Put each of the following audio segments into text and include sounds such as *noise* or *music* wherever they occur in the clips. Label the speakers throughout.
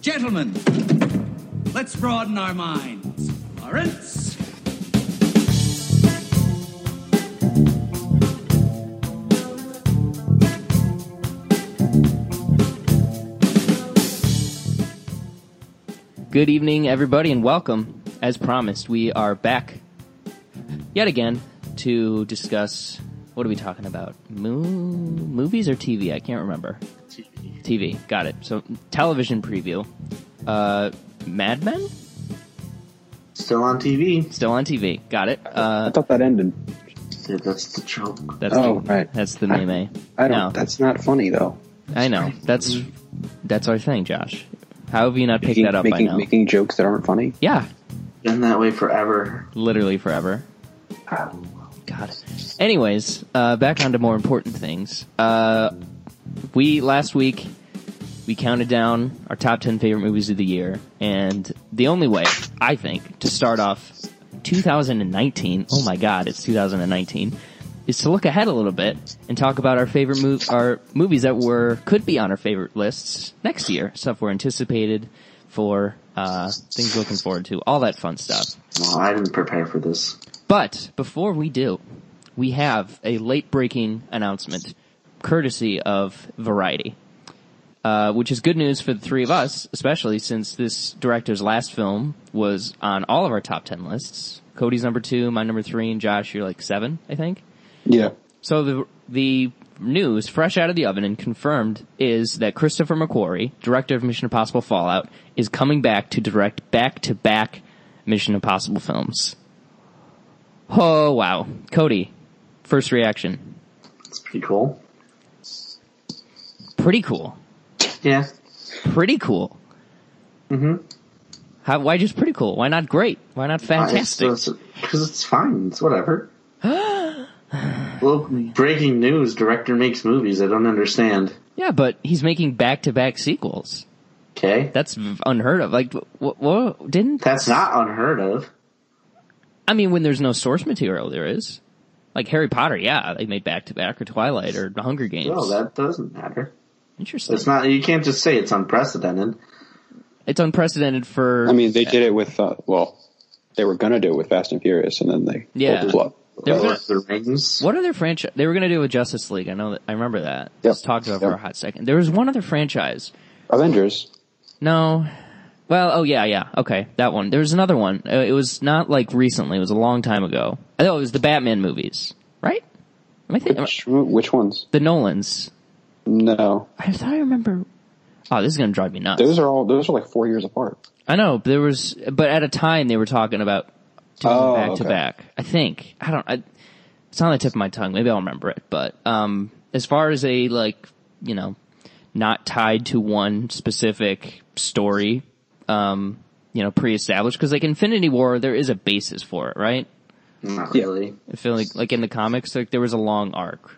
Speaker 1: Gentlemen, let's broaden our minds. Lawrence?
Speaker 2: Good evening, everybody, and welcome. As promised, we are back yet again to discuss what are we talking about? Mo- movies or TV? I can't remember. TV. TV. Got it. So, television preview. Uh, Mad Men?
Speaker 3: Still on TV.
Speaker 2: Still on TV. Got it. Uh,
Speaker 4: I thought that ended.
Speaker 3: Yeah, That's the joke.
Speaker 2: that's the,
Speaker 4: Oh, right.
Speaker 2: That's the meme. I,
Speaker 4: I don't.
Speaker 2: No,
Speaker 4: That's not funny though.
Speaker 2: I know. That's that's our thing, Josh. How have you not picked that up
Speaker 4: making,
Speaker 2: by now?
Speaker 4: making jokes that aren't funny.
Speaker 2: Yeah,
Speaker 3: Been that way forever.
Speaker 2: literally forever.
Speaker 4: Ah,
Speaker 2: God. Anyways, uh, back on to more important things. Uh, we last week we counted down our top ten favorite movies of the year, and the only way I think to start off 2019. Oh my God, it's 2019. Is to look ahead a little bit and talk about our favorite mov- our movies that were could be on our favorite lists next year, stuff we're anticipated for, uh, things looking forward to, all that fun stuff.
Speaker 3: Well, I didn't prepare for this.
Speaker 2: But before we do, we have a late breaking announcement courtesy of Variety. Uh, which is good news for the three of us, especially since this director's last film was on all of our top ten lists. Cody's number two, my number three, and Josh, you're like seven, I think.
Speaker 4: yeah.
Speaker 2: So the the news, fresh out of the oven and confirmed, is that Christopher McQuarrie, director of Mission Impossible Fallout, is coming back to direct back to back Mission Impossible films. Oh wow, Cody, first reaction,
Speaker 3: It's pretty cool.
Speaker 2: pretty cool,
Speaker 3: Yeah.
Speaker 2: pretty cool. Mm-hmm.
Speaker 3: Mm-hmm.
Speaker 2: How, why just pretty cool? Why not great? Why not fantastic?
Speaker 3: Because it's, fine. It's
Speaker 2: *gasps*
Speaker 3: whatever. well, breaking news: director makes movies. I don't understand.
Speaker 2: yeah, but he's making back to back sequels.
Speaker 3: Okay,
Speaker 2: That's v- unheard of. Like, what? what didn't
Speaker 3: that's not unheard of.
Speaker 2: I mean, when there's no source material, there is. Like Harry Potter, yeah, they made back to back, or Twilight, or The Hunger Games.
Speaker 3: No, that doesn't matter.
Speaker 2: Interesting.
Speaker 3: It's not. You can't just say it's unprecedented.
Speaker 2: It's unprecedented for.
Speaker 4: I mean, they did it with. Uh, well, they were gonna do it with Fast and Furious, and then they
Speaker 2: Yeah.
Speaker 4: pulled the plug.
Speaker 2: They were
Speaker 3: Lord
Speaker 2: gonna-
Speaker 3: of the Rings.
Speaker 2: what other franchise? They were going to do it with Justice League. I know that. I remember that.
Speaker 4: Yep.
Speaker 2: Just talked about for
Speaker 4: Yep.
Speaker 2: a hot second. There was one other franchise.
Speaker 4: Avengers.
Speaker 2: No. Well, oh yeah, yeah. Okay, that one. There was another one. Uh, It was not like recently. It was a long time ago. I know it was the Batman movies, right? Am I thinking
Speaker 4: Which, which ones?
Speaker 2: the Nolans?
Speaker 4: No,
Speaker 2: I thought I remember. Oh, this is going to drive me nuts.
Speaker 4: those are all. Those are like four years apart.
Speaker 2: I know but there was, but at a time they were talking about doing
Speaker 4: Oh,
Speaker 2: back to
Speaker 4: okay.
Speaker 2: back. I think I don't. I, it's on the tip of my tongue. Maybe I'll remember it. But um, as far as a like, you know, not tied to one specific story, um, you know, pre-established because like Infinity War, there is a basis for it, right?
Speaker 3: Not
Speaker 4: Yeah.
Speaker 3: really.
Speaker 2: I feel like like in the comics, like there was a long arc,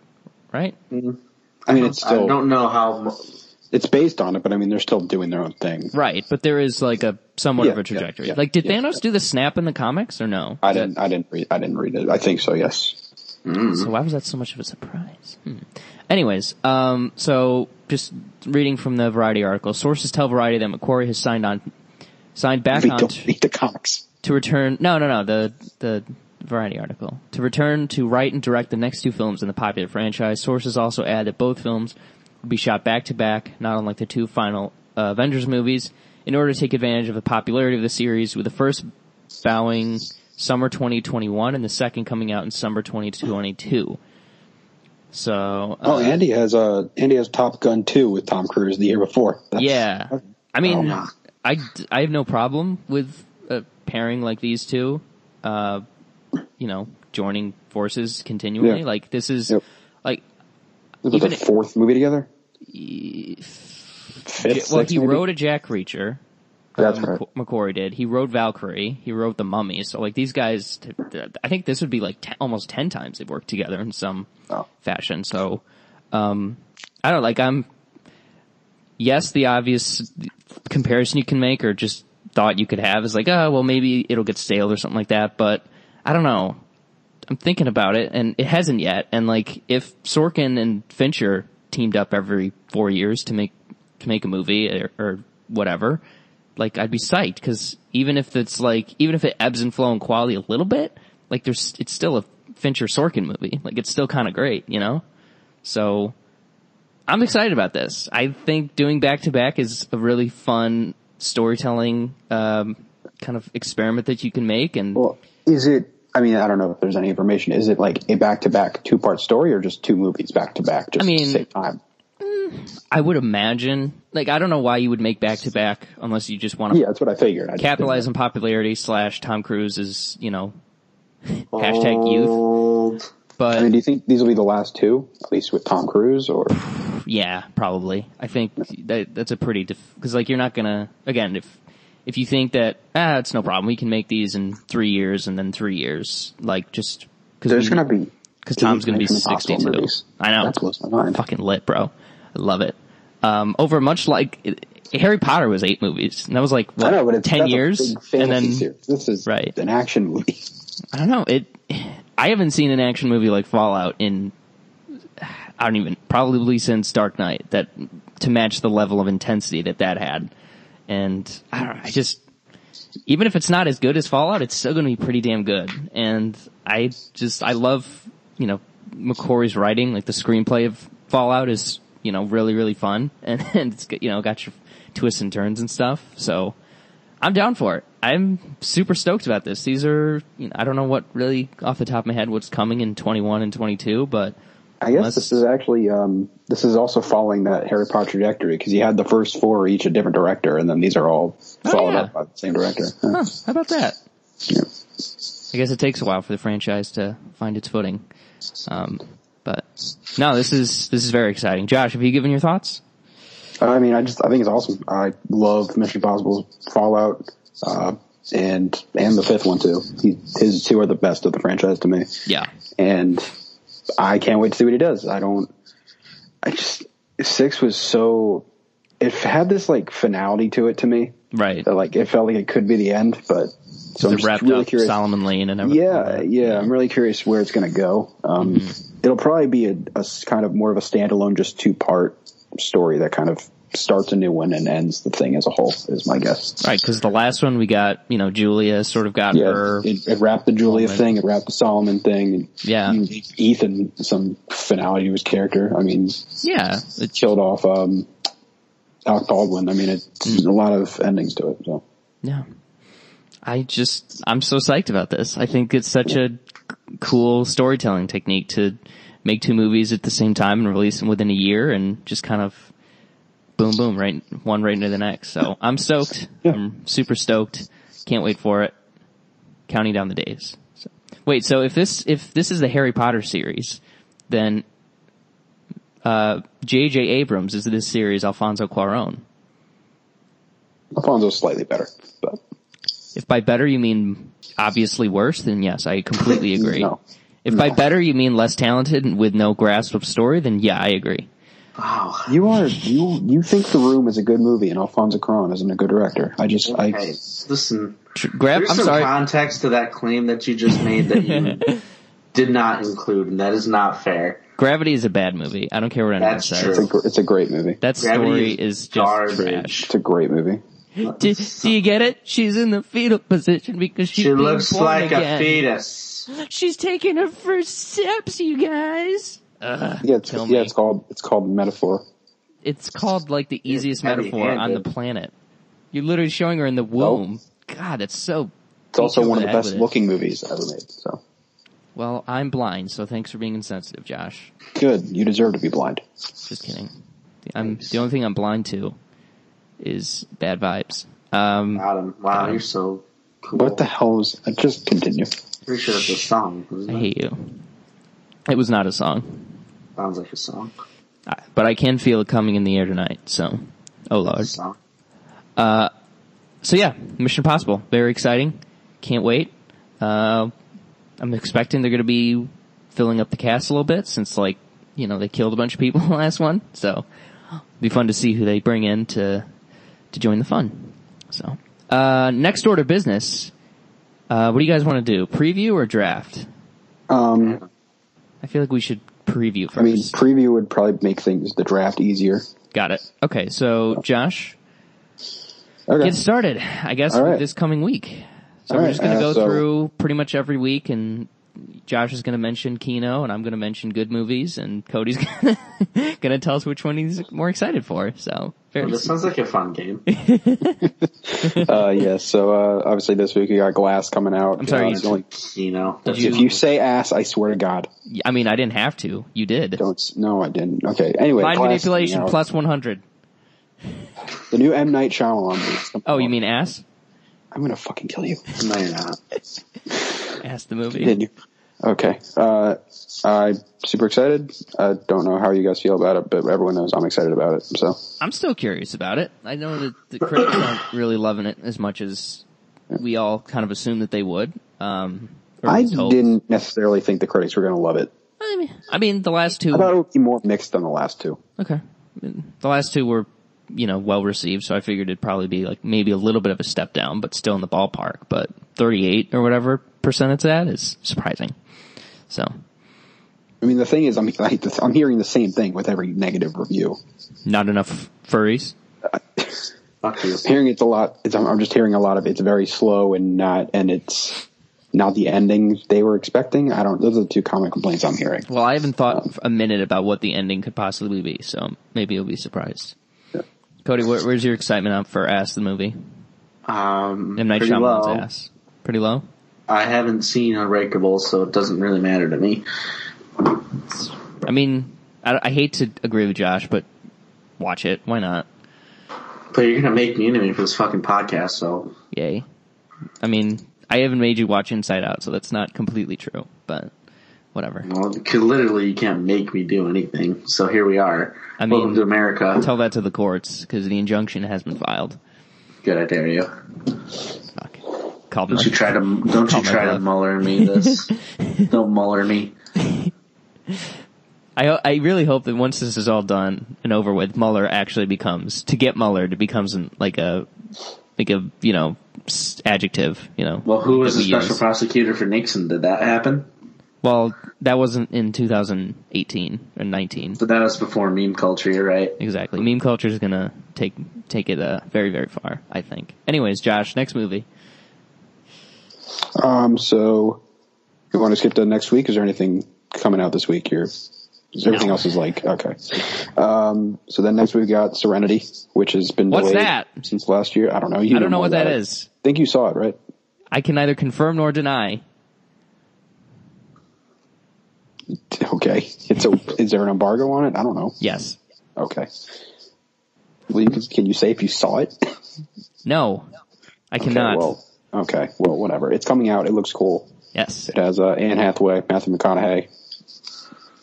Speaker 2: right?
Speaker 4: Mm-hmm. I mean, it's
Speaker 3: I
Speaker 4: still
Speaker 3: don't know how. mu-
Speaker 4: it's based on it, but I mean, they're still doing their own thing.
Speaker 2: Right, but there is like a somewhat
Speaker 4: Yeah,
Speaker 2: of a
Speaker 4: yeah,
Speaker 2: trajectory.
Speaker 4: yeah,
Speaker 2: like, did
Speaker 4: yeah,
Speaker 2: Thanos
Speaker 4: yeah.
Speaker 2: do the snap in the comics or no?
Speaker 4: I didn't. I didn't read. I didn't read it. I think so. Yes.
Speaker 2: So why was that so much of a surprise? Hmm. Anyways, um, so just reading from the Variety article, sources tell Variety that Macquarie has signed on, signed back
Speaker 4: We
Speaker 2: on
Speaker 4: *laughs* don't
Speaker 2: t-
Speaker 4: read the comics.
Speaker 2: to return. No, no, no. The the Variety article to return to write and direct the next two films in the popular franchise. Sources also add that both films will be shot back to back, not unlike the two final uh, Avengers movies, in order to take advantage of the popularity of the series. With the first bowing summer 2021 and the second coming out in summer 2022. So, uh,
Speaker 4: Oh, Andy has uh, Andy has Top Gun two with Tom Cruise the year before. That's-
Speaker 2: yeah. I mean,
Speaker 3: Oh.
Speaker 2: I, I have no problem with uh, pairing like these two, uh, you know, joining forces continually.
Speaker 4: Yeah.
Speaker 2: Like this is,
Speaker 4: Yep.
Speaker 2: like,
Speaker 4: This was
Speaker 2: Even
Speaker 4: the
Speaker 2: it-
Speaker 4: fourth movie together. Fifth,
Speaker 2: well,
Speaker 4: sixth
Speaker 2: he
Speaker 4: maybe?
Speaker 2: wrote a Jack Reacher.
Speaker 4: That's
Speaker 2: um,
Speaker 4: right.
Speaker 2: Mc- McQuarrie did. He wrote Valkyrie. He wrote The Mummy. So like these guys, t- t- I think this would be like te- almost 10 times they've worked together in some
Speaker 4: Oh.
Speaker 2: fashion. So, um, I don't like, I'm, yes, the obvious comparison you can make or just thought you could have is like, oh, well, maybe it'll get stale or something like that. But I don't know. I'm thinking about it and it hasn't yet. And like if Sorkin and Fincher teamed up every four years to make, to make a movie or, or whatever, like I'd be psyched because even if it's like even if it ebbs and flows in quality a little bit, like there's it's still a Fincher Sorkin movie. Like it's still kind of great, you know. So I'm excited about this. I think doing back to back is a really fun storytelling um, kind of experiment that you can make, and
Speaker 4: Well, is it? I mean, I don't know if there's any information. Is it like a back-to-back two-part story, or just two movies back-to-back? Just
Speaker 2: I mean-
Speaker 4: to save time.
Speaker 2: I would imagine like I don't know why you would make back to back unless you just want to
Speaker 4: Yeah, that's what I figured. I just
Speaker 2: capitalize on popularity slash Tom Cruise is you know *laughs* hashtag
Speaker 4: Oh.
Speaker 2: youth,
Speaker 3: Old.
Speaker 2: but
Speaker 4: didn't- I mean, do you think these will be the last two, at least with Tom Cruise? Or
Speaker 2: Yeah, probably. I think that that's a pretty because like you're not gonna again if if you think that ah it's no problem we can make these in three years and then three years like just
Speaker 4: there's
Speaker 2: because
Speaker 4: going to be
Speaker 2: because Tom's gonna be
Speaker 4: Mission Impossible
Speaker 2: sixty two.
Speaker 4: movies.
Speaker 2: I know
Speaker 4: that blows my mind.
Speaker 2: fucking lit, bro. I love it. Um, over much like it- Harry Potter was eight movies and that was like what,
Speaker 4: I know, but it's
Speaker 2: ten
Speaker 4: that's a
Speaker 2: years
Speaker 4: big
Speaker 2: and
Speaker 4: fantasy
Speaker 2: then
Speaker 4: series. this is
Speaker 2: Right.
Speaker 4: an action movie.
Speaker 2: I don't know it. I haven't seen an action movie like Fallout in I don't even probably since Dark Knight that to match the level of intensity that that had. And I don't know, I just even if it's not as good as Fallout, it's still going to be pretty damn good. And I just I love you know McCory's writing, like the screenplay of Fallout is you know really really fun, *laughs* and, and it's got- you know got your twists and turns and stuff. So I'm down for it. I'm super stoked about this. These are you know, I don't know what really off the top of my head what's coming in 21 and 22, but
Speaker 4: I guess
Speaker 2: Unless-
Speaker 4: this is actually um, this is also following that Harry Potter trajectory because you had the first four each a different director, and then these are all followed
Speaker 2: Oh, yeah.
Speaker 4: up by the same director.
Speaker 2: Huh, how about that?
Speaker 4: Yeah.
Speaker 2: I guess it takes a while for the franchise to find its footing. Um, but no, this is this is very exciting. Josh, have you given your thoughts?
Speaker 4: I mean, I just I think it's awesome. I love Mission Impossible, Fallout, uh, and and the fifth one too. He, his two are the best of the franchise to me,
Speaker 2: Yeah,
Speaker 4: and I can't wait to see what he does. I don't. I just six was so it had this like finality to it to me.
Speaker 2: right.
Speaker 4: That, like it felt like it could be the end, but so Oh, I'm
Speaker 2: It
Speaker 4: just
Speaker 2: wrapped
Speaker 4: really
Speaker 2: up
Speaker 4: curious.
Speaker 2: Solomon Lane and everything.
Speaker 4: Yeah, yeah. I'm really curious where it's going to go. Um,
Speaker 2: Mm-hmm.
Speaker 4: It'll probably be a, a s- kind of more of a standalone, just two part story that kind of starts a new one and ends the thing as a whole. Is my guess.
Speaker 2: Right, because the last one we got, you know, Julia sort of got
Speaker 4: Yeah,
Speaker 2: her.
Speaker 4: it, it wrapped the Julia thing. It wrapped the Solomon thing. And
Speaker 2: Yeah.
Speaker 4: you gave Ethan some finality to his character. I mean,
Speaker 2: yeah, it-
Speaker 4: killed off um, Alec Baldwin. I mean, it's
Speaker 2: Mm.
Speaker 4: a lot of endings to it. So
Speaker 2: Yeah. I just, I'm so psyched about this. I think it's such a c- cool storytelling technique to make two movies at the same time and release them within a year and just kind of boom, boom, right, one right into the next. So I'm stoked. I'm super stoked. Can't wait for it. Counting down the days. So, wait, so if this, if this is the Harry Potter series, then, uh, J.J. Abrams is this series Alfonso Cuaron.
Speaker 4: Alfonso's slightly better, but
Speaker 2: If by better you mean obviously worse, then yes,
Speaker 3: *laughs*
Speaker 2: I completely agree.
Speaker 4: No.
Speaker 2: If by better you mean less talented and with no grasp of story, then yeah, I agree.
Speaker 3: Wow.
Speaker 4: You are you you think The Room is a good movie and Alfonso Cuarón isn't a good director. I just I
Speaker 3: Hey, listen.
Speaker 2: Tr- grab,
Speaker 3: There's
Speaker 2: I'm
Speaker 3: some
Speaker 2: sorry.
Speaker 3: context to that claim that you just made that
Speaker 2: *laughs*
Speaker 3: you did not include, and that is not fair.
Speaker 2: Gravity is a bad movie. I don't care what anyone
Speaker 3: That's
Speaker 2: says.
Speaker 4: it's
Speaker 3: true.
Speaker 4: a gr- it's a great movie.
Speaker 2: That
Speaker 3: Gravity
Speaker 2: story
Speaker 3: is
Speaker 2: is just
Speaker 3: garbage.
Speaker 2: trash.
Speaker 4: It's a great movie.
Speaker 2: *laughs* Do, do you get it? She's in the fetal position because she's
Speaker 3: She
Speaker 2: being
Speaker 3: looks
Speaker 2: born
Speaker 3: like
Speaker 2: again.
Speaker 3: a fetus.
Speaker 2: She's taking her first steps, you guys. Ugh,
Speaker 4: Yeah, it's,
Speaker 2: kill
Speaker 4: yeah,
Speaker 2: me.
Speaker 4: it's called it's called Metaphor.
Speaker 2: It's called like the easiest
Speaker 3: heavy
Speaker 2: metaphor on the
Speaker 3: handed.
Speaker 2: planet. You're literally showing her in the womb. God, that's so.
Speaker 4: It's also
Speaker 2: beat
Speaker 4: one of
Speaker 2: over
Speaker 4: the
Speaker 2: head
Speaker 4: best
Speaker 2: with it.
Speaker 4: looking movies ever made. So
Speaker 2: Well, I'm blind, so thanks for being insensitive, Josh.
Speaker 4: good, you deserve to be blind.
Speaker 2: Just kidding. I'm the only thing I'm blind to is bad vibes. Um,
Speaker 3: Adam, wow, you're so cool.
Speaker 4: What the hell is? I just continue.
Speaker 3: Pretty sure it's a song. isn't
Speaker 2: I
Speaker 3: it?
Speaker 2: hate you. It was not a song,
Speaker 3: Sounds like a song.
Speaker 2: I- but I can feel it coming in the air tonight. So, oh lord.
Speaker 3: song.
Speaker 2: So yeah, Mission Impossible, very exciting. Can't wait. Uh, I'm expecting they're going to be filling up the cast a little bit since like you know they killed a bunch of people *laughs* in the last one. So, be fun to see who they bring in to to join the fun. So, uh, next order of business. Uh, what do you guys want to do? Preview or draft?
Speaker 4: Um,
Speaker 2: I feel like we should preview first.
Speaker 4: I mean, preview would probably make things the draft easier.
Speaker 2: Got it. Okay, so Josh,
Speaker 4: Okay.
Speaker 2: get started, I guess,
Speaker 4: All
Speaker 2: with
Speaker 4: right.
Speaker 2: this coming week. So
Speaker 4: All
Speaker 2: we're
Speaker 4: right,
Speaker 2: just going to
Speaker 4: uh,
Speaker 2: go
Speaker 4: so-
Speaker 2: through pretty much every week, and Josh is going to mention Kino, and I'm going to mention good movies, and Cody's *laughs* going to tell us which one he's more excited for. So, very
Speaker 3: This sounds like a fun
Speaker 2: *laughs*
Speaker 3: game.
Speaker 4: *laughs* uh, yeah. So uh, obviously this week you got Glass coming out. I'm
Speaker 2: sorry,
Speaker 4: Uh,
Speaker 2: you-
Speaker 4: it's only-
Speaker 3: You know, that's
Speaker 2: you-
Speaker 4: if you say ass, I swear to God,
Speaker 2: I mean, I didn't have to. You did.
Speaker 4: don't. s- No, I didn't. Okay. Anyway,
Speaker 2: Mind
Speaker 4: Glass
Speaker 2: manipulation
Speaker 4: coming out.
Speaker 2: plus 100.
Speaker 4: the new M Night Shyamalan. movie's coming
Speaker 2: Oh, you
Speaker 4: out.
Speaker 2: mean ass?
Speaker 4: I'm gonna fucking kill you?
Speaker 3: no, you're not.
Speaker 2: Ass the movie.
Speaker 4: Continue. Okay. Uh, I'm super excited. I don't know how you guys feel about it, but everyone knows I'm excited about it. So
Speaker 2: I'm still curious about it. I know that the critics aren't really loving it as much as we all kind of assumed that they would. Um, or
Speaker 4: I
Speaker 2: was told.
Speaker 4: didn't necessarily think the critics were gonna love it.
Speaker 2: I mean, I mean, the last two.
Speaker 4: I thought it would be more mixed than the last two.
Speaker 2: Okay. The last two were, you know, well received, so I figured it'd probably be like maybe a little bit of a step down, but still in the ballpark. But 38 or whatever percent it's at is surprising. So,
Speaker 4: I mean, the thing is, I'm I, I'm hearing the same thing with every negative review.
Speaker 2: not enough furries.
Speaker 3: Fuck you.
Speaker 4: I'm hearing it's a lot. It's, I'm, I'm just hearing a lot of it's very slow and not, and it's not the ending they were expecting. I don't. Those are the two common complaints I'm hearing.
Speaker 2: Well, I haven't thought for a minute about what the ending could possibly be, so maybe you'll be surprised. Cody, where, where's your excitement up for Ass the movie?
Speaker 3: Um,
Speaker 2: M. Night
Speaker 3: pretty
Speaker 2: Shyamalan's
Speaker 3: low.
Speaker 2: Ass. Pretty low?
Speaker 3: I haven't seen Unbreakable, so it doesn't really matter to me.
Speaker 2: I mean, I, I hate to agree with Josh, but watch it. Why not?
Speaker 3: But you're gonna make me enemy for this fucking podcast, so
Speaker 2: Yay. I mean, I haven't made you watch Inside Out, so that's not completely true, but whatever.
Speaker 3: well, 'cause literally you can't make me do anything. So here we are.
Speaker 2: I mean-
Speaker 3: Welcome to America.
Speaker 2: Tell that to the courts, because the injunction has been filed.
Speaker 3: Good, I dare you.
Speaker 2: Fuck. Called
Speaker 3: Don't
Speaker 2: my,
Speaker 3: you try to don't
Speaker 2: Call
Speaker 3: you
Speaker 2: my
Speaker 3: try to
Speaker 2: bluff.
Speaker 3: Mueller me
Speaker 4: *laughs*
Speaker 3: this. don't Mueller me.
Speaker 2: I, ho- I really hope that once this is all done and over with, Mueller actually becomes, to get Mueller to becomes an, like a, like a, you know, s- adjective, you know.
Speaker 3: Well, who was
Speaker 2: that
Speaker 3: the
Speaker 2: we
Speaker 3: special
Speaker 2: use.
Speaker 3: prosecutor for Nixon? Did that happen?
Speaker 2: Well, that wasn't in 2018 and 19.
Speaker 3: But that was before meme culture, you're right?
Speaker 2: Exactly. Meme culture is gonna take, take it, uh, very, very far, I think. Anyways, Josh, next movie.
Speaker 4: Um. So, you want to skip to next week? Is there anything coming out this week? Here, everything else is like okay. Um. So then next we've got Serenity, which has been
Speaker 2: What's
Speaker 4: delayed
Speaker 2: that?
Speaker 4: since last year. I don't know. You
Speaker 2: I don't know
Speaker 4: more
Speaker 2: what that
Speaker 4: about it.
Speaker 2: is.
Speaker 4: I think you saw it, right? *laughs*
Speaker 2: I can neither confirm nor deny.
Speaker 4: Okay. It's a. is there an embargo on it? I don't know.
Speaker 2: Yes.
Speaker 4: Okay. Well, you can, can you say if you saw it?
Speaker 2: No. I cannot.
Speaker 4: Okay, well, okay. Well, whatever. It's coming out. It looks cool.
Speaker 2: yes.
Speaker 4: It has uh, Anne Hathaway, Matthew McConaughey.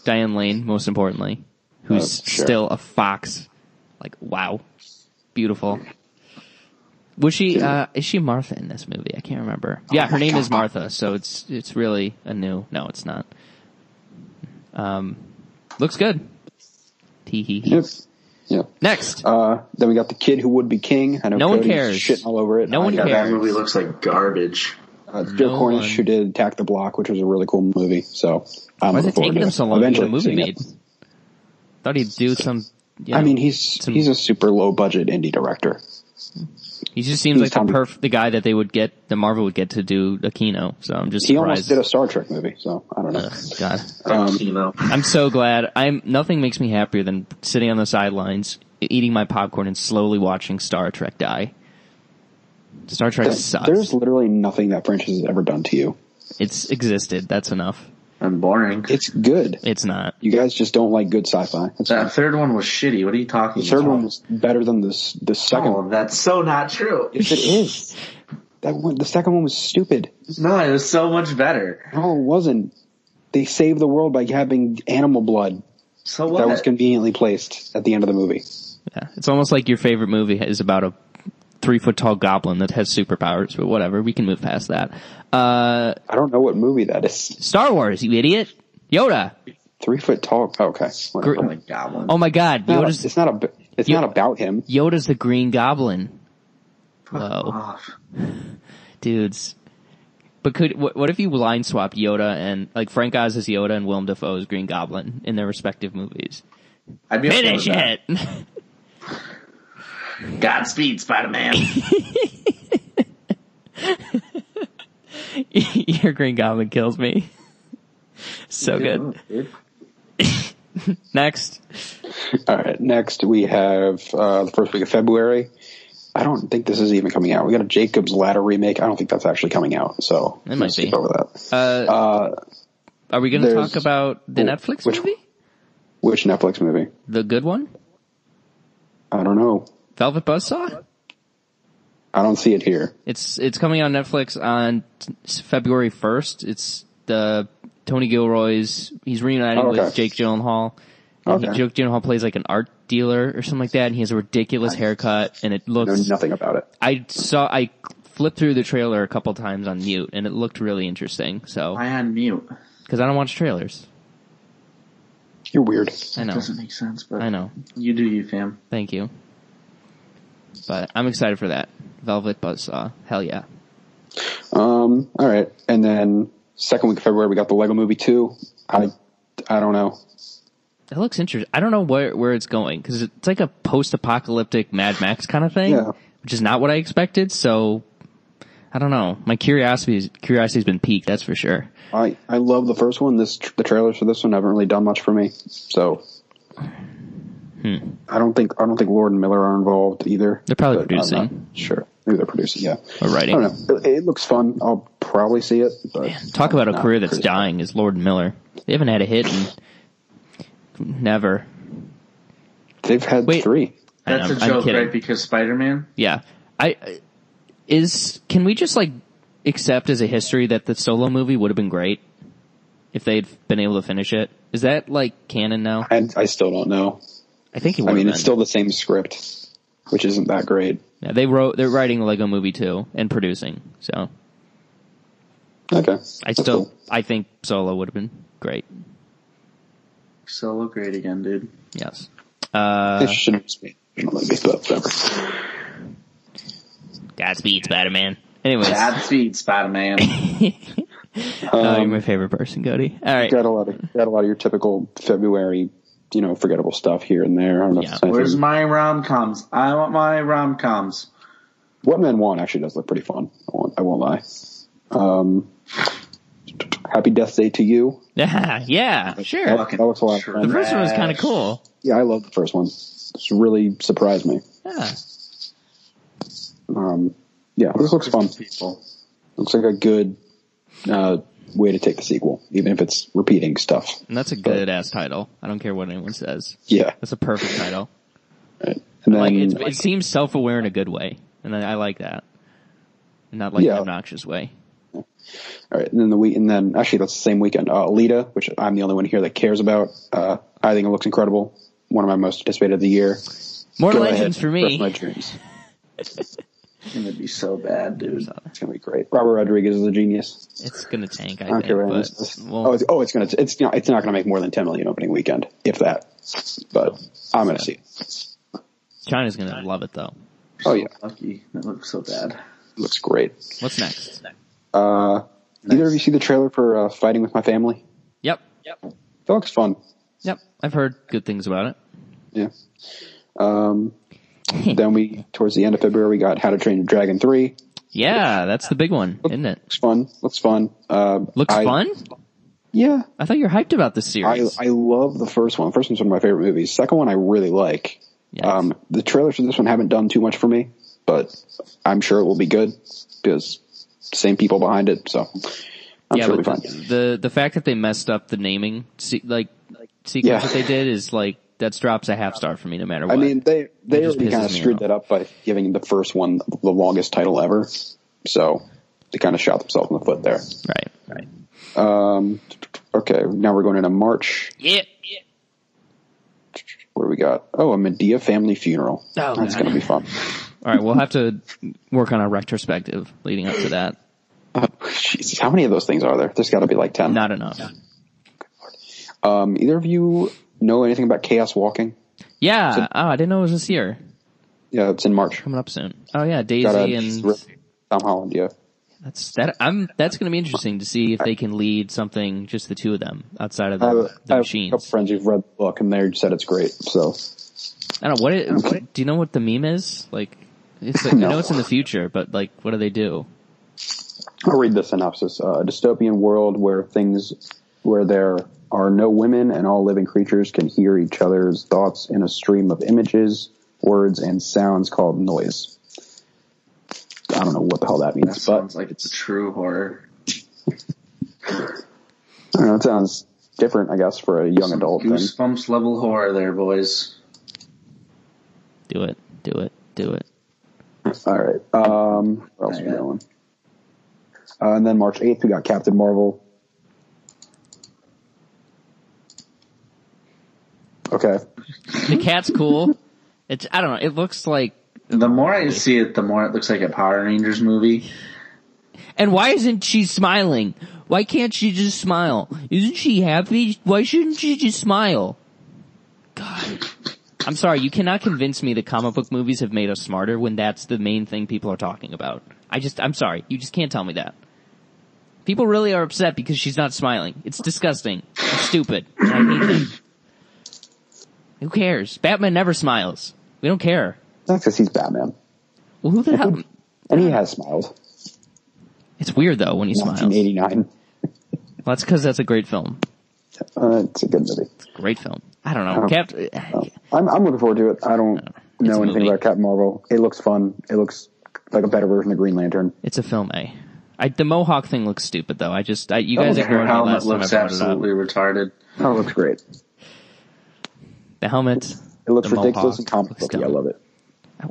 Speaker 2: Diane Lane, most importantly, who's
Speaker 4: Uh, sure.
Speaker 2: still a fox. Like, wow. Beautiful. Was she, uh, is she Martha in this movie? I can't remember. yeah, her name is Martha, so it's, it's really a new, no, it's not. Um, looks good. Tee hee hee.
Speaker 4: Yep. Yep.
Speaker 2: Next.
Speaker 4: Uh, then we got the kid who would be king. I know
Speaker 2: No one
Speaker 4: Cody's
Speaker 2: cares.
Speaker 4: Shitting all over it.
Speaker 2: No
Speaker 4: I
Speaker 2: one
Speaker 4: know.
Speaker 2: cares.
Speaker 3: That movie looks like garbage.
Speaker 4: Uh, it's Joe
Speaker 2: No
Speaker 4: Cornish
Speaker 2: one.
Speaker 4: who did Attack the Block, which was a really cool movie. So I'm
Speaker 2: Why is
Speaker 4: looking
Speaker 2: it
Speaker 4: forward
Speaker 2: taking
Speaker 4: to
Speaker 2: him so long to get
Speaker 4: eventually
Speaker 2: a movie
Speaker 4: seeing it.
Speaker 2: made? Thought he'd do some, you
Speaker 4: I
Speaker 2: know.
Speaker 4: mean, he's
Speaker 2: Some-
Speaker 4: he's a super low budget indie director.
Speaker 2: He just seems
Speaker 4: He's
Speaker 2: like the
Speaker 4: Tommy.
Speaker 2: perf the guy that they would get the Marvel would get to do a Kino. So I'm just
Speaker 4: He almost
Speaker 2: surprised.
Speaker 4: did a Star Trek movie, so I don't know.
Speaker 2: Ugh, God,
Speaker 4: Um,
Speaker 3: you know.
Speaker 2: I'm so glad. I'm nothing makes me happier than sitting on the sidelines, e-, eating my popcorn, and slowly watching Star Trek die. Star Trek sucks.
Speaker 4: There's literally nothing that franchise has ever done to you.
Speaker 2: It's existed. That's enough.
Speaker 3: I'm boring.
Speaker 4: It's good.
Speaker 2: It's not.
Speaker 4: You guys just don't like good sci-fi. That's
Speaker 3: That third one was shitty. What are you talking
Speaker 4: The third
Speaker 3: about?
Speaker 4: one was better than the the second.
Speaker 3: Oh,
Speaker 4: one.
Speaker 3: that's so not true.
Speaker 4: Yes, it
Speaker 2: *laughs*
Speaker 4: is. That one, the second one was stupid.
Speaker 3: No, it was so much better.
Speaker 4: No, it wasn't. They saved the world by having animal blood
Speaker 3: So what?
Speaker 4: that was conveniently placed at the end of the movie.
Speaker 2: Yeah. It's almost like your favorite movie is about a three foot tall goblin that has superpowers. But whatever, we can move past that. Uh,
Speaker 4: I don't know what movie that is.
Speaker 2: Star Wars, you idiot. Yoda.
Speaker 4: Three foot tall. Okay, whatever.
Speaker 2: Gr-
Speaker 3: oh my god. one.
Speaker 2: Oh my God,
Speaker 4: It's not-
Speaker 2: Yoda's
Speaker 4: it's not a. It's
Speaker 2: Yo-
Speaker 4: not about him.
Speaker 2: Yoda's the Green Goblin,
Speaker 3: Fuck
Speaker 2: whoa.
Speaker 3: off.
Speaker 2: dudes. But could what, what if you line swap Yoda and like Frank Oz is Yoda and Willem Dafoe is Green Goblin in their respective movies?
Speaker 3: I'd be okay
Speaker 2: Finish
Speaker 3: with that.
Speaker 2: it.
Speaker 4: *laughs*
Speaker 3: Godspeed, Spider Man.
Speaker 2: *laughs* Your Green Goblin kills me. so good. *laughs* Next.
Speaker 4: All right. Next, we have uh, the first week of February. I don't think this is even coming out. We got a Jacob's Ladder remake. I don't think that's actually coming out. So
Speaker 2: It might
Speaker 4: let's skip
Speaker 2: be.
Speaker 4: over that.
Speaker 2: uh, Are we going to
Speaker 4: Uh, There's-
Speaker 2: talk about the
Speaker 4: Oh,
Speaker 2: Netflix
Speaker 4: which
Speaker 2: movie?
Speaker 4: one? Which Netflix movie?
Speaker 2: The good one?
Speaker 4: I don't know.
Speaker 2: Velvet Buzzsaw?
Speaker 4: I don't see it here.
Speaker 2: It's it's coming on Netflix on t- February 1st. It's the Tony Gilroy's he's reuniting
Speaker 4: Oh, okay.
Speaker 2: with Jake Gyllenhaal. And
Speaker 4: Okay.
Speaker 2: he, Jake Gyllenhaal plays like an art dealer or something like that and he has a ridiculous haircut and it
Speaker 4: I know
Speaker 2: looks
Speaker 4: nothing about it.
Speaker 2: I saw I flipped through the trailer a couple times on mute, and it looked really interesting. So
Speaker 3: Why on mute?
Speaker 2: because I don't watch trailers,
Speaker 4: You're weird.
Speaker 2: I know,
Speaker 3: Doesn't make sense, but
Speaker 2: I know.
Speaker 3: you do you, fam.
Speaker 2: Thank you, but I'm excited for that Velvet Buzzsaw. Hell yeah!
Speaker 4: Um. All right. And then second week of February, we got the Lego Movie two. I I don't know.
Speaker 2: It looks interesting. I don't know where where it's going because it's like a post-apocalyptic Mad Max kind of thing,
Speaker 4: Yeah.
Speaker 2: which is not what I expected. So I don't know. My curiosity curiosity's been piqued. That's for sure.
Speaker 4: I I love the first one. This the trailers for this one haven't really done much for me. So. I don't think I don't think Lord and Miller are involved either.
Speaker 2: Hmm. They're probably
Speaker 4: but I'm
Speaker 2: producing.
Speaker 4: not Sure, maybe they're producing. Yeah,
Speaker 2: Or writing.
Speaker 4: I don't know. It, it looks fun. I'll probably see it. But
Speaker 2: Talk about a
Speaker 4: not
Speaker 2: career that's
Speaker 4: crazy.
Speaker 2: dying is Lord and Miller. They haven't had a hit in never.
Speaker 4: They've had
Speaker 2: Wait.
Speaker 4: three.
Speaker 2: I
Speaker 3: That's
Speaker 2: know,
Speaker 3: a
Speaker 2: I'm
Speaker 3: joke,
Speaker 2: kidding.
Speaker 3: right? Because Spider Man.
Speaker 2: Yeah. I I- is can we just like accept as a history that the solo movie would have been great if they'd been able to finish it? Is that like canon now?
Speaker 4: I, I still don't know.
Speaker 2: I think it would.
Speaker 4: I mean,
Speaker 2: have
Speaker 4: it's
Speaker 2: been.
Speaker 4: still the same script, which isn't that great.
Speaker 2: Yeah, they wrote. They're writing the Lego Movie too and producing. So
Speaker 4: Okay.
Speaker 2: I
Speaker 4: That's
Speaker 2: still
Speaker 4: cool.
Speaker 2: I think Solo would have been great.
Speaker 3: Solo great again, dude.
Speaker 2: Yes.
Speaker 4: They shouldn't just be you know, like, but whatever.
Speaker 2: Godspeed, Spider Man. Anyways,
Speaker 3: Godspeed, Spider Man.
Speaker 2: oh, you're my favorite person, Cody. All right.
Speaker 4: Got a lot of got a lot of your typical February, you know, forgettable stuff here and there. I don't know
Speaker 2: Yeah.
Speaker 4: if it's anything-
Speaker 2: *laughs*
Speaker 3: Where's my rom coms? I want my rom coms.
Speaker 4: What Men Want actually does look pretty fun. I won't, I won't lie. Um, Happy Death Day to you.
Speaker 2: *laughs* yeah. Sure.
Speaker 4: That, that looks a lot of
Speaker 3: Sure.
Speaker 4: fun.
Speaker 2: The first one was kind of cool.
Speaker 4: Yeah, I love the first one. It's really surprised me.
Speaker 2: Yeah.
Speaker 4: Um, yeah, this looks fun.
Speaker 3: People.
Speaker 4: Looks like a good uh, way to take the sequel, even if it's repeating stuff.
Speaker 2: And that's a good ass title. I don't care what anyone says.
Speaker 4: Yeah,
Speaker 2: That's a perfect title.
Speaker 4: and then
Speaker 2: Like it's, it seems self-aware in a good way, and I, I like that. Not like
Speaker 4: Yeah.
Speaker 2: an obnoxious way.
Speaker 4: all right, and then the week, and then actually that's the same weekend. Uh, Alita, which I'm the only one here that cares about. Uh, I think it looks incredible. One of my most anticipated of the year.
Speaker 2: More
Speaker 4: Go
Speaker 2: legends
Speaker 4: ahead,
Speaker 2: for
Speaker 4: crush My
Speaker 2: me.
Speaker 4: dreams.
Speaker 3: It's gonna be so bad, dude.
Speaker 4: It's gonna be great. Robert Rodriguez is a genius.
Speaker 2: It's gonna tank, I
Speaker 4: I don't
Speaker 2: think.
Speaker 4: care what it
Speaker 2: But,
Speaker 4: is. oh,
Speaker 2: well,
Speaker 4: it's, oh, it's gonna it's not it's not gonna make more than 10 million opening weekend, if that. But I'm gonna see. It
Speaker 2: China's gonna love it though.
Speaker 4: Oh, yeah.
Speaker 3: Lucky. That looks so bad.
Speaker 4: looks great.
Speaker 2: What's next?
Speaker 4: Uh, Either of you see the trailer for uh, Fighting with My Family?
Speaker 2: Yep. Yep.
Speaker 4: That looks fun.
Speaker 2: Yep. I've heard good things about it.
Speaker 4: Yeah.
Speaker 2: *laughs*
Speaker 4: Um, then we towards the end of February we got How to Train Your Dragon three.
Speaker 2: Yeah, that's the big one, isn't it?
Speaker 4: Looks fun. Looks fun. Uh,
Speaker 2: Looks
Speaker 4: I-
Speaker 2: fun.
Speaker 4: Yeah.
Speaker 2: I thought you were hyped about this
Speaker 4: I,
Speaker 2: series.
Speaker 4: I love the first one. First one's one of my favorite movies. Second one I really like.
Speaker 2: Yes.
Speaker 4: Um, the trailers for this one haven't done too much for me, but I'm sure it will be good because same people behind it, so I'm
Speaker 2: yeah,
Speaker 4: sure it'll
Speaker 2: but
Speaker 4: be fine.
Speaker 2: the, the the fact that they messed up the naming, se- like, like sequence
Speaker 4: Yeah.
Speaker 2: that they did is like that drops a half star for me, no matter
Speaker 4: I
Speaker 2: what.
Speaker 4: mean, they
Speaker 2: It
Speaker 4: they
Speaker 2: just
Speaker 4: already kind
Speaker 2: pisses
Speaker 4: of
Speaker 2: me
Speaker 4: screwed
Speaker 2: off.
Speaker 4: that up by giving the first one the longest title ever, so they kind of shot themselves in the foot there.
Speaker 2: right, right.
Speaker 4: Um, okay, now we're going into March.
Speaker 2: Yeah. yeah.
Speaker 4: What do we got? Oh, a Medea family funeral.
Speaker 2: Oh,
Speaker 4: That's
Speaker 2: God.
Speaker 4: going to be fun.
Speaker 2: All right, we'll have to work on a retrospective leading up to that.
Speaker 4: Jesus, how many of those things are there? There's got to be like ten.
Speaker 2: Not enough.
Speaker 4: Um, either of you know anything about Chaos Walking?
Speaker 2: Yeah. oh, I didn't know it was this year.
Speaker 4: Yeah, it's in March.
Speaker 2: Coming up soon. Oh yeah,
Speaker 4: Got
Speaker 2: Daisy
Speaker 4: a
Speaker 2: and
Speaker 4: Tom Holland. Yeah,
Speaker 2: that's that. I'm that's going to be interesting to see if they can lead something just the two of them outside of
Speaker 4: I have,
Speaker 2: the,
Speaker 4: I
Speaker 2: the
Speaker 4: have a couple
Speaker 2: machines.
Speaker 4: friends who've read the book, and they said it's great. So
Speaker 2: I don't know what, it, what- do you know what the meme is? Like, it's
Speaker 4: *laughs*
Speaker 2: I
Speaker 4: No.
Speaker 2: know it's in the future, but like, what do they do?
Speaker 4: I'll read the synopsis. Uh, a dystopian world where things, where there are no women and all living creatures can hear each other's thoughts in a stream of images, words, and sounds called noise. I don't know what the hell that
Speaker 3: That
Speaker 4: means, but
Speaker 3: sounds like it's true horror.
Speaker 4: I don't know, it sounds different, I guess, for a young adult thing.
Speaker 3: Goosebumps level horror there, boys.
Speaker 2: Do it, do it, do it.
Speaker 4: All right. Um, where else we
Speaker 3: Yeah.
Speaker 4: going? Uh, and then March 8th, we got Captain Marvel. Okay.
Speaker 2: The cat's cool. It's I don't know. It looks like.
Speaker 3: The more I see it, the more it looks like a Power Rangers movie.
Speaker 2: And why isn't she smiling? Why can't she just smile? Isn't she happy? Why shouldn't she just smile? God. I'm sorry, you cannot convince me that comic book movies have made us smarter when that's the main thing people are talking about. I just, I'm sorry, you just can't tell me that. People really are upset because she's not smiling. It's disgusting. It's stupid. And I hate them. Who cares? Batman never smiles. We don't care.
Speaker 4: That's because he's Batman.
Speaker 2: Well, who the hell?
Speaker 4: And he has smiled.
Speaker 2: It's weird though when he smiles.
Speaker 4: 1989.
Speaker 2: Well, that's because that's a great film.
Speaker 4: Uh, it's a good movie.
Speaker 2: Great film. I don't know.
Speaker 4: Oh.
Speaker 2: Cap-
Speaker 4: I'm, I'm looking forward to it. I don't
Speaker 2: It's a
Speaker 4: know anything
Speaker 2: movie.
Speaker 4: about Captain Marvel. It looks fun. It looks like a better version of Green Lantern.
Speaker 2: It's a film, eh? I, the Mohawk thing looks stupid though. I just, I, you
Speaker 3: Oh,
Speaker 2: guys
Speaker 3: her
Speaker 2: ignored me
Speaker 3: helmet
Speaker 2: last time I
Speaker 3: looks
Speaker 2: brought it up.
Speaker 3: absolutely retarded.
Speaker 4: Oh, it looks great.
Speaker 2: The helmet.
Speaker 4: It looks
Speaker 2: the
Speaker 4: ridiculous
Speaker 2: mohawk,
Speaker 4: and comic
Speaker 2: looks
Speaker 4: booky. I
Speaker 2: dumb. Oh,
Speaker 4: love it.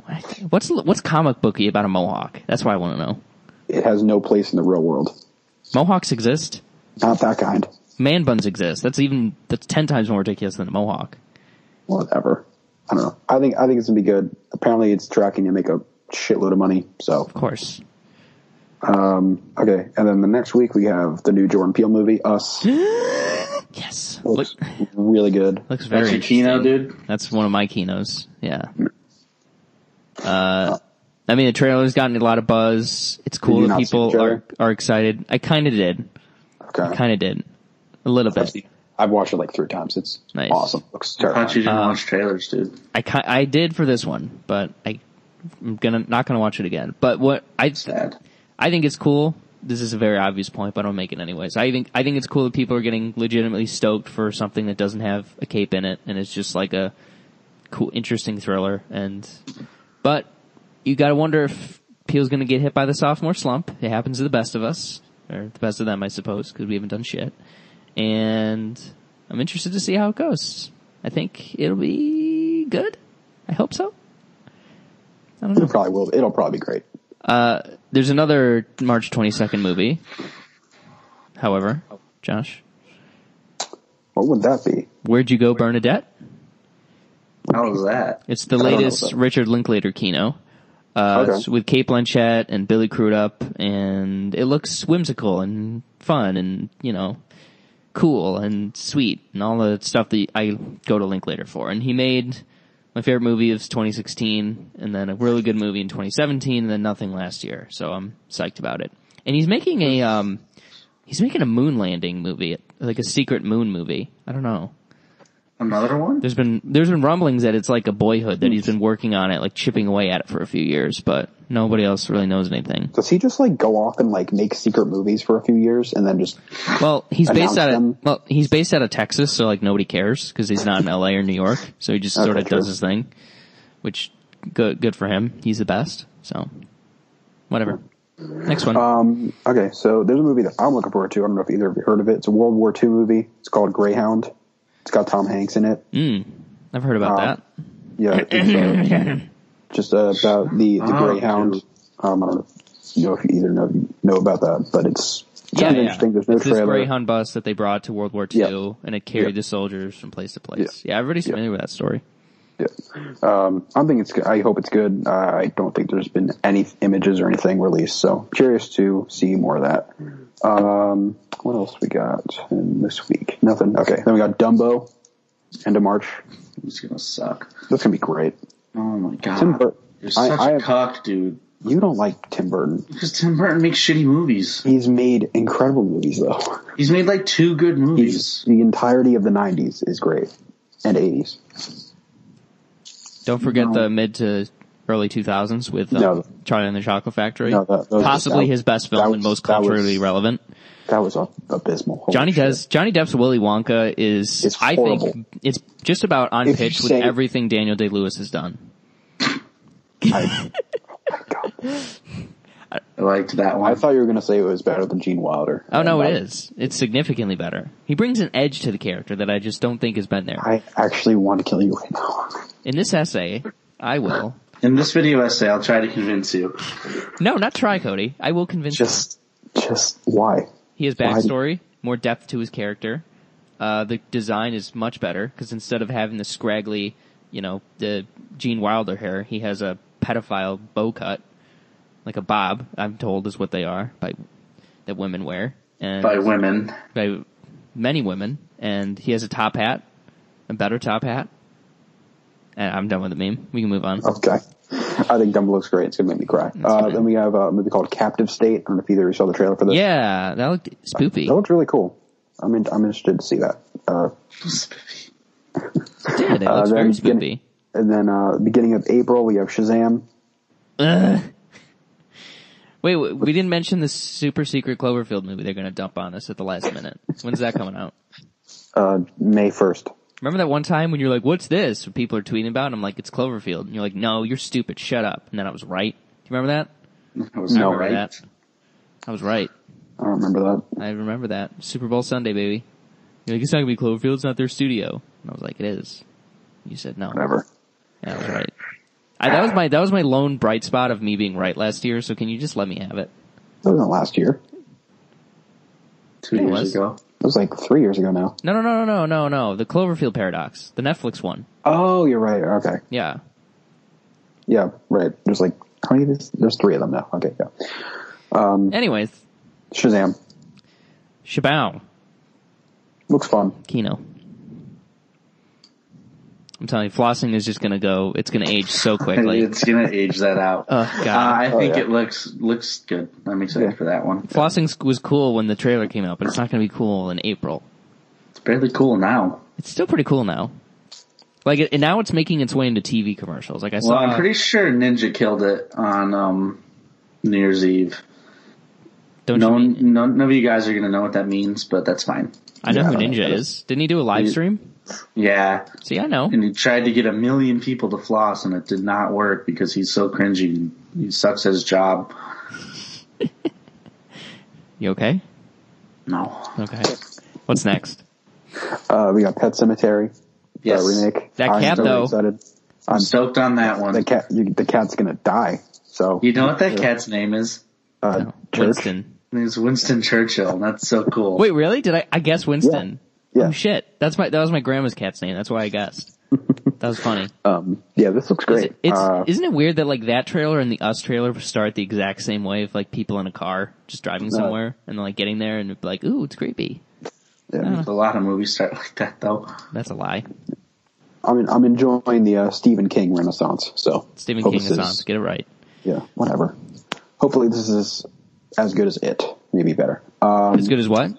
Speaker 2: I- What's, what's comic booky about a Mohawk? That's what I want to know.
Speaker 4: It has no place in the real world.
Speaker 2: Mohawks exist.
Speaker 4: Not that kind.
Speaker 2: Man buns exist. That's even, that's ten times more ridiculous than a Mohawk.
Speaker 4: Whatever. I don't know. I think I think it's gonna be good. Apparently, it's tracking to make a shitload of money. So
Speaker 2: Of course.
Speaker 4: okay. And then the next week we have the new Jordan Peele movie, Us.
Speaker 2: Yes. Look,
Speaker 4: Looks really good.
Speaker 2: looks very
Speaker 3: That's your
Speaker 2: interesting.
Speaker 3: Kino, dude.
Speaker 2: That's one of my keynotes. Yeah. Uh, I mean, the trailer's gotten a lot of buzz. It's cool
Speaker 4: you
Speaker 2: that
Speaker 4: not see the
Speaker 2: people are,
Speaker 4: trailer?
Speaker 2: are excited. I kind of did.
Speaker 4: Okay.
Speaker 2: Kind of did. A little
Speaker 4: I've,
Speaker 2: bit.
Speaker 4: seen- I've watched it like three times. It's
Speaker 2: Nice.
Speaker 4: awesome. Looks
Speaker 3: I thought you
Speaker 4: terrifying.
Speaker 3: didn't
Speaker 2: Uh,
Speaker 3: watch trailers, dude.
Speaker 2: I, ki- I did for this one, but I, I'm gonna, not gonna watch it again. But what, I,
Speaker 3: Sad.
Speaker 2: I think it's cool. This is a very obvious point, but I'll make it anyways. I think, I think it's cool that people are getting legitimately stoked for something that doesn't have a cape in it and it's just like a cool, interesting thriller and, but you gotta wonder if Peel's gonna get hit by the sophomore slump. It happens to the best of us, or the best of them, I suppose, because we haven't done shit. And I'm interested to see how it goes. I think it'll be good. I hope so. I don't know.
Speaker 4: It probably will. It'll probably be great.
Speaker 2: There's another March 22nd movie. However, Josh,
Speaker 4: What would that be?
Speaker 2: Where'd You Go Bernadette?
Speaker 3: How was that?
Speaker 2: It's the
Speaker 4: don't know
Speaker 2: latest
Speaker 4: about-
Speaker 2: Richard Linklater kino. Uh,
Speaker 4: Okay.
Speaker 2: it's with Kate Blanchett and Billy Crudup and it looks whimsical and fun and, you know, cool and sweet and all the stuff that I go to Linklater for. And he made my favorite movie of 2016 and then a really good movie in 2017 and then nothing last year. So I'm psyched about it. And he's making
Speaker 4: Hmm.
Speaker 2: a, um, he's making a moon landing movie, like a secret moon movie. I don't know.
Speaker 3: Another one?
Speaker 2: There's been there's been rumblings that it's like a boyhood that he's
Speaker 4: Hmm.
Speaker 2: been working on it, like chipping away at it for a few years, but nobody else really knows anything.
Speaker 4: Does he just like go off and like make secret movies for a few years and then just?
Speaker 2: Well, he's
Speaker 4: Announce
Speaker 2: based out
Speaker 4: them.
Speaker 2: of well, he's based out of Texas, so like nobody cares because he's not in L.A. or New York, so he just sort of
Speaker 4: Okay, true.
Speaker 2: does his thing, which good good for him. He's the best, so whatever. Next one.
Speaker 4: Um, okay, so there's a movie that I'm looking forward to. I don't know if either of you heard of it. It's a World War II movie. It's called Greyhound. It's got Tom Hanks in it.
Speaker 2: I've heard about
Speaker 4: um,
Speaker 2: that.
Speaker 4: Yeah, it's, uh,
Speaker 2: *laughs*
Speaker 4: just uh, about the the
Speaker 3: Oh,
Speaker 4: Greyhound.
Speaker 3: dude.
Speaker 4: Um, I don't know if you either know know about that, but it's it's kind of interesting. There's no
Speaker 2: it's
Speaker 4: trailer.
Speaker 2: this Greyhound bus that they brought to World War II,
Speaker 4: Yeah.
Speaker 2: and it carried
Speaker 4: Yeah.
Speaker 2: the soldiers from place to place. Yeah, everybody's familiar with that story.
Speaker 4: Um, I'm thinking it's. good. I hope it's good. Uh, I don't think there's been any images or anything released, so curious to see more of that. Um, what else we got in this week? Nothing. Okay, then we got Dumbo. End of March.
Speaker 3: It's gonna suck.
Speaker 4: That's gonna be great.
Speaker 3: Oh my god.
Speaker 4: Tim Bur-
Speaker 3: You're
Speaker 4: I-
Speaker 3: such
Speaker 4: I
Speaker 3: a
Speaker 4: have-
Speaker 3: cuck, dude.
Speaker 4: You don't like Tim Burton.
Speaker 3: Because Tim Burton makes shitty movies.
Speaker 4: He's made incredible movies though.
Speaker 3: He's made like two good movies.
Speaker 4: The entirety of the '90s is great, and '80s.
Speaker 2: Don't forget
Speaker 4: No.
Speaker 2: the mid to early 2000s with um,
Speaker 4: No.
Speaker 2: Charlie and the Chocolate Factory.
Speaker 4: No, that- that-
Speaker 2: Possibly
Speaker 4: that-
Speaker 2: his best
Speaker 4: that
Speaker 2: film
Speaker 4: was-
Speaker 2: and most
Speaker 4: that was-
Speaker 2: culturally relevant.
Speaker 4: That was ab- abysmal. Holy
Speaker 2: Johnny
Speaker 4: shit.
Speaker 2: Depp's Johnny Depp's Willy Wonka is
Speaker 4: It's
Speaker 2: I
Speaker 4: horrible.
Speaker 2: think it's just about on
Speaker 4: If you
Speaker 2: pitch with
Speaker 4: say-
Speaker 2: everything Daniel Day Lewis has done.
Speaker 4: I, oh my God.
Speaker 3: I liked that one.
Speaker 4: I thought you were going to say it was better than Gene Wilder.
Speaker 2: Oh no,
Speaker 4: And um,
Speaker 2: it
Speaker 4: I-
Speaker 2: is. It's significantly better. He brings an edge to the character that I just don't think has been there.
Speaker 4: I actually want to kill you right now. *laughs*
Speaker 2: In this essay, I will.
Speaker 3: In this video essay, I'll try to convince you.
Speaker 2: No, not try, Cody. I will convince
Speaker 4: Just, just why?
Speaker 2: you. He has
Speaker 4: why do-
Speaker 2: backstory, more depth to his character. Uh, the design is much better because instead of having the scraggly, you know, the Gene Wilder hair, he has a pedophile bow cut, like a bob. I'm told is what they are by that women wear. And
Speaker 3: By women.
Speaker 2: by many women, and he has a top hat, a better top hat. And I'm done with the meme. We can move on.
Speaker 4: Okay. I think Dumb looks great. It's going to make me cry. Uh,
Speaker 2: good.
Speaker 4: then we have a movie called Captive State. I don't know if either of you saw the trailer for this.
Speaker 2: Yeah, that looked spoopy.
Speaker 4: That looked really cool. I'm, in, I'm interested to see that. Uh,
Speaker 2: It did. It looks
Speaker 4: then
Speaker 2: very spoopy.
Speaker 4: beginning- and then, uh, beginning of April, we have Shazam.
Speaker 2: Ugh. *laughs* Wait, w- we didn't mention the super secret Cloverfield movie they're going to dump on us at the last minute. When's that coming out?
Speaker 4: Uh, May 1st.
Speaker 2: Remember that one time when you're like, "What's this?" When people are tweeting about, it, and I'm like, "It's Cloverfield," and you're like, "No, you're stupid. Shut up." And then I was right. Do you remember that?
Speaker 3: I was
Speaker 4: No,
Speaker 3: all right.
Speaker 2: that. I was right.
Speaker 4: I don't remember that.
Speaker 2: I remember that. Super Bowl Sunday, baby. You're like, it's not gonna be Cloverfield, it's not their studio. And I was like, it is. You said no.
Speaker 4: Whatever.
Speaker 2: Yeah, I was right. I, that was my, that was my lone bright spot of me being right last year, so can you just let me have it?
Speaker 4: That wasn't last year.
Speaker 3: Two
Speaker 2: It
Speaker 3: years
Speaker 2: was.
Speaker 3: ago.
Speaker 4: That was like three years ago now.
Speaker 2: No, no, no, no, no, no, no. The Cloverfield Paradox. The Netflix one.
Speaker 4: Oh, you're right. Okay.
Speaker 2: Yeah.
Speaker 4: Yeah, right. There's like, how many of these? There's three of them now. Okay, yeah.
Speaker 2: Anyways,
Speaker 4: Shazam.
Speaker 2: Shabow.
Speaker 4: Looks fun.
Speaker 2: Kino. I'm telling you, flossing is just gonna go, it's gonna
Speaker 3: *laughs*
Speaker 2: age so quickly.
Speaker 3: it's gonna age that out.
Speaker 2: *laughs* Oh, God.
Speaker 3: Uh, I
Speaker 4: Oh,
Speaker 3: think
Speaker 4: yeah.
Speaker 3: it looks looks good. I'm excited
Speaker 4: Yeah.
Speaker 3: for that one.
Speaker 2: Flossing was cool when the trailer came out, but it's not gonna be cool in April.
Speaker 3: It's barely cool now.
Speaker 2: It's still pretty cool now. Like, it, and now it's making its way into TV commercials. Like I
Speaker 3: Well,
Speaker 2: saw,
Speaker 3: I'm pretty sure Ninja killed it on um, New Year's Eve.
Speaker 2: don't
Speaker 3: No,
Speaker 2: you
Speaker 3: one,
Speaker 2: mean,
Speaker 3: no, none of you guys are gonna know what that means, but that's fine.
Speaker 2: I know who
Speaker 4: Yeah.
Speaker 2: Ninja is. Didn't he do a live
Speaker 3: You-
Speaker 2: stream?
Speaker 3: Yeah,
Speaker 2: See, I know.
Speaker 3: and he tried to get a million people to floss, and it did not work because he's so cringy. and He sucks at his job.
Speaker 2: You okay?
Speaker 3: No.
Speaker 2: Okay. What's next?
Speaker 4: Uh, we got Pet Cemetery.
Speaker 3: Yes.
Speaker 4: Uh, remake.
Speaker 2: That
Speaker 4: I'm
Speaker 2: cat,
Speaker 4: really
Speaker 2: though.
Speaker 4: Excited.
Speaker 3: I'm stoked on that one.
Speaker 4: The cat. You, the cat's gonna die. So
Speaker 3: you know what that cat's name is?
Speaker 4: uh,
Speaker 2: No.
Speaker 4: Church.
Speaker 2: Winston.
Speaker 3: It's Winston Churchill. and That's so cool.
Speaker 2: Wait, really? Did I? I guess Winston.
Speaker 4: Yeah.
Speaker 2: Oh shit! That's my that was my grandma's cat's name. That's why I
Speaker 4: *laughs*
Speaker 2: guessed. that was funny.
Speaker 4: Um, yeah, this looks great.
Speaker 2: Is it- it's
Speaker 4: uh,
Speaker 2: isn't it weird that like that trailer and the Us trailer start the exact same way of like people in a car just
Speaker 4: Uh,
Speaker 2: driving somewhere and like getting there and like ooh it's creepy.
Speaker 5: uh.
Speaker 4: yeah.
Speaker 3: A lot of movies start like that though.
Speaker 2: That's a lie.
Speaker 4: I mean, I'm enjoying the uh, Stephen King Renaissance. Oh, So
Speaker 2: Stephen
Speaker 4: hope
Speaker 2: King
Speaker 4: this
Speaker 2: is on.
Speaker 4: is-
Speaker 2: Get it right.
Speaker 4: Yeah, whatever. Hopefully, this is as good as it. Maybe better. Um,
Speaker 2: As good as what?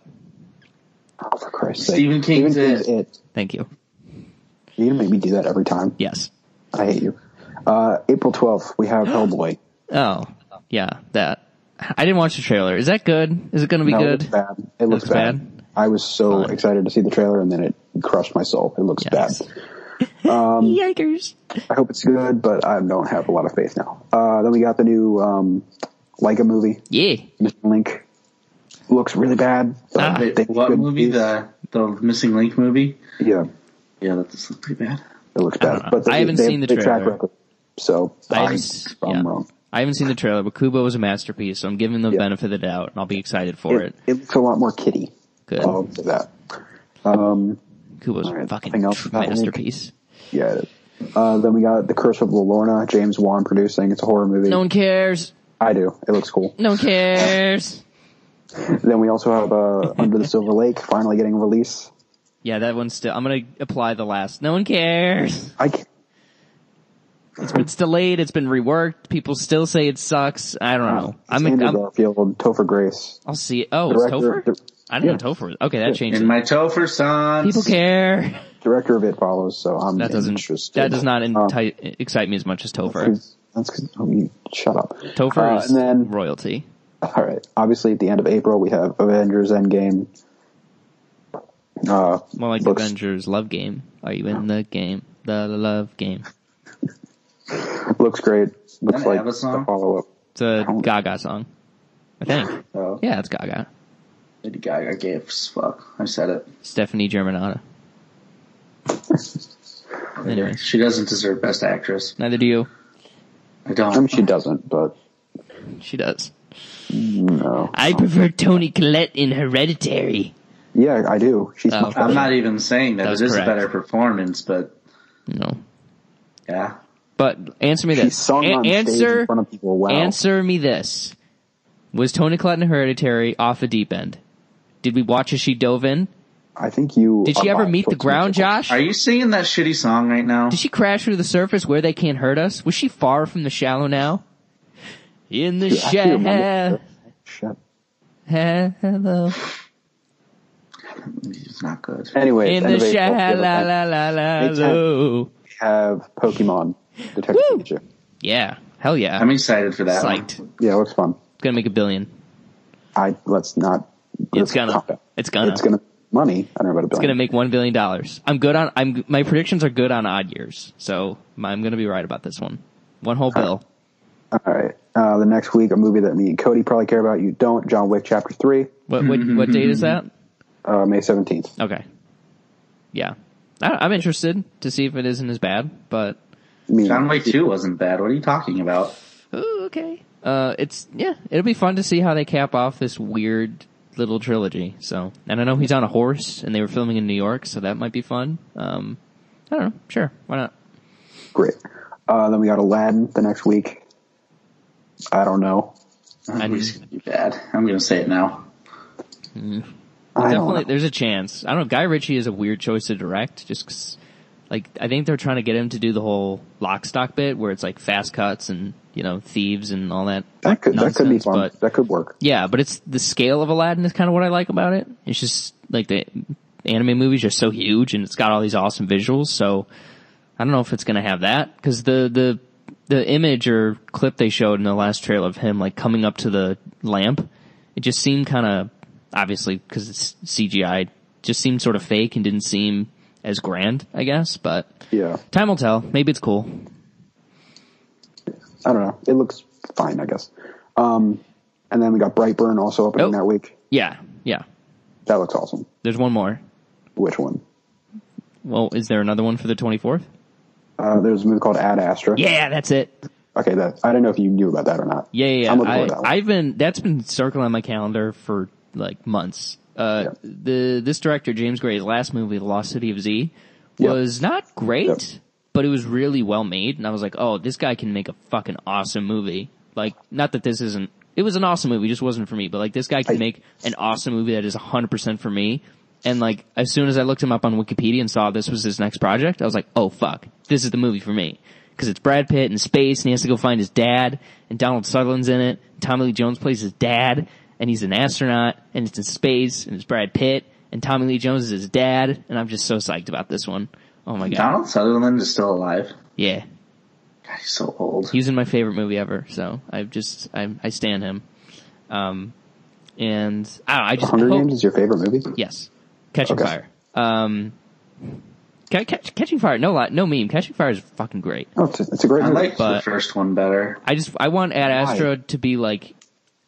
Speaker 4: oh, for Christ's sake,
Speaker 3: Stephen King's
Speaker 4: King's
Speaker 3: It.
Speaker 4: it.
Speaker 2: Thank you.
Speaker 4: You're gonna make me do that every time.
Speaker 2: Yes.
Speaker 4: I hate you. Uh, April 12th, we have Hellboy.
Speaker 2: Oh, yeah, that. I didn't watch the trailer. Is that good? Is it going to *gasps* be
Speaker 4: No, It
Speaker 2: good?
Speaker 4: looks bad. It looks
Speaker 2: looks
Speaker 4: bad.
Speaker 2: bad?
Speaker 4: I was so
Speaker 2: Fine.
Speaker 4: excited to see the trailer and then it crushed my soul. It looks
Speaker 2: Yes.
Speaker 4: bad. um,
Speaker 2: Yikers!
Speaker 4: I hope it's good, but I don't have a lot of faith now. Uh, then we got the new, um, Leica movie,
Speaker 2: Yeah,
Speaker 4: Mission Link. Looks really bad. but
Speaker 2: Ah.
Speaker 4: they-
Speaker 3: Wait, what
Speaker 4: good-
Speaker 3: movie? The the Missing Link movie?
Speaker 4: Yeah,
Speaker 3: Yeah, that does look pretty bad.
Speaker 4: it looks
Speaker 2: I don't
Speaker 4: bad.
Speaker 2: know.
Speaker 4: But they,
Speaker 2: Uh, I haven't
Speaker 4: they-
Speaker 2: seen the
Speaker 4: they track
Speaker 2: trailer.
Speaker 4: record. So
Speaker 2: I
Speaker 4: I,
Speaker 2: haven't,
Speaker 4: am
Speaker 2: s- yeah.
Speaker 4: wrong.
Speaker 2: I haven't seen the trailer, but Kubo was a masterpiece, so I'm giving them the
Speaker 4: Yeah.
Speaker 2: benefit of the doubt, and I'll be excited for it.
Speaker 4: It, it looks a lot more kitty.
Speaker 2: Good.
Speaker 4: I'll say that. Um,
Speaker 2: Kubo's
Speaker 4: all
Speaker 2: a
Speaker 4: right,
Speaker 2: fucking
Speaker 4: nothing else
Speaker 2: tr-
Speaker 4: about Link?
Speaker 2: masterpiece.
Speaker 4: yeah. it is. Uh, then we got The Curse of La Lorna, James Wan producing. It's a horror movie.
Speaker 2: No one cares.
Speaker 4: I do. It looks cool.
Speaker 2: No one cares. *laughs*
Speaker 4: Then we also have uh, Under the Silver Lake finally getting a release.
Speaker 2: Yeah, that one's still. I'm gonna apply the last. No one cares.
Speaker 4: I can't,
Speaker 2: It's delayed. It's been reworked. People still say it sucks. I don't know. I'm.
Speaker 4: Andrew
Speaker 2: I'm
Speaker 4: Garfield, Topher Grace.
Speaker 2: I'll see. It. Oh, it's
Speaker 4: Director-
Speaker 2: Topher. I don't
Speaker 4: yeah.
Speaker 2: know Topher. Okay, that changed.
Speaker 3: In
Speaker 2: it.
Speaker 3: my Topher sons.
Speaker 2: People care.
Speaker 4: director of It Follows, so I'm *laughs*
Speaker 2: That doesn't
Speaker 4: interested.
Speaker 2: that does not
Speaker 4: Um,
Speaker 2: enti- excite me as much as Topher.
Speaker 4: That's 'cause- oh, you shut up.
Speaker 2: Topher
Speaker 4: Uh,
Speaker 2: is
Speaker 4: and then
Speaker 2: royalty.
Speaker 4: *laughs* all right. Obviously, at the end of April, we have Avengers Endgame. Uh,
Speaker 2: More like
Speaker 4: Looks-
Speaker 2: Avengers love game. Are you
Speaker 4: Oh.
Speaker 2: in the game? The love game.
Speaker 4: looks great. Looks
Speaker 5: Doesn't it
Speaker 4: like
Speaker 5: have a song?
Speaker 4: the follow up.
Speaker 2: It's a Gaga song. I
Speaker 4: *laughs*
Speaker 2: think.
Speaker 5: Oh,
Speaker 2: Yeah, it's Gaga.
Speaker 5: Lady Gaga gives. Fuck, I said it.
Speaker 2: Stephanie Germanata.
Speaker 4: *laughs*
Speaker 2: Anyways,
Speaker 5: She doesn't deserve Best Actress.
Speaker 2: neither do you.
Speaker 5: I
Speaker 4: I mean,
Speaker 5: don't.
Speaker 4: she doesn't, but
Speaker 2: She does.
Speaker 4: no.
Speaker 2: I prefer Tony Collette in Hereditary.
Speaker 4: Yeah, I do. She's
Speaker 2: Oh.
Speaker 4: much
Speaker 5: I'm
Speaker 4: better.
Speaker 5: not even saying that.
Speaker 2: That
Speaker 5: It
Speaker 2: was
Speaker 5: is a
Speaker 2: correct.
Speaker 5: better performance, but
Speaker 2: No.
Speaker 5: yeah.
Speaker 2: But answer me
Speaker 4: She
Speaker 2: this.
Speaker 4: sung
Speaker 2: A-
Speaker 4: on stage
Speaker 2: answer
Speaker 4: in front of people. Wow.
Speaker 2: answer me this. Was Tony Collette in Hereditary off the deep end? Did we watch as she dove in?
Speaker 4: I think you.
Speaker 2: Did she
Speaker 4: are
Speaker 2: ever
Speaker 4: biased
Speaker 2: meet the
Speaker 4: towards
Speaker 2: ground,
Speaker 4: Mitchell.
Speaker 2: Josh?
Speaker 5: Are you singing that shitty song right now?
Speaker 2: Did she crash through the surface where they can't hurt us? Was she far from the shallow now? In the
Speaker 4: I actually remember-
Speaker 2: shallow.
Speaker 4: Shit.
Speaker 5: It's not good.
Speaker 4: Anyway,
Speaker 2: In the
Speaker 4: we
Speaker 2: shallow.
Speaker 4: have Pokemon Detective
Speaker 2: Woo!
Speaker 4: Pikachu.
Speaker 2: Yeah. Hell yeah.
Speaker 5: I'm excited for that.
Speaker 2: Psyched.
Speaker 5: one.
Speaker 4: Yeah, it looks fun.
Speaker 2: It's gonna make a billion.
Speaker 4: I let's not.
Speaker 2: It's
Speaker 4: let's
Speaker 2: gonna.
Speaker 4: not-
Speaker 2: It's gonna.
Speaker 4: It's gonna money. I don't know about a
Speaker 2: It's gonna
Speaker 4: billion.
Speaker 2: make one billion dollars. I'm good on. I'm my predictions are good on odd years, so I'm gonna be right about this one. One whole bill.
Speaker 4: All right. Uh, the next week, a movie that me and Cody probably care about. You don't. John Wick Chapter Three,
Speaker 2: What what what date is that?
Speaker 4: uh, May seventeenth.
Speaker 2: Okay. Yeah, I, I'm interested to see if it isn't as bad, but
Speaker 5: John Wick 2 wasn't bad. What are you talking about?
Speaker 2: ooh, okay. Uh, it's yeah, it'll be fun to see how they cap off this weird little trilogy. So, and I know he's on a horse, and they were filming in New York, so that might be fun. Um, I don't know. Sure, why not?
Speaker 4: Great. Uh, then we got Aladdin the next week. I don't know.
Speaker 5: I
Speaker 2: I'm-
Speaker 5: knew it's gonna be bad. I'm gonna say it now.
Speaker 4: I don't
Speaker 2: Definitely,
Speaker 4: know.
Speaker 2: there's a chance. I don't know. Guy Ritchie is a weird choice to direct, just 'cause, like I think they're trying to get him to do the whole lock stock bit, where it's like fast cuts and you know thieves and all that.
Speaker 4: That could that could be
Speaker 2: nonsense,
Speaker 4: fun.
Speaker 2: but-
Speaker 4: that could work.
Speaker 2: yeah, but it's the scale of Aladdin is kind of what I like about it. It's just like the anime movies are so huge and it's got all these awesome visuals. So I don't know if it's going to have that because the the the image or clip they showed in the last trailer of him like coming up to the lamp, it just seemed kind of obviously because it's CGI, just seemed sort of fake and didn't seem as grand, I guess. But
Speaker 4: Yeah.
Speaker 2: time will tell. Maybe it's cool.
Speaker 4: I don't know. It looks fine, I guess. Um, and then we got Brightburn also opening
Speaker 2: Oh.
Speaker 4: that week.
Speaker 2: Yeah, yeah.
Speaker 4: That looks awesome.
Speaker 2: There's one more.
Speaker 4: Which one?
Speaker 2: Well, is there another one for the 24th?
Speaker 4: Uh, there's a movie called Ad Astra.
Speaker 2: Yeah, that's it.
Speaker 4: Okay, that I don't know if you knew about that or not.
Speaker 2: Yeah, yeah.
Speaker 4: I'm
Speaker 2: yeah.
Speaker 4: looking forward to that one.
Speaker 2: I, I've been that's been circling on my calendar for like months. Uh,
Speaker 4: Yeah.
Speaker 2: the this director James Gray's last movie, The Lost City of Z,
Speaker 4: Yeah.
Speaker 2: was not great,
Speaker 4: Yeah.
Speaker 2: but it was really well made, and I was like, oh, this guy can make a fucking awesome movie. Like, not that this isn't. It was an awesome movie, it just wasn't for me. But like, this guy can
Speaker 4: I-
Speaker 2: make an awesome movie that is 100% for me. And like, as soon as I looked him up on Wikipedia and saw this was his next project, I was like, oh fuck, this is the movie for me. Cause it's Brad Pitt in space and he has to go find his dad and Donald Sutherland's in it. Tommy Lee Jones plays his dad and he's an astronaut and it's in space and it's Brad Pitt and Tommy Lee Jones is his dad and I'm just so psyched about this one. Oh my god.
Speaker 5: Donald Sutherland is still alive.
Speaker 2: Yeah.
Speaker 5: God, he's so old.
Speaker 2: He was in my favorite movie ever, so I just, I, I stand him. Um, and I don't know, I just
Speaker 4: Hunger
Speaker 2: hope-
Speaker 4: Games is your favorite movie?
Speaker 2: Yes. Catching
Speaker 4: Okay.
Speaker 2: Fire. Um, ca- catch, Catching Fire, no lie, no meme. Catching Fire is fucking great.
Speaker 4: Oh, it's a, it's a great
Speaker 5: I
Speaker 4: movie.
Speaker 5: liked the
Speaker 2: But-
Speaker 5: first one better.
Speaker 2: I just, I want Ad Astra to be like,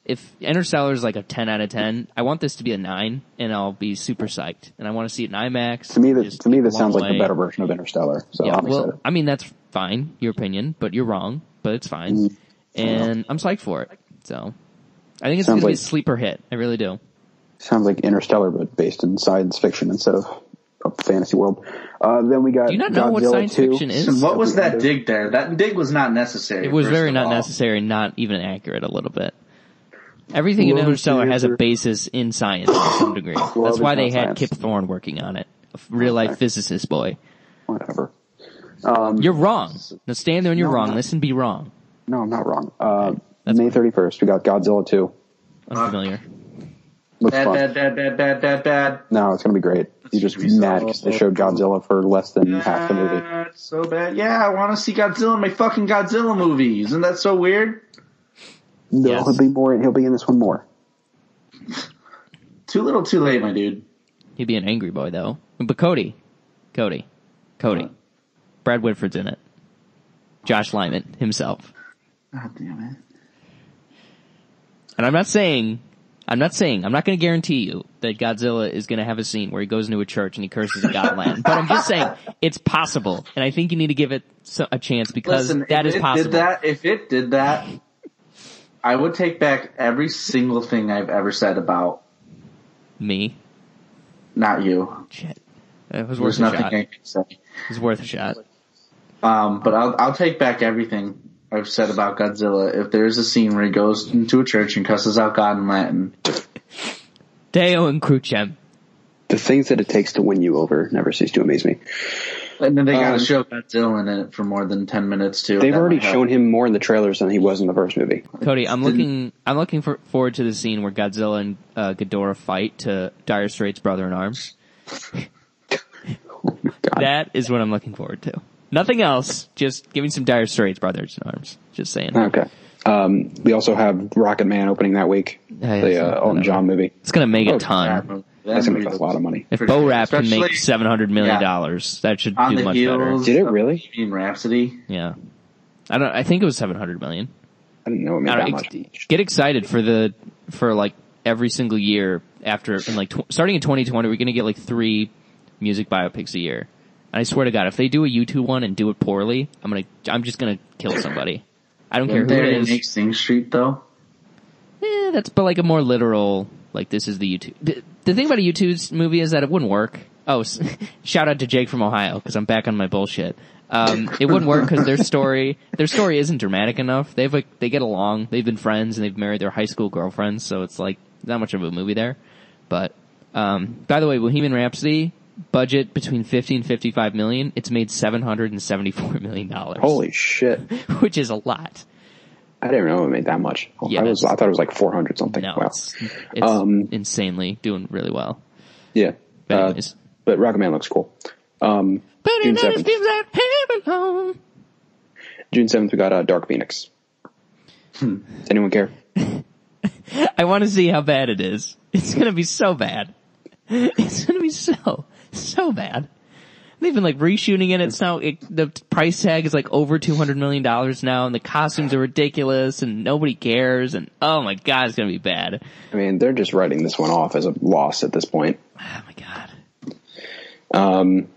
Speaker 2: if Interstellar is like a 10 out of 10, I want this to be a 9, and I'll be super psyched. And I want to see it in IMAX.
Speaker 4: to me, that
Speaker 2: just
Speaker 4: to me that
Speaker 2: long
Speaker 4: sounds like
Speaker 2: way.
Speaker 4: the better version of Interstellar. So
Speaker 2: Yeah,
Speaker 4: I'm
Speaker 2: well,
Speaker 4: excited.
Speaker 2: I mean, that's fine, your opinion, but you're wrong, but it's
Speaker 4: Mm.
Speaker 2: fine. And I'm psyched for it. So, I think it's
Speaker 4: Sounds
Speaker 2: gonna be a
Speaker 4: like-
Speaker 2: sleeper hit. I really do.
Speaker 4: Sounds like Interstellar, but based in science fiction instead of a fantasy world. Uh, then we got
Speaker 2: Do you not know what
Speaker 4: Godzilla
Speaker 2: science
Speaker 4: 2.
Speaker 2: fiction is?
Speaker 5: And what was that
Speaker 4: Other-
Speaker 5: dig there? That dig was not necessary.
Speaker 2: It was
Speaker 5: first
Speaker 2: very
Speaker 5: of
Speaker 2: not
Speaker 5: all.
Speaker 2: necessary, not even accurate a little bit. Everything in
Speaker 4: Love
Speaker 2: Interstellar has a
Speaker 4: theater.
Speaker 2: basis in science to
Speaker 4: *coughs*
Speaker 2: some degree. That's
Speaker 4: is
Speaker 2: why they
Speaker 4: not
Speaker 2: had
Speaker 4: science.
Speaker 2: Kip Thorne working on it. A real life physicist boy.
Speaker 4: Whatever.
Speaker 2: You're wrong. Now stand there and you're
Speaker 4: No, I'm
Speaker 2: wrong.
Speaker 4: not.
Speaker 2: Listen, be wrong.
Speaker 4: No, I'm not wrong. Uh, May 31st, we got Godzilla 2.
Speaker 2: Unfamiliar.
Speaker 4: Looks
Speaker 5: Bad,
Speaker 4: fun.
Speaker 5: bad, bad, bad, bad, bad, bad.
Speaker 4: No, it's gonna be great. You're just
Speaker 5: It's
Speaker 4: mad
Speaker 5: so-
Speaker 4: because they showed Godzilla for less than half the movie.
Speaker 5: Bad, so bad. Yeah, I want to see Godzilla in my fucking Godzilla movie. Isn't that so weird?
Speaker 4: No,
Speaker 2: Yes.
Speaker 4: he'll be more. He'll be in this one more.
Speaker 5: Too little, too late, my dude.
Speaker 2: He'd be an angry boy though. But Cody, Cody, Cody, Brad Whitford's in it. Josh Lyman himself.
Speaker 5: God damn it.
Speaker 2: And I'm not saying, I'm not saying, I'm not going to guarantee you that Godzilla is going to have a scene where he goes into a church and he curses at Godland. but I'm just saying it's possible, and I think you need to give it so- a chance because
Speaker 5: Listen,
Speaker 2: that
Speaker 5: if
Speaker 2: is
Speaker 5: it
Speaker 2: possible.
Speaker 5: did that, if it did that, I would take back every single thing I've ever said about
Speaker 2: Me,
Speaker 5: not you.
Speaker 2: shit, it was worth
Speaker 5: There's
Speaker 2: a
Speaker 5: nothing
Speaker 2: shot.
Speaker 5: I can say.
Speaker 2: It was worth a shot.
Speaker 5: Um, but I'll, I'll take back everything I've said about Godzilla. If there's a scene where he goes into a church and cusses out God in Latin,
Speaker 2: Deo and Crucem.
Speaker 4: The things that it takes to win you over never cease to amaze me.
Speaker 5: and then they gotta
Speaker 4: Um,
Speaker 5: show Godzilla in it for more than 10 minutes too.
Speaker 4: They've already shown him more in the trailers than he was in the first movie.
Speaker 2: Cody, I'm looking, I'm looking for, forward to the scene where Godzilla and uh, Ghidorah fight to Dire Straits' brother in arms.
Speaker 4: Oh God.
Speaker 2: That is what I'm looking forward to. Nothing else. Just giving some Dire Straits brothers in arms. Just saying.
Speaker 4: okay. Um, we also have Rocket Man opening that week.
Speaker 2: yeah,
Speaker 4: the
Speaker 2: so-
Speaker 4: uh, Elton John movie.
Speaker 2: It's gonna make a
Speaker 4: Oh,
Speaker 2: ton.
Speaker 4: That's gonna cost a lot of money.
Speaker 2: If Bo Rap can
Speaker 5: Especially
Speaker 2: make seven hundred million
Speaker 5: yeah.
Speaker 2: dollars, that should
Speaker 5: on
Speaker 2: do
Speaker 5: the
Speaker 2: much
Speaker 5: heels.
Speaker 4: Did it really?
Speaker 5: Bohemian Rhapsody.
Speaker 2: better. Yeah. I don't. I think it was seven hundred million.
Speaker 4: I didn't know it made
Speaker 2: I
Speaker 4: that
Speaker 2: don't-
Speaker 4: much.
Speaker 2: ex- get excited for the for like every single year after and like tw- starting in 2020 we're gonna get like three music biopics a year and i swear to god if they do a u2 one and do it poorly i'm gonna i'm just gonna kill somebody i don't care
Speaker 5: Didn't
Speaker 2: who it
Speaker 5: they
Speaker 2: is
Speaker 5: make Sing Street though?
Speaker 2: Eh, that's but like a more literal like this is the u2 the, the thing about a u2's movie is that it wouldn't work oh s- *laughs* shout out to jake from ohio because i'm back on my bullshit um, it wouldn't work because their story *laughs* their story isn't dramatic enough they've like they get along they've been friends and they've married their high school girlfriends so it's like not much of a movie there but um, by the way bohemian rhapsody budget between 50 and 55 million it's made 774 million dollars
Speaker 4: Holy shit!
Speaker 2: *laughs* which is a lot
Speaker 4: I didn't know it made that much.
Speaker 2: Yeah,
Speaker 4: I was.
Speaker 2: it's-
Speaker 4: I thought it was like four hundred something.
Speaker 2: no
Speaker 4: wow.
Speaker 2: it's, it's
Speaker 4: Um,
Speaker 2: insanely doing really well
Speaker 4: Yeah.
Speaker 2: But
Speaker 4: Uh,
Speaker 2: anyways.
Speaker 4: but Rocket Man looks cool. Um,
Speaker 2: But
Speaker 4: June seventh.
Speaker 2: that heaven home.
Speaker 4: June seventh, we got uh, Dark Phoenix. Does anyone care?
Speaker 2: I want to see how bad it is. It's gonna be so bad. It's gonna be so, so bad. They've been like reshooting it. It's now, it, the price tag is like over $200 million now and the costumes are ridiculous and nobody cares and oh my god, it's gonna be bad.
Speaker 4: I mean, they're just writing this one off as a loss at this point.
Speaker 2: Oh my god.
Speaker 4: Um,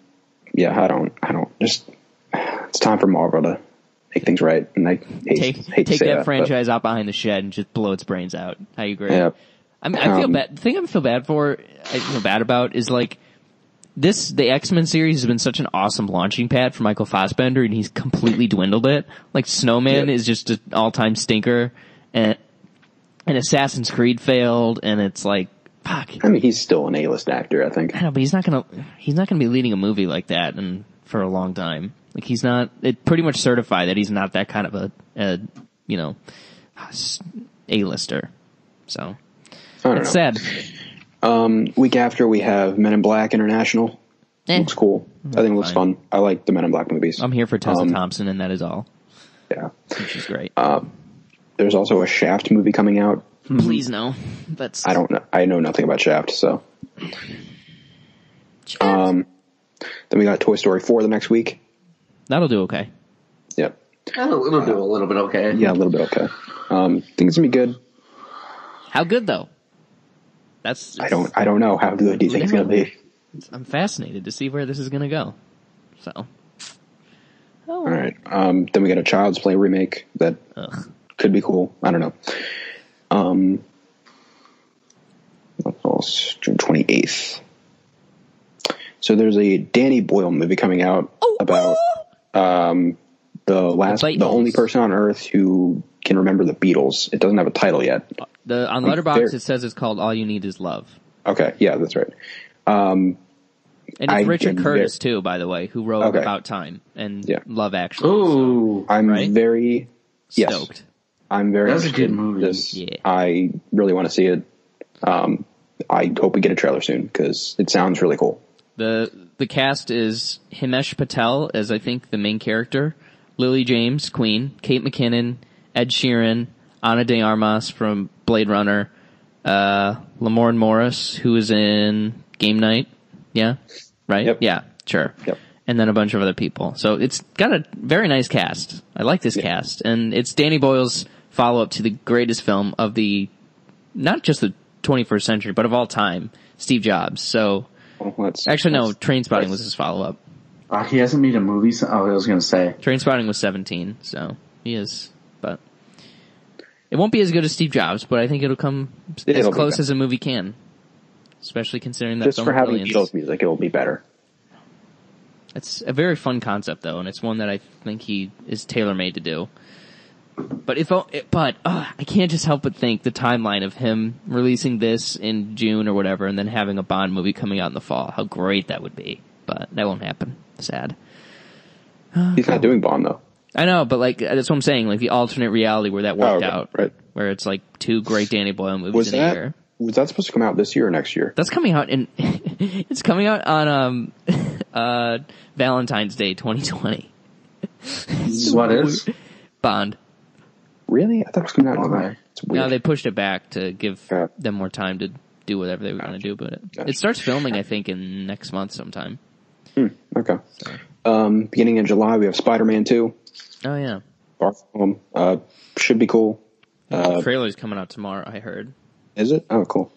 Speaker 4: yeah, I don't. I don't. Just it's time for Marvel to make things right, and I hate,
Speaker 2: Take,
Speaker 4: hate to
Speaker 2: take
Speaker 4: say
Speaker 2: that
Speaker 4: but-
Speaker 2: franchise out behind the shed and just blow its brains out. I agree.
Speaker 4: yeah.
Speaker 2: I mean, I feel
Speaker 4: Um,
Speaker 2: bad. The thing I feel bad for, I feel bad about is like this, the X-Men series has been such an awesome launching pad for Michael Fassbender and he's completely dwindled it. Like Snowman
Speaker 4: Yeah.
Speaker 2: is just an all-time stinker and, and Assassin's Creed failed and it's like, fuck.
Speaker 4: I mean, he's still an A-list actor. I think.
Speaker 2: I know, but he's not gonna, he's not gonna be leading a movie like that and for a long time. Like he's not, it pretty much certified that he's not that kind of a, a you know, s- A-lister. So,
Speaker 4: I don't
Speaker 2: it's
Speaker 4: know.
Speaker 2: sad.
Speaker 4: Um, week after we have Men in Black International.
Speaker 2: Eh.
Speaker 4: Looks cool. I think it looks
Speaker 2: fine.
Speaker 4: fun. I like the Men in Black movies.
Speaker 2: I'm here for Tessa
Speaker 4: Um,
Speaker 2: Thompson, and that is all.
Speaker 4: Yeah.
Speaker 2: She's great.
Speaker 4: There's also a Shaft movie coming out.
Speaker 2: Please no. That's
Speaker 4: I don't know. I know nothing about Shaft, so. Um, then we got Toy Story 4 the next week.
Speaker 2: that'll do okay.
Speaker 4: Yep.
Speaker 5: Oh, It'll, it'll do a little bit okay.
Speaker 4: Yeah, a little bit okay. Um, think it's gonna be good.
Speaker 2: How good though? That's
Speaker 4: I don't. I don't know how good do you think it's gonna be.
Speaker 2: I'm fascinated to see where this is gonna go. So,
Speaker 4: All right. Um, then we got a Child's Play remake that
Speaker 2: ugh.
Speaker 4: could be cool. I don't know. Um, what else? June twenty eighth. So there's a Danny Boyle movie coming out about um, the last, the,
Speaker 2: Oh, Beatles.
Speaker 4: only person on Earth who can remember the Beatles. It doesn't have a title yet.
Speaker 2: Uh. the on
Speaker 4: Fair.
Speaker 2: Letterboxd it says it's called "All You Need Is Love,"
Speaker 4: Okay, yeah, that's right. Um,
Speaker 2: and it's
Speaker 4: I-
Speaker 2: Richard
Speaker 4: I'm
Speaker 2: Curtis too, by the way, who wrote
Speaker 4: Okay.
Speaker 2: "About Time" and
Speaker 4: Yeah.
Speaker 2: "Love Actually."
Speaker 5: Ooh.
Speaker 4: I'm
Speaker 2: Right?
Speaker 4: very yes.
Speaker 2: Stoked.
Speaker 4: I'm very.
Speaker 5: That's a good
Speaker 4: interested in
Speaker 5: movie.
Speaker 4: This.
Speaker 2: Yeah.
Speaker 4: I really want to see it. Um, I hope we get a trailer soon because it sounds really cool.
Speaker 2: The the cast is Himesh Patel as I think the main character, Lily James, Queen, Kate McKinnon, Ed Sheeran, Ana de Armas from Blade Runner, uh, Lamorne Morris, who is in Game Night. Yeah, right.
Speaker 4: Yep.
Speaker 2: Yeah, sure.
Speaker 4: Yep.
Speaker 2: And then a bunch of other people. So it's got a very nice cast. I like this cast, and it's Danny Boyle's follow up to the greatest film of the, not just the 21st century, but of all time, Steve Jobs. So
Speaker 4: Well, that's,
Speaker 2: Actually, no.
Speaker 4: that's-
Speaker 2: Train Spotting was his follow up.
Speaker 5: Uh, he hasn't made a movie. si- oh, I was gonna say.
Speaker 2: Train Spotting was 17, so he is, but it won't be as good as Steve Jobs, but I think it'll come as
Speaker 4: It'll be
Speaker 2: close
Speaker 4: better.
Speaker 2: as a movie can. Especially considering that
Speaker 4: just
Speaker 2: film
Speaker 4: for having
Speaker 2: Billions.
Speaker 4: Beatles music, it will be better.
Speaker 2: It's a very fun concept though, and it's one that I think he is tailor made to do. But if, o- it- but uh, I can't just help but think the timeline of him releasing this in June or whatever, and then having a Bond movie coming out in the fall. How great that would be! But that won't happen. Sad.
Speaker 4: He's not doing Bond though.
Speaker 2: I know, but like that's what I'm saying. Like the alternate reality where that worked
Speaker 4: right,
Speaker 2: out,
Speaker 4: Oh, right.
Speaker 2: Where it's like two great Danny Boyle movies
Speaker 4: Was
Speaker 2: in a
Speaker 4: that
Speaker 2: year.
Speaker 4: was that supposed to come out this year or next year?
Speaker 2: That's coming out in. *laughs* it's coming out on um *laughs* uh Valentine's Day 2020.
Speaker 5: This is what is.
Speaker 2: Bond.
Speaker 4: Really? I thought it was coming out. in July.
Speaker 5: Okay.
Speaker 4: It's weird.
Speaker 2: No, they pushed it back to give
Speaker 4: Yeah.
Speaker 2: them more time to do whatever they were going to do. But it,
Speaker 4: Gotcha.
Speaker 2: it starts filming, I think, in next month sometime.
Speaker 4: okay. Um, beginning in July, we have Spider Man Two.
Speaker 2: Oh yeah,
Speaker 4: Far From Home. Uh, should be cool. Uh,
Speaker 2: the trailer's coming out tomorrow. I heard.
Speaker 4: Is it? Oh, cool.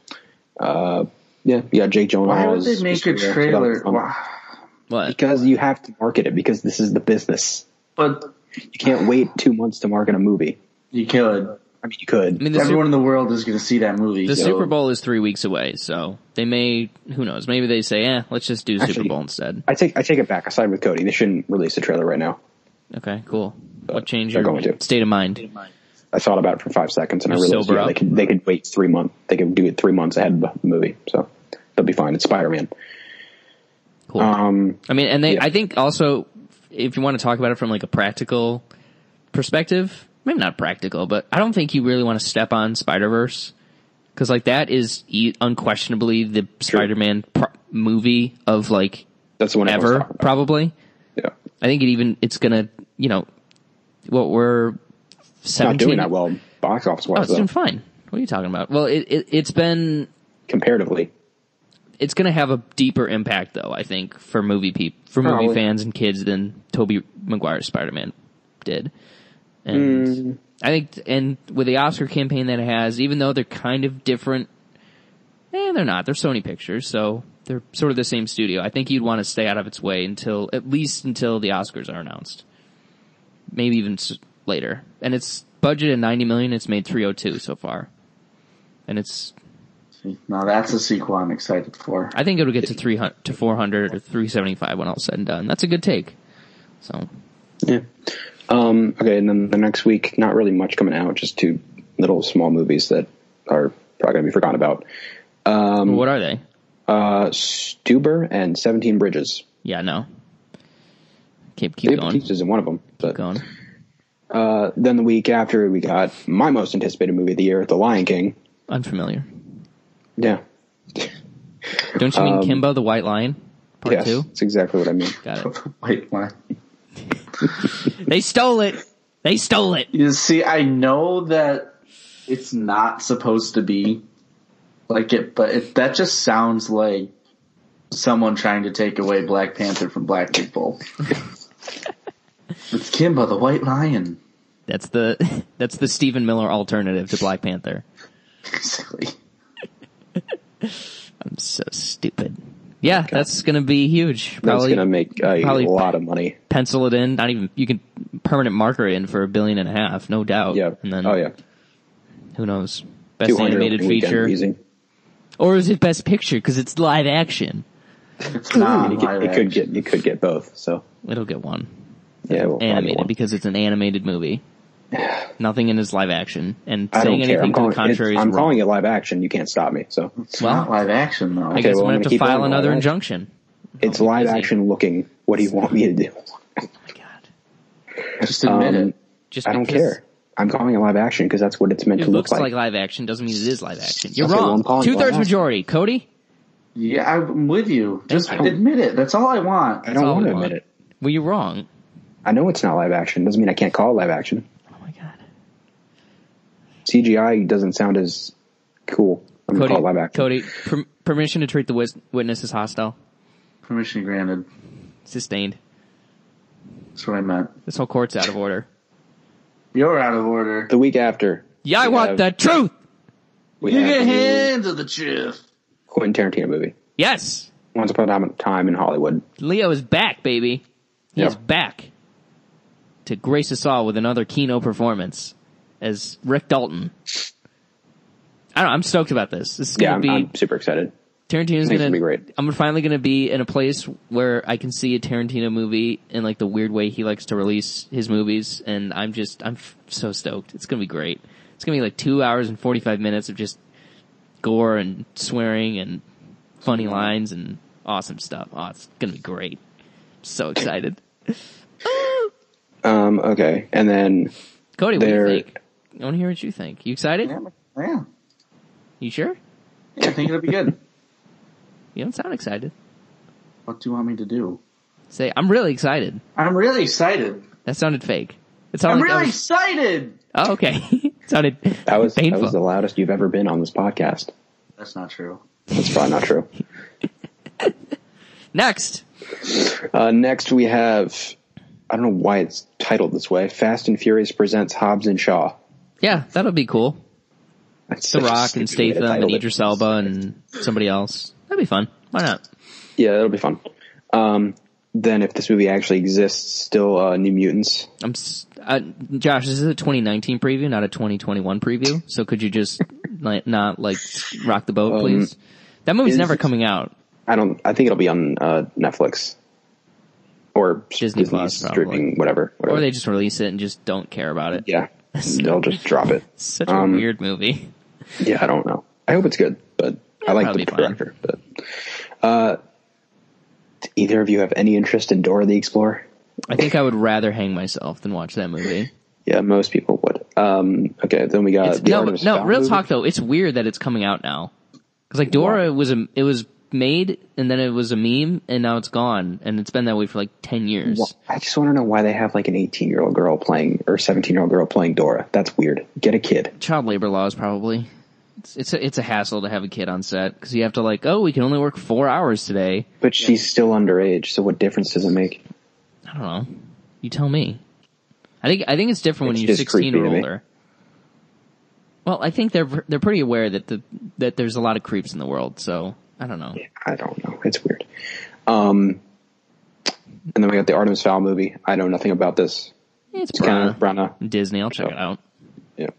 Speaker 4: Uh, yeah, yeah. Jake Gyllenhaal.
Speaker 5: Why would they
Speaker 4: is-
Speaker 5: make a
Speaker 4: is-
Speaker 5: trailer?
Speaker 4: um,
Speaker 5: Why-
Speaker 2: What?
Speaker 4: Because you have to market it. Because this is the business.
Speaker 5: But
Speaker 4: You
Speaker 2: *sighs*
Speaker 4: can't wait two months to market a movie.
Speaker 5: you could.
Speaker 4: I mean, you could.
Speaker 2: I mean, the
Speaker 5: Everyone in the world is gonna see that movie.
Speaker 2: The
Speaker 5: so-
Speaker 2: Super Bowl is three weeks away, so they may, who knows, maybe they say, eh, let's just do Super
Speaker 4: Actually-
Speaker 2: Bowl instead.
Speaker 4: I take I take it back. I side with Cody. They shouldn't release the trailer right now.
Speaker 2: Okay, cool. What changed
Speaker 4: Uh, they're
Speaker 2: your
Speaker 4: going to.
Speaker 2: state of mind?
Speaker 4: I thought about it for five seconds and I
Speaker 2: You
Speaker 4: realized
Speaker 2: sober
Speaker 4: yeah,
Speaker 2: up?
Speaker 4: they could they could wait three months. They could do it three months ahead of the movie, so they'll be fine. It's Spider Man.
Speaker 2: Cool.
Speaker 4: Um,
Speaker 2: I mean, and they,
Speaker 4: yeah.
Speaker 2: I think also, if you want to talk about it from like a practical perspective, maybe not practical, but I don't think you really want to step on Spider-Verse. Cause like that is e- unquestionably the Spider-Man pro- movie of like
Speaker 4: that's the one
Speaker 2: ever,
Speaker 4: everyone's talking about.
Speaker 2: probably.
Speaker 4: Yeah,
Speaker 2: I think it even, it's gonna, you know, what we're 17.
Speaker 4: not doing that well box office
Speaker 2: Oh,
Speaker 4: wise
Speaker 2: it's
Speaker 4: though.
Speaker 2: doing fine. What are you talking about? Well, it, it it's been
Speaker 4: comparatively.
Speaker 2: it's going to have a deeper impact though. I think for movie peop for movie
Speaker 4: Probably.
Speaker 2: fans and kids than Toby Maguire's Spider Man did. And I think and with the Oscar campaign that it has, even though they're kind of different, eh, they're not. They're Sony Pictures, so they're sort of the same studio. I think you'd want to stay out of its way until at least until the Oscars are announced, maybe even s- later. And it's budgeted at ninety million. It's made three hundred two so far, and it's
Speaker 5: Now that's a sequel I'm excited for.
Speaker 2: I think it'll get to 300 to 400 or 375 when all's said and done. That's a good take. So,
Speaker 4: Yeah. Um, okay, and then the next week, not really much coming out. Just two little small movies that are probably going to be forgotten about. Um,
Speaker 2: what are they?
Speaker 4: Uh, Stuber and Seventeen Bridges.
Speaker 2: Yeah, no. Keep keep
Speaker 4: Dave
Speaker 2: going.
Speaker 4: Bautista's in one of them. But
Speaker 2: Keep going.
Speaker 4: then the week after, we got my most anticipated movie of the year, The Lion King.
Speaker 2: Unfamiliar.
Speaker 4: Yeah.
Speaker 2: Don't you mean Kimbo the White Lion? Part
Speaker 4: Um, yes,
Speaker 2: 2?
Speaker 4: that's exactly what I mean.
Speaker 2: Got it.
Speaker 5: *laughs* Wait, what?
Speaker 2: They stole it. They stole it.
Speaker 5: You see, I know that it's not supposed to be like it, but it, that just sounds like someone trying to take away Black Panther from black people. it's Kimba the White Lion.
Speaker 2: That's the *laughs* that's the Stephen Miller alternative to Black Panther.
Speaker 5: Basically.
Speaker 2: I'm so stupid. Yeah, that's going to be huge.
Speaker 4: That's
Speaker 2: Probably
Speaker 4: going to make a
Speaker 2: probably-
Speaker 4: lot of money.
Speaker 2: pencil it in. Not even you can permanent marker it in for a billion and a half, no doubt.
Speaker 4: Yeah.
Speaker 2: And then
Speaker 4: oh, yeah.
Speaker 2: who knows? Best
Speaker 4: 200
Speaker 2: animated
Speaker 4: opening weekend,
Speaker 2: feature.
Speaker 4: easy.
Speaker 2: Or is it Best Picture? Because it's live action.
Speaker 5: It's not.
Speaker 4: It, could, it could get it could get both. So
Speaker 2: It'll get one.
Speaker 4: yeah, we'll probably
Speaker 2: Animated,
Speaker 4: want-
Speaker 2: because it's an animated
Speaker 4: *sighs*
Speaker 2: movie. Nothing in is live action. And
Speaker 4: I
Speaker 2: saying
Speaker 4: don't care.
Speaker 2: anything to
Speaker 4: I'm,
Speaker 2: the
Speaker 4: calling,
Speaker 2: contrary
Speaker 4: it,
Speaker 2: is
Speaker 4: I'm
Speaker 2: wrong.
Speaker 4: calling it live action. You can't stop me. So
Speaker 5: It's not live action though.
Speaker 2: I guess
Speaker 4: well,
Speaker 2: I'm
Speaker 4: I'm
Speaker 2: going to have
Speaker 4: gonna
Speaker 2: to
Speaker 4: keep
Speaker 2: file
Speaker 4: going with
Speaker 2: another
Speaker 4: live action.
Speaker 2: injunction.
Speaker 4: it's live
Speaker 2: Disney.
Speaker 4: action looking. What do you want me to do?
Speaker 2: Oh my god.
Speaker 5: Just admit
Speaker 4: Um,
Speaker 5: it.
Speaker 2: Just
Speaker 4: I don't
Speaker 2: because-
Speaker 4: care. I'm calling it live action because that's what it's meant
Speaker 2: It
Speaker 4: to
Speaker 2: looks
Speaker 4: look
Speaker 2: like.
Speaker 4: like.
Speaker 2: live action. Doesn't mean it is live action. You're
Speaker 4: Okay, well,
Speaker 2: wrong.
Speaker 4: I'm calling it
Speaker 2: Two
Speaker 4: live
Speaker 2: thirds
Speaker 4: action.
Speaker 2: majority. Cody,
Speaker 5: Yeah, I'm with you. Just
Speaker 4: you.
Speaker 5: admit it. That's all I want.
Speaker 4: I
Speaker 2: That's
Speaker 4: don't
Speaker 2: all
Speaker 4: want
Speaker 2: we
Speaker 4: to admit
Speaker 2: want.
Speaker 4: it.
Speaker 2: were you wrong?
Speaker 4: I know it's not live action. Doesn't mean I can't call it live action.
Speaker 2: Oh my god.
Speaker 4: CGI doesn't sound as cool. I'm gonna
Speaker 2: Cody,
Speaker 4: call it live action.
Speaker 2: Cody, per- permission to treat the wis- witness as hostile.
Speaker 5: Permission granted.
Speaker 2: Sustained.
Speaker 5: That's what I meant.
Speaker 2: This whole court's out of order.
Speaker 5: You're out of order.
Speaker 4: The week after,
Speaker 2: Yeah, I
Speaker 4: We
Speaker 2: want
Speaker 4: have-
Speaker 2: the truth.
Speaker 4: we
Speaker 5: You
Speaker 4: have
Speaker 5: get
Speaker 4: the new
Speaker 5: hands of the truth.
Speaker 4: Quentin Tarantino movie.
Speaker 2: Yes,
Speaker 4: Once upon a time in Hollywood.
Speaker 2: Leo is back, baby. He
Speaker 4: Yeah.
Speaker 2: is back to grace us all with another Kino performance as Rick Dalton. I don't. know, I'm stoked about this. This is
Speaker 4: Yeah,
Speaker 2: gonna
Speaker 4: I'm,
Speaker 2: be
Speaker 4: I'm super excited.
Speaker 2: Tarantino's
Speaker 4: Things
Speaker 2: gonna
Speaker 4: will be great.
Speaker 2: I'm finally gonna be in a place where I can see a Tarantino movie in like the weird way he likes to release his movies, and I'm just I'm f- so stoked. It's gonna be great. It's gonna be like two hours and forty five minutes of just gore and swearing and funny lines and awesome stuff. Oh, it's gonna be great. so
Speaker 5: *clears throat*
Speaker 2: excited,
Speaker 4: Um, okay, and then
Speaker 2: Cody. What
Speaker 4: There-
Speaker 2: do you think? I want to hear what you think. You excited?
Speaker 5: Yeah, yeah.
Speaker 2: You sure?
Speaker 5: Yeah, I think it'll be good.
Speaker 2: You don't sound excited.
Speaker 5: what do you want me to do?
Speaker 2: Say I'm really excited.
Speaker 5: I'm really excited.
Speaker 2: That sounded fake. It sounded
Speaker 5: I'm
Speaker 2: like that
Speaker 5: really
Speaker 2: was-
Speaker 5: excited.
Speaker 2: Oh, okay. *laughs* It sounded
Speaker 4: that was
Speaker 2: painful.
Speaker 4: that was the loudest you've ever been on this podcast.
Speaker 5: That's not true.
Speaker 4: That's probably not true.
Speaker 2: Next,
Speaker 4: Uh, next we have I don't know why it's titled this way. Fast and Furious presents Hobbs and Shaw.
Speaker 2: yeah, that'll be cool.
Speaker 4: That's
Speaker 2: The
Speaker 4: such a
Speaker 2: Rock and
Speaker 4: stupid way to
Speaker 2: Statham and
Speaker 4: title it.
Speaker 2: Idris Elba and somebody else. That'd be fun. Why not?
Speaker 4: Yeah, that'll be fun. Um, then if this movie actually exists, still uh, New Mutants.
Speaker 2: I'm s- uh, Josh. This is a 2019 preview, not a 2021 preview. So could you just *laughs* like, not like rock the boat, please? That movie's
Speaker 4: Um, is-
Speaker 2: never coming out.
Speaker 4: I don't. I think it'll be on uh, Netflix or
Speaker 2: Disney
Speaker 4: Disney,
Speaker 2: Plus, probably.
Speaker 4: streaming, whatever. whatever.
Speaker 2: Or they just release it and just don't care about it. *laughs*
Speaker 4: yeah, they'll just drop it.
Speaker 2: It's such
Speaker 4: Um,
Speaker 2: a weird movie.
Speaker 4: Yeah, I don't know. I hope it's good, but I like
Speaker 2: probably
Speaker 4: the
Speaker 2: fine.
Speaker 4: director. But uh, do either of you have any interest in Dora the Explorer?
Speaker 2: I think I would rather hang myself than watch that movie.
Speaker 4: Yeah, most people would. Um, okay, then we got
Speaker 2: It's,
Speaker 4: the
Speaker 2: no,
Speaker 4: Art
Speaker 2: but-
Speaker 4: of
Speaker 2: no.
Speaker 4: Spout
Speaker 2: Real
Speaker 4: movie.
Speaker 2: talk though, it's weird that it's coming out now. Because like Dora was a, it was made and then it was a meme and now it's gone and it's been that way for like ten years.
Speaker 4: Wh- I just want to know why they have like an 18 year old girl playing or 17 year old girl playing Dora. That's weird. Get a kid.
Speaker 2: Child labor laws probably. It's it's a, it's a hassle to have a kid on set because you have to like oh we can only work four hours today.
Speaker 4: But she's still underage, so what difference does it make?
Speaker 2: I don't know. You tell me. I think I think it's different
Speaker 4: It's
Speaker 2: when you're
Speaker 4: just
Speaker 2: 16 or
Speaker 4: creepy to me.
Speaker 2: older. Well, I think they're they're pretty aware that the that there's a lot of creeps in the world, so I don't know.
Speaker 4: I don't know. It's weird. Um, and then we got the Artemis Fowl movie. I know nothing about this.
Speaker 2: It's
Speaker 4: It's kind of
Speaker 2: Brana.
Speaker 4: Brana.
Speaker 2: Disney. I'll check it out.
Speaker 4: Yeah.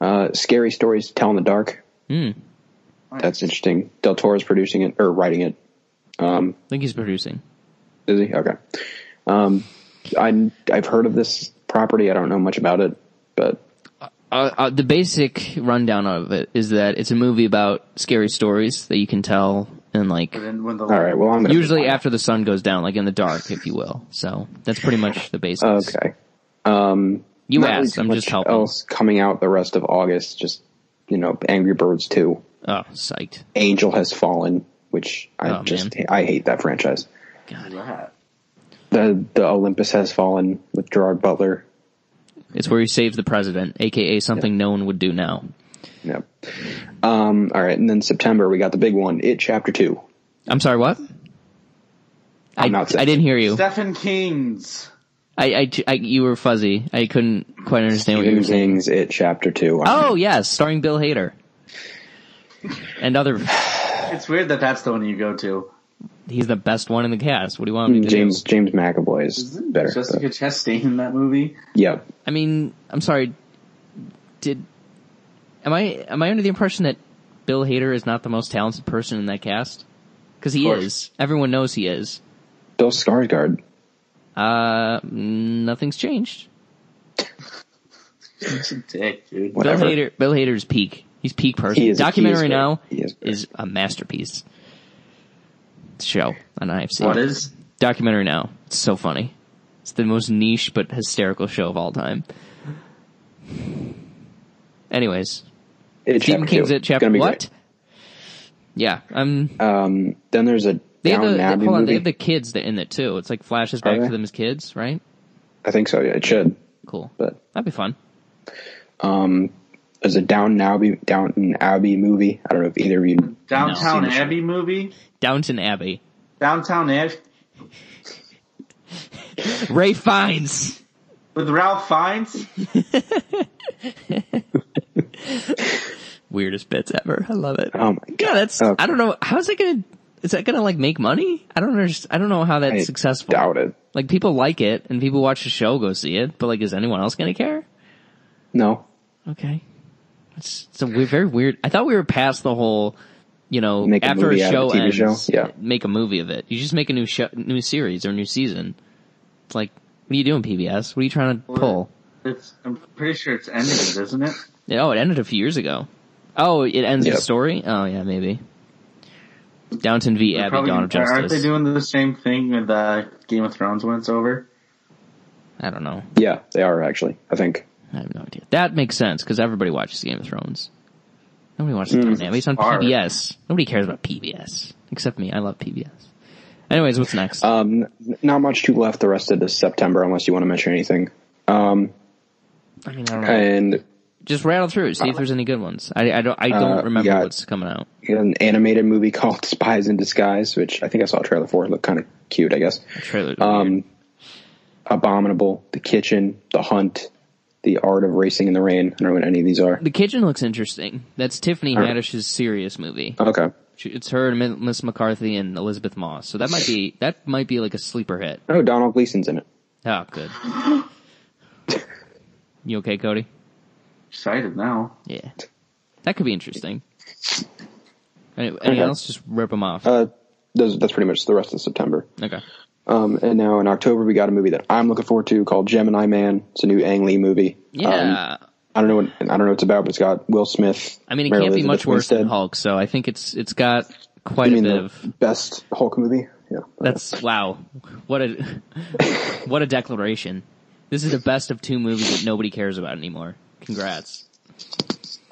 Speaker 4: Uh, scary stories to tell in the dark. That's interesting. Del Toro's producing it or writing it.
Speaker 2: I think he's producing.
Speaker 4: Is he? Okay. Um, I I've heard of this property. I don't know much about it, but
Speaker 2: uh, uh, the basic rundown of it is that it's a movie about scary stories that you can tell and like
Speaker 5: But then when the
Speaker 4: all right. Well, I'm gonna
Speaker 2: usually after the sun goes down, like in the dark, if you will. So that's pretty much the basics.
Speaker 4: Okay. Um,
Speaker 2: You
Speaker 4: not really
Speaker 2: asked,
Speaker 4: too
Speaker 2: I'm
Speaker 4: much
Speaker 2: just helping.
Speaker 4: Else coming out the rest of August. Just you know, Angry Birds two.
Speaker 2: Oh, psyched.
Speaker 4: Angel Has Fallen, which I
Speaker 2: Oh,
Speaker 4: just I hate that franchise.
Speaker 5: God.
Speaker 4: The the Olympus Has Fallen with Gerard Butler.
Speaker 2: It's where you save the president, aka something no one would do now.
Speaker 4: Yep. Um, all right, and then September we got the big one. It Chapter Two.
Speaker 2: I'm sorry, what? I,
Speaker 4: I'm not saying-
Speaker 2: I didn't hear you.
Speaker 5: Stephen King's.
Speaker 2: I, I, I- you were fuzzy. I couldn't quite understand what you were saying.
Speaker 4: Using's It Chapter Two.
Speaker 2: Oh yes, starring Bill Hader and other.
Speaker 5: It's weird that that's the one you go to.
Speaker 2: He's the best one in the cast. What do you want me to do?
Speaker 4: James James McAvoy is better.
Speaker 5: Jessica
Speaker 4: but-
Speaker 5: Chastain in that movie.
Speaker 4: yeah,
Speaker 2: I mean, I'm sorry. Did am I am I under the impression that Bill Hader is not the most talented person in that cast? Because he
Speaker 5: course.
Speaker 2: is. Everyone knows he is.
Speaker 4: Bill Skarsgård.
Speaker 2: Uh, nothing's changed.
Speaker 5: It's a dick, dude.
Speaker 4: What? Whatever.
Speaker 2: Bill Hader. Bill Hader's peak. He's peak person.
Speaker 4: He is-
Speaker 2: Documentary
Speaker 4: he is great.
Speaker 2: now
Speaker 4: He is great.
Speaker 2: is a masterpiece. Show on IFC.
Speaker 5: What is?
Speaker 2: documentary now? It's so funny. It's the most niche but hysterical show of all time. Anyways,
Speaker 4: It's
Speaker 2: Demon
Speaker 4: chapter
Speaker 2: King's
Speaker 4: two.
Speaker 2: at chapter
Speaker 4: Gonna be
Speaker 2: what? Yeah, I'm.
Speaker 4: great. Um, then there's a
Speaker 2: They have
Speaker 4: down
Speaker 2: the they-
Speaker 4: Abbey
Speaker 2: hold on.
Speaker 4: movie.
Speaker 2: They have the kids that in it too. It's like flashes back
Speaker 4: Okay.
Speaker 2: to them as kids, right?
Speaker 4: I think so. Yeah, it should.
Speaker 2: Cool.
Speaker 4: But
Speaker 2: That'd be fun.
Speaker 4: um, there's a down Abbey Downton Abbey movie. I don't know if either of you.
Speaker 5: Downtown
Speaker 4: No.
Speaker 5: Abbey movie.
Speaker 2: Downton Abbey.
Speaker 5: Downtown Abbey
Speaker 2: Ray Fiennes.
Speaker 5: with Ralph Fiennes.
Speaker 2: Weirdest bits ever. I love it.
Speaker 4: Oh my
Speaker 2: Yeah,
Speaker 4: god,
Speaker 2: that's.
Speaker 4: Okay.
Speaker 2: I don't know. How's it gonna? Is that gonna like make money? I don't understand. I don't know how that's
Speaker 4: I
Speaker 2: successful.
Speaker 4: doubt it.
Speaker 2: Like people like it and people watch the show, go see it. But like, is anyone else gonna care?
Speaker 4: No,
Speaker 2: Okay. It's, it's a weird, very weird. I thought we were past the whole, you know,
Speaker 4: Make a
Speaker 2: after
Speaker 4: movie
Speaker 2: a
Speaker 4: out
Speaker 2: show
Speaker 4: of a TV show?
Speaker 2: ends,
Speaker 4: Yeah.
Speaker 2: make a movie of it. You just make a new show, new series or new season. It's like, what are you doing, PBS? What are you trying to pull?
Speaker 5: It's, I'm pretty sure it's ending, isn't it?
Speaker 2: Yeah, Oh, it ended a few years ago. Oh, it ends
Speaker 4: Yep.
Speaker 2: the story. Oh yeah, maybe. Downton v.
Speaker 5: They're
Speaker 2: Abbey, Dawn of Justice.
Speaker 5: Aren't they doing the same thing with uh, Game of Thrones when it's over?
Speaker 2: I don't know.
Speaker 4: yeah, they are actually. I think.
Speaker 2: I have no idea. That makes sense because everybody watches Game of Thrones. Nobody
Speaker 4: Hmm,
Speaker 2: watches Downton Abbey. It's on
Speaker 5: Far.
Speaker 2: PBS. Nobody cares about PBS except me. I love PBS. Anyways, what's next?
Speaker 4: Um, n- not much to left the rest of this September, unless you want to mention anything. Um,
Speaker 2: I mean, I don't know.
Speaker 4: and
Speaker 2: Just rattle through. See if there's any good ones. I, I don't. I don't
Speaker 4: Uh,
Speaker 2: remember
Speaker 4: yeah.
Speaker 2: what's coming out.
Speaker 4: an animated movie *laughs* called Spies in Disguise, which I think I saw a trailer for. It looked kind of cute, I guess.
Speaker 2: Trailer.
Speaker 4: Um, Abominable, The Kitchen, The Hunt, The Art of Racing in the Rain. I don't know what any of these are.
Speaker 2: the kitchen looks interesting. That's Tiffany
Speaker 4: Alright.
Speaker 2: Haddish's serious movie.
Speaker 4: Okay.
Speaker 2: She- It's her and Mi- Miss McCarthy and Elizabeth Moss. So that might be that might be like a sleeper hit.
Speaker 4: Oh, Donald Gleason's in it.
Speaker 2: Oh,
Speaker 4: *laughs*
Speaker 2: good. You okay, Cody?
Speaker 5: Excited now.
Speaker 2: Yeah, that could be interesting. Any, any
Speaker 4: Okay.
Speaker 2: else? Just rip them off.
Speaker 4: Uh, those, that's pretty much the rest of September.
Speaker 2: okay.
Speaker 4: Um, and now in October we got a movie that I'm looking forward to called Gemini Man. It's a new Ang Lee movie. Um,
Speaker 2: Yeah.
Speaker 4: I don't know what I don't know what it's about, but it's got Will Smith.
Speaker 2: I mean, it
Speaker 4: Mary
Speaker 2: can't be
Speaker 4: Elizabeth
Speaker 2: much worse than
Speaker 4: Winstead.
Speaker 2: Hulk. So I think it's it's got
Speaker 4: You
Speaker 2: quite a
Speaker 4: mean
Speaker 2: bit
Speaker 4: the
Speaker 2: of
Speaker 4: best Hulk movie? Yeah.
Speaker 2: That's wow. What a *laughs* what a declaration. This is the best of two movies that nobody cares about anymore. Congrats.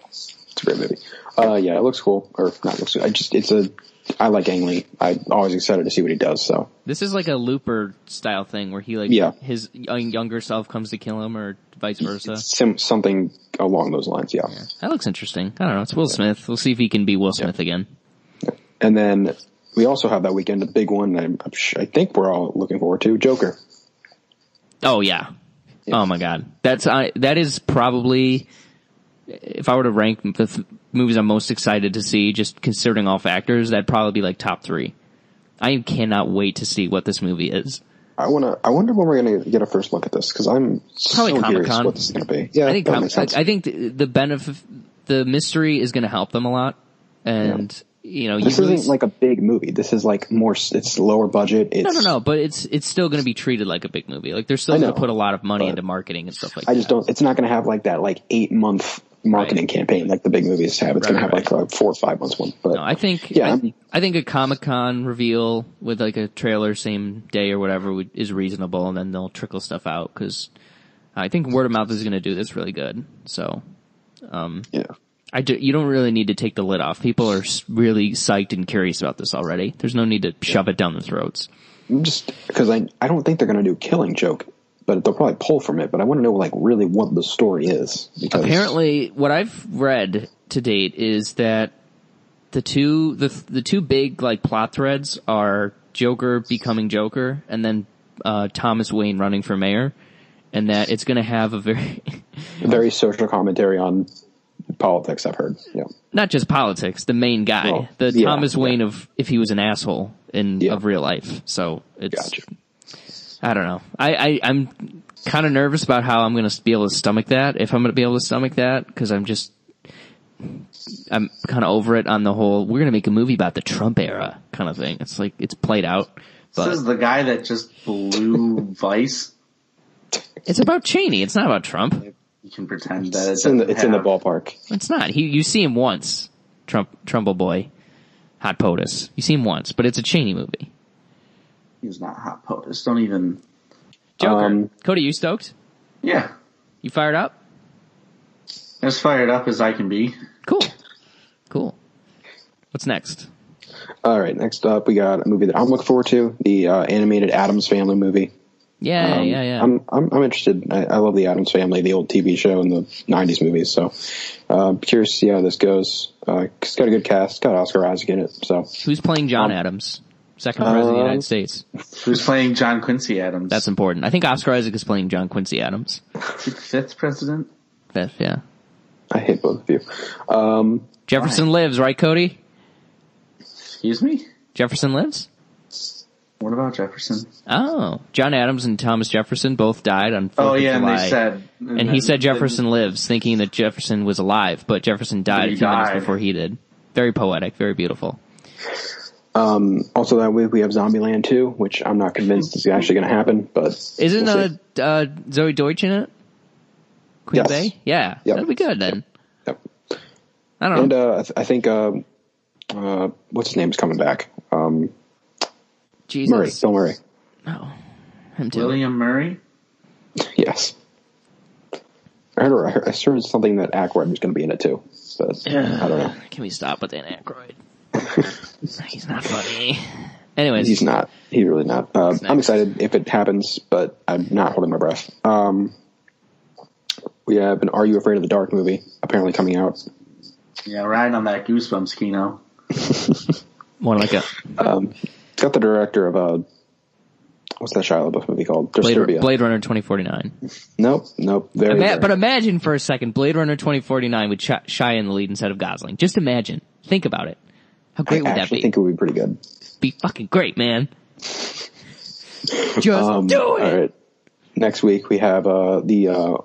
Speaker 4: It's a great movie. Uh, yeah, it looks cool, or not looks. I just it's a. I like Ang Lee. I'm always excited to see what he does. So
Speaker 2: This is like a Looper style thing where he like
Speaker 4: Yeah.
Speaker 2: his young, younger self comes to kill him or vice versa.
Speaker 4: Sim, something along those lines. Yeah.
Speaker 2: That looks interesting. I don't know. It's Will Smith. We'll see if he can be Will Smith again.
Speaker 4: And then we also have that weekend a big one. I, I'm sh- I think we're all looking forward to Joker.
Speaker 2: Oh yeah. Oh my god. That's I. That is probably if I were to rank the th- movies I'm most excited to see, just considering all factors, that'd probably be like top three. I cannot wait to see what this movie is.
Speaker 4: I wanna. I wonder when we're gonna get a first look at this because I'm
Speaker 2: Probably
Speaker 4: so curious
Speaker 2: Comic-Con.
Speaker 4: what this is gonna be. Yeah,
Speaker 2: I think
Speaker 4: that
Speaker 2: com-
Speaker 4: makes sense.
Speaker 2: I, I think the, the benefit, the mystery is going to help them a lot, and you know,
Speaker 4: this
Speaker 2: you really
Speaker 4: isn't like a big movie. This is like more. s- It's lower budget. It's,
Speaker 2: no, no, no, but it's it's still going to be treated like a big movie. Like they're still
Speaker 4: I
Speaker 2: going to
Speaker 4: know,
Speaker 2: put a lot of money
Speaker 4: but
Speaker 2: into marketing and stuff like
Speaker 4: I
Speaker 2: that.
Speaker 4: just don't. It's not gonna have like that like eight month marketing campaign like the big movies have. It's
Speaker 2: Right,
Speaker 4: gonna have
Speaker 2: right,
Speaker 4: like a four or five months one. But
Speaker 2: No, I think
Speaker 4: Yeah,
Speaker 2: I,
Speaker 4: I'm-
Speaker 2: I think a Comic Con reveal with like a trailer same day or whatever would, is reasonable, and then they'll trickle stuff out because I think word of mouth is going to do this really good. So
Speaker 4: yeah.
Speaker 2: I do, you don't really need to take the lid off. People are s- really psyched and curious about this already. There's no need to shove it down their throats.
Speaker 4: just because I I don't think they're going to do Killing Joke, but they'll probably pull from it. But I want to know like really what the story is. Because
Speaker 2: Apparently, what I've read to date is that the two the the two big like plot threads are Joker becoming Joker, and then uh, Thomas Wayne running for mayor, and that it's going to have a very *laughs*
Speaker 4: very social commentary on politics. I've heard. Yeah,
Speaker 2: not just politics, the main guy,
Speaker 4: Well,
Speaker 2: the
Speaker 4: yeah,
Speaker 2: Thomas
Speaker 4: yeah.
Speaker 2: Wayne of if he was an asshole in
Speaker 4: Yeah.
Speaker 2: of real life. So it's
Speaker 4: gotcha.
Speaker 2: I don't know. I, I I'm kind of nervous about how I'm going to be able to stomach that. If I'm going to be able to stomach that, because I'm just I'm kind of over it on the whole. We're going to make a movie about the Trump era kind of thing. It's like it's played out, but
Speaker 5: this is the guy that just
Speaker 2: *laughs*
Speaker 5: blew Vice.
Speaker 2: it's about Cheney. It's not about Trump.
Speaker 5: You can pretend that it
Speaker 4: It's in the,
Speaker 5: doesn't
Speaker 4: it's in the
Speaker 5: have-
Speaker 4: ballpark.
Speaker 2: It's not. He you see him once, Trump Trumble boy, hot POTUS. You see him once, but it's a Cheney movie.
Speaker 5: He's not hot POTUS. Don't even.
Speaker 2: Joker.
Speaker 4: Um,
Speaker 2: Cody, you stoked?
Speaker 5: Yeah.
Speaker 2: You fired up?
Speaker 5: As fired up as I can be.
Speaker 2: Cool. Cool. What's next?
Speaker 4: All right, next up we got a movie that I'm looking forward to: the uh, animated Adams Family movie.
Speaker 2: Yeah,
Speaker 4: Um,
Speaker 2: yeah, yeah.
Speaker 4: I'm I'm, I'm interested. I, I love the Adams Family, the old TV show and the '90s movies. So, uh, curious to see how this goes. Uh, it's got a good cast. It's got Oscar Isaac in it. So,
Speaker 2: Who's playing John Adams? Second president of the
Speaker 4: um,
Speaker 2: United States.
Speaker 5: Who's playing John Quincy Adams?
Speaker 2: That's important. I think Oscar Isaac is playing John Quincy Adams.
Speaker 5: fifth president.
Speaker 2: Fifth, yeah.
Speaker 4: I hate both of you. Um,
Speaker 2: Jefferson lives, right, Cody?
Speaker 5: Excuse me.
Speaker 2: Jefferson lives?
Speaker 5: What about Jefferson?
Speaker 2: Oh. John Adams and Thomas Jefferson both died on 4th
Speaker 5: Oh
Speaker 2: of
Speaker 5: yeah, and
Speaker 2: July.
Speaker 5: they said,
Speaker 2: and he
Speaker 5: then-
Speaker 2: said Jefferson lives, thinking that Jefferson was alive, but Jefferson died
Speaker 5: He
Speaker 2: a few
Speaker 5: died.
Speaker 2: minutes before he did. Very poetic, very beautiful.
Speaker 4: um, also that week we have Zombieland 2, which I'm not convinced is actually going to happen. But
Speaker 2: Isn't
Speaker 4: we'll
Speaker 2: uh,
Speaker 4: see.
Speaker 2: uh, Zoe Deutsch in it? Queen
Speaker 4: Yes.
Speaker 2: Bay? Yeah.
Speaker 4: Yep.
Speaker 2: That'd be good then.
Speaker 4: Yep.
Speaker 2: I don't
Speaker 4: and
Speaker 2: know.
Speaker 4: uh, I, th- I think uh, uh, what's his name's coming back? Um,
Speaker 2: Jesus.
Speaker 4: Murray, Bill Murray.
Speaker 2: No. Him too.
Speaker 5: William Murray.
Speaker 4: Yes. I heard, I heard, I heard something that Ackroyd was going to be in it too, but I don't know.
Speaker 2: Can we stop with Dan
Speaker 4: *laughs*
Speaker 2: Aykroyd? He's not funny. Anyways,
Speaker 4: He's not. He's really not. Uh,
Speaker 2: not.
Speaker 4: I'm excited if it happens, but I'm not holding my breath. Um, we have an Are You Afraid of the Dark movie apparently coming out.
Speaker 5: Yeah, riding on that goosebumps, Kino.
Speaker 2: more like a
Speaker 4: It's got the director of uh, what's that Shia LaBeouf movie called?
Speaker 2: Blade,
Speaker 4: Disturbia.
Speaker 2: Blade Runner 2049.
Speaker 4: Nope, nope. Very,
Speaker 2: Ima-
Speaker 4: very-
Speaker 2: but imagine for a second Blade Runner 2049 with Sh- Shia in the lead instead of Gosling. Just imagine. Think about it. How
Speaker 4: I
Speaker 2: great would that
Speaker 4: actually
Speaker 2: be?
Speaker 4: think it would be pretty good.
Speaker 2: be fucking great,
Speaker 4: *laughs*
Speaker 2: man. Just
Speaker 4: Um,
Speaker 2: do it.
Speaker 4: All right. Next week we have uh, the uh,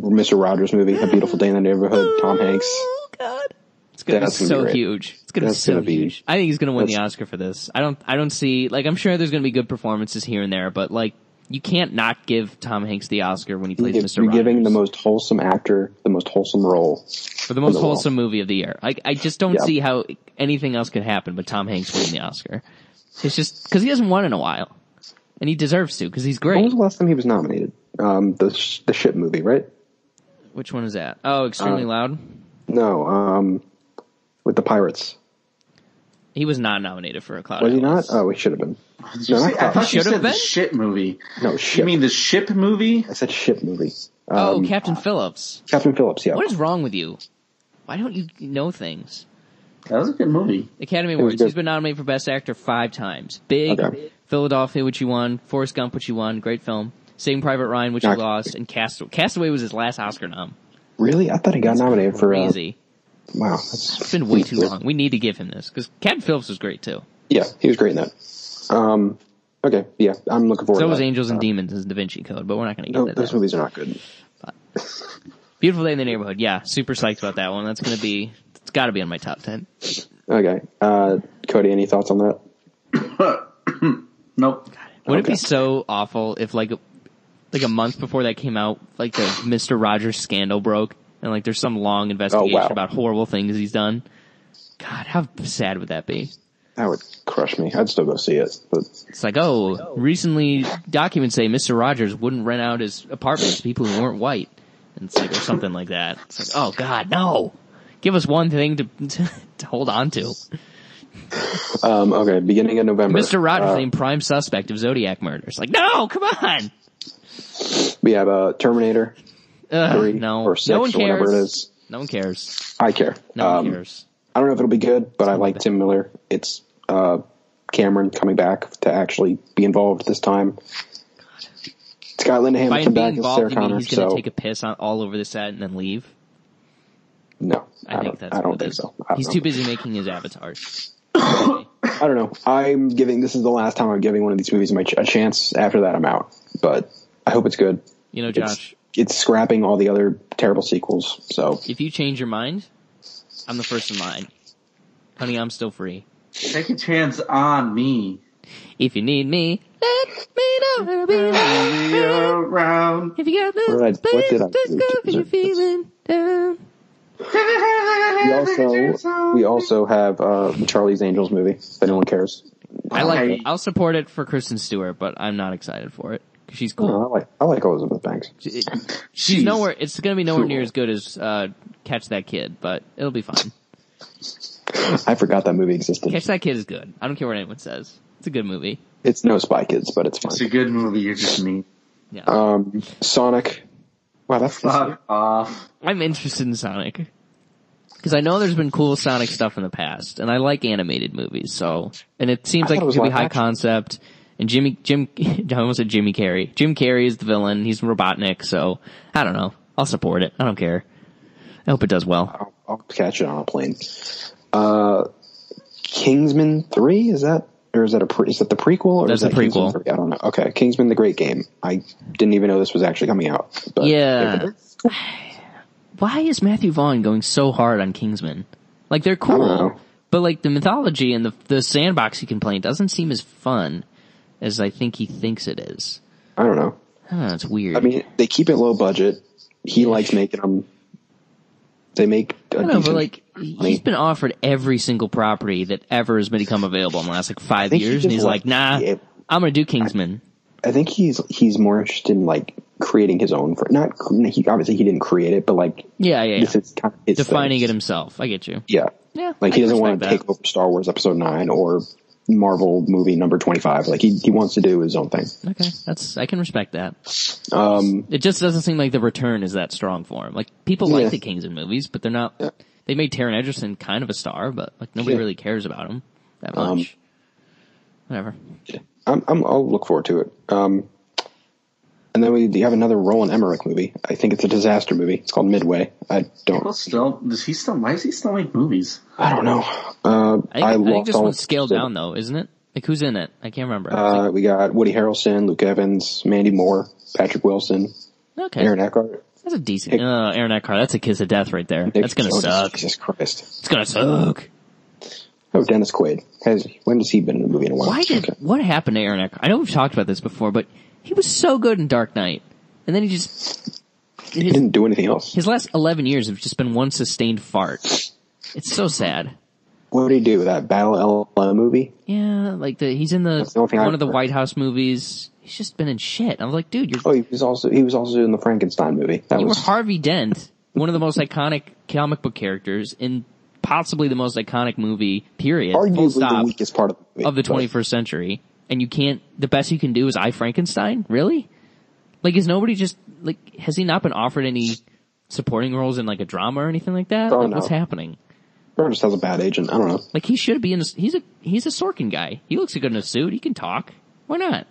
Speaker 4: Mr. Rogers movie, A Beautiful Day in the Neighborhood. Tom Hanks.
Speaker 2: Oh god. It's gonna
Speaker 4: That's
Speaker 2: be
Speaker 4: gonna
Speaker 2: so
Speaker 4: be great.
Speaker 2: huge. It's gonna
Speaker 4: That's
Speaker 2: be so
Speaker 4: gonna be-
Speaker 2: huge. I think he's gonna win the
Speaker 4: that's-
Speaker 2: Oscar for this. I don't I don't see like I'm sure there's gonna be good performances here and there, but like you can't not give Tom Hanks the Oscar when he plays
Speaker 4: You're
Speaker 2: Mr.
Speaker 4: you're giving
Speaker 2: Rogers
Speaker 4: the most wholesome actor the most wholesome role.
Speaker 2: for the most
Speaker 4: the wall.
Speaker 2: wholesome movie of the year. I I just don't
Speaker 4: Yeah.
Speaker 2: see how anything else could happen but Tom Hanks winning the Oscar. It's just because he hasn't won in a while, and he deserves to because he's
Speaker 4: When
Speaker 2: great.
Speaker 4: was the last time he was nominated? Um, the sh- the ship movie, right?
Speaker 2: Which one is that? Oh,
Speaker 4: Uh,
Speaker 2: extremely loud.
Speaker 4: No, um, with the pirates.
Speaker 2: He was not nominated for a cloud.
Speaker 4: Was he not?
Speaker 2: Atlas.
Speaker 4: Oh, he should have been.
Speaker 5: Did
Speaker 4: No,
Speaker 5: you say,
Speaker 4: I
Speaker 5: I
Speaker 4: thought-
Speaker 5: thought you
Speaker 2: Should've
Speaker 5: said the
Speaker 2: been?
Speaker 5: ship movie.
Speaker 4: No
Speaker 5: You
Speaker 4: ship.
Speaker 5: mean the ship movie?
Speaker 4: I said ship movie. Um,
Speaker 2: Oh, Captain Phillips.
Speaker 4: Captain Phillips. Yeah,
Speaker 2: What is wrong with you? Why don't you know things?
Speaker 5: That was a good
Speaker 4: *clears throat*
Speaker 5: movie.
Speaker 2: Academy Awards.
Speaker 4: good.
Speaker 2: He's been nominated for Best Actor five times. Big,
Speaker 4: Okay.
Speaker 2: Philadelphia, which he won. Forrest Gump, which he won. Great film. Saving Private Ryan, which he
Speaker 4: Knock-
Speaker 2: lost. And Castaway. Castaway was his last Oscar nom.
Speaker 4: really? I thought he got nominated for. Uh,
Speaker 2: Crazy.
Speaker 4: wow, that's
Speaker 2: It's been way too long. We need to give him this because Captain Phillips was great too.
Speaker 4: Yeah, he was great in that. Um, okay, yeah, I'm looking forward.
Speaker 2: So
Speaker 4: to
Speaker 2: was
Speaker 4: that.
Speaker 2: Angels and Demons and Da Vinci Code, but we're not going to get
Speaker 4: No,
Speaker 2: into
Speaker 4: those
Speaker 2: that.
Speaker 4: movies are not good.
Speaker 2: Beautiful Day in the Neighborhood. Yeah, super psyched about that one. That's going to be. It's got to be on my top ten.
Speaker 4: Okay, uh, Cody, any thoughts on that?
Speaker 5: Nope.
Speaker 2: Would it be
Speaker 4: Okay.
Speaker 2: so awful if like like a month before that came out, like the Mr. Rogers scandal broke and like there's some long investigation
Speaker 4: Oh, wow.
Speaker 2: about horrible things he's done? God, how sad would that be?
Speaker 4: That would crush me. I'd still go see it, but
Speaker 2: It's like, oh, recently documents say Mr. Rogers wouldn't rent out his apartments to people who weren't white. And it's like, or something like that. It's like, oh god, no! Give us one thing to, *laughs* to, hold on to.
Speaker 4: um, okay, beginning of November,
Speaker 2: Mr. Rogers
Speaker 4: uh,
Speaker 2: named prime suspect of Zodiac murders. Like, no, come on!
Speaker 4: we have uh, Terminator
Speaker 2: Ugh,
Speaker 4: three
Speaker 2: no,
Speaker 4: or six
Speaker 2: no one
Speaker 4: or
Speaker 2: cares.
Speaker 4: whatever it is.
Speaker 2: No one cares.
Speaker 4: I care.
Speaker 2: No one
Speaker 4: Um,
Speaker 2: cares.
Speaker 4: I don't know if it'll be good, but I like Tim Miller. It's uh, Cameron coming back to actually be involved this time. It's got Linda
Speaker 2: By
Speaker 4: Hamilton
Speaker 2: being
Speaker 4: back as Sarah
Speaker 2: involved, you mean
Speaker 4: Connor,
Speaker 2: he's going to
Speaker 4: so
Speaker 2: take a piss on, all over the set and then leave?
Speaker 4: no, I,
Speaker 2: I, think
Speaker 4: don't.
Speaker 2: that's
Speaker 4: I
Speaker 2: what
Speaker 4: don't
Speaker 2: it
Speaker 4: think
Speaker 2: is.
Speaker 4: so. I don't
Speaker 2: he's
Speaker 4: know.
Speaker 2: too busy making his avatar.
Speaker 4: I don't know. I'm giving. This is the last time I'm giving one of these movies my ch- a chance. After that, I'm out. But I hope it's good.
Speaker 2: You know,
Speaker 4: It's-
Speaker 2: Josh,
Speaker 4: It's scrapping all the other terrible sequels. So
Speaker 2: if you change your mind, I'm the first in line. Honey, I'm still free.
Speaker 5: Take a chance on me.
Speaker 2: If you need me, let me know. I'll be there.
Speaker 5: Be *laughs* around.
Speaker 2: If you got
Speaker 4: What did I-
Speaker 2: this,
Speaker 4: what did I
Speaker 2: let's
Speaker 4: do?
Speaker 2: go. If you're feeling down.
Speaker 4: we also we also have uh, the Charlie's Angels movie. If anyone cares,
Speaker 2: I like.
Speaker 5: Okay.
Speaker 2: I'll support it for Kristen Stewart, but I'm not excited for it. She's
Speaker 4: Oh, I, don't
Speaker 2: cool.
Speaker 4: know, I like I like Elizabeth Banks.
Speaker 2: It-
Speaker 5: She's
Speaker 2: nowhere. It's going to be nowhere
Speaker 5: Cool.
Speaker 2: near as good as uh, Catch That Kid, but it'll be fine.
Speaker 4: I forgot that movie existed.
Speaker 2: Catch That Kid is good. I don't care what anyone says. It's a good movie.
Speaker 4: It's no Spy Kids, but it's
Speaker 5: It's a
Speaker 4: fine.
Speaker 5: good movie. You're just mean.
Speaker 2: Yeah,
Speaker 4: Um, Sonic. Wow, that's
Speaker 5: Fuck off.
Speaker 2: I'm interested in Sonic because I know there's been cool Sonic stuff in the past, and I like animated movies. So, and it seems
Speaker 4: I
Speaker 2: like
Speaker 4: thought it
Speaker 2: it
Speaker 4: was
Speaker 2: could be
Speaker 4: live
Speaker 2: high
Speaker 4: action.
Speaker 2: concept. And Jimmy, Jim, *laughs* I almost said Jimmy Carrey. Jim Carrey is the villain. He's Robotnik. So I don't know. I'll support it. I don't care. I hope it does well.
Speaker 4: I'll, I'll catch it on a plane. Uh, Kingsman Three is that, or is that a pre, is that the prequel? Or
Speaker 2: That's
Speaker 4: is that
Speaker 2: the prequel.
Speaker 4: Kingsman 3? I don't know. Okay, Kingsman: The Great Game. I didn't even know this was actually coming out. But
Speaker 2: Yeah. Why is Matthew Vaughn going so hard on Kingsman? Like they're
Speaker 4: I don't
Speaker 2: cool,
Speaker 4: know.
Speaker 2: but like the mythology and the the sandbox he can play doesn't seem as fun as I think he thinks it is.
Speaker 4: I don't know.
Speaker 2: Huh, it's weird.
Speaker 4: I mean, they keep it low budget. He likes making them. They make. A
Speaker 2: I know, but
Speaker 4: decent-
Speaker 2: like he's been offered every single property that ever has become available in the last like five
Speaker 4: think he
Speaker 2: years, and
Speaker 4: just
Speaker 2: he's like,
Speaker 4: wants
Speaker 2: "Nah,
Speaker 4: to be able-
Speaker 2: I'm gonna do Kingsman."
Speaker 4: I think he's he's more interested in like creating his own. fr- Not he obviously he didn't create it, but like
Speaker 2: yeah, yeah, yeah.
Speaker 4: this is kind of his
Speaker 2: defining
Speaker 4: thing.
Speaker 2: it himself. I get you.
Speaker 4: Yeah,
Speaker 2: Yeah,
Speaker 4: Like
Speaker 2: I can
Speaker 4: he doesn't want to
Speaker 2: respect
Speaker 4: take over Star Wars Episode Nine or Marvel movie number twenty five. Like he, he wants to do his own thing.
Speaker 2: that. Okay, that's I can respect that.
Speaker 4: Um,
Speaker 2: It just doesn't seem like the return is that strong for him. Like people
Speaker 4: Yeah.
Speaker 2: like the Kingsman movies, but they're not. They made Taron Egerton kind of a star, but like nobody
Speaker 4: Yeah.
Speaker 2: really cares about him that much.
Speaker 4: Um,
Speaker 2: Whatever.
Speaker 4: I'm, I'm I'll look forward to it. Um, and then we you have another Roland Emmerich movie. I think it's a disaster movie. It's called Midway. I
Speaker 5: Well,
Speaker 4: don't
Speaker 5: still, does he still? Why does he still make movies?
Speaker 4: I don't know.
Speaker 2: I
Speaker 4: Uh,
Speaker 2: think, I think
Speaker 4: lost
Speaker 2: this
Speaker 4: all-
Speaker 2: one's scaled down though, isn't it? Like who's in it? I can't remember.
Speaker 4: Uh, we got Woody Harrelson, Luke Evans, Mandy Moore, Patrick Wilson,
Speaker 2: okay,
Speaker 4: Aaron Eckhart.
Speaker 2: That's a decent. Uh, Aaron Eckhart. That's a kiss of death right there. That's gonna
Speaker 4: Oh,
Speaker 2: suck.
Speaker 4: Jesus Christ!
Speaker 2: It's gonna suck.
Speaker 4: Oh, Dennis Quaid. Has when has he been in a movie in a while?
Speaker 2: Why did
Speaker 4: Okay.
Speaker 2: what happened to Aaron Eckhart? I know we've talked about this before, but he was so good in Dark Knight, and then he just
Speaker 4: he
Speaker 2: his,
Speaker 4: didn't do anything else?
Speaker 2: his last eleven years have just been one sustained fart. It's so sad.
Speaker 4: What did he do? That Battle LLM movie?
Speaker 2: Yeah, like the he's in the,
Speaker 4: That's the only thing
Speaker 2: one
Speaker 4: I've
Speaker 2: of the
Speaker 4: heard.
Speaker 2: White House movies. He's just been in shit. I was like, dude, you're
Speaker 4: Oh, he was also he was also in the Frankenstein movie. That
Speaker 2: you were
Speaker 4: was
Speaker 2: Harvey Dent, one of the most iconic comic book characters in possibly the most iconic movie period. full
Speaker 4: arguably the
Speaker 2: stop.
Speaker 4: weakest part of the movie.
Speaker 2: of the
Speaker 4: but
Speaker 2: 21st century and you can't the best you can do is i frankenstein really like is nobody just like has he not been offered any supporting roles in like a drama or anything like that
Speaker 4: Oh,
Speaker 2: like
Speaker 4: no.
Speaker 2: what's happening
Speaker 4: Burr just has a bad agent. I don't know.
Speaker 2: like he should be in a, he's a he's a sorkin guy he looks good in a suit he can talk why not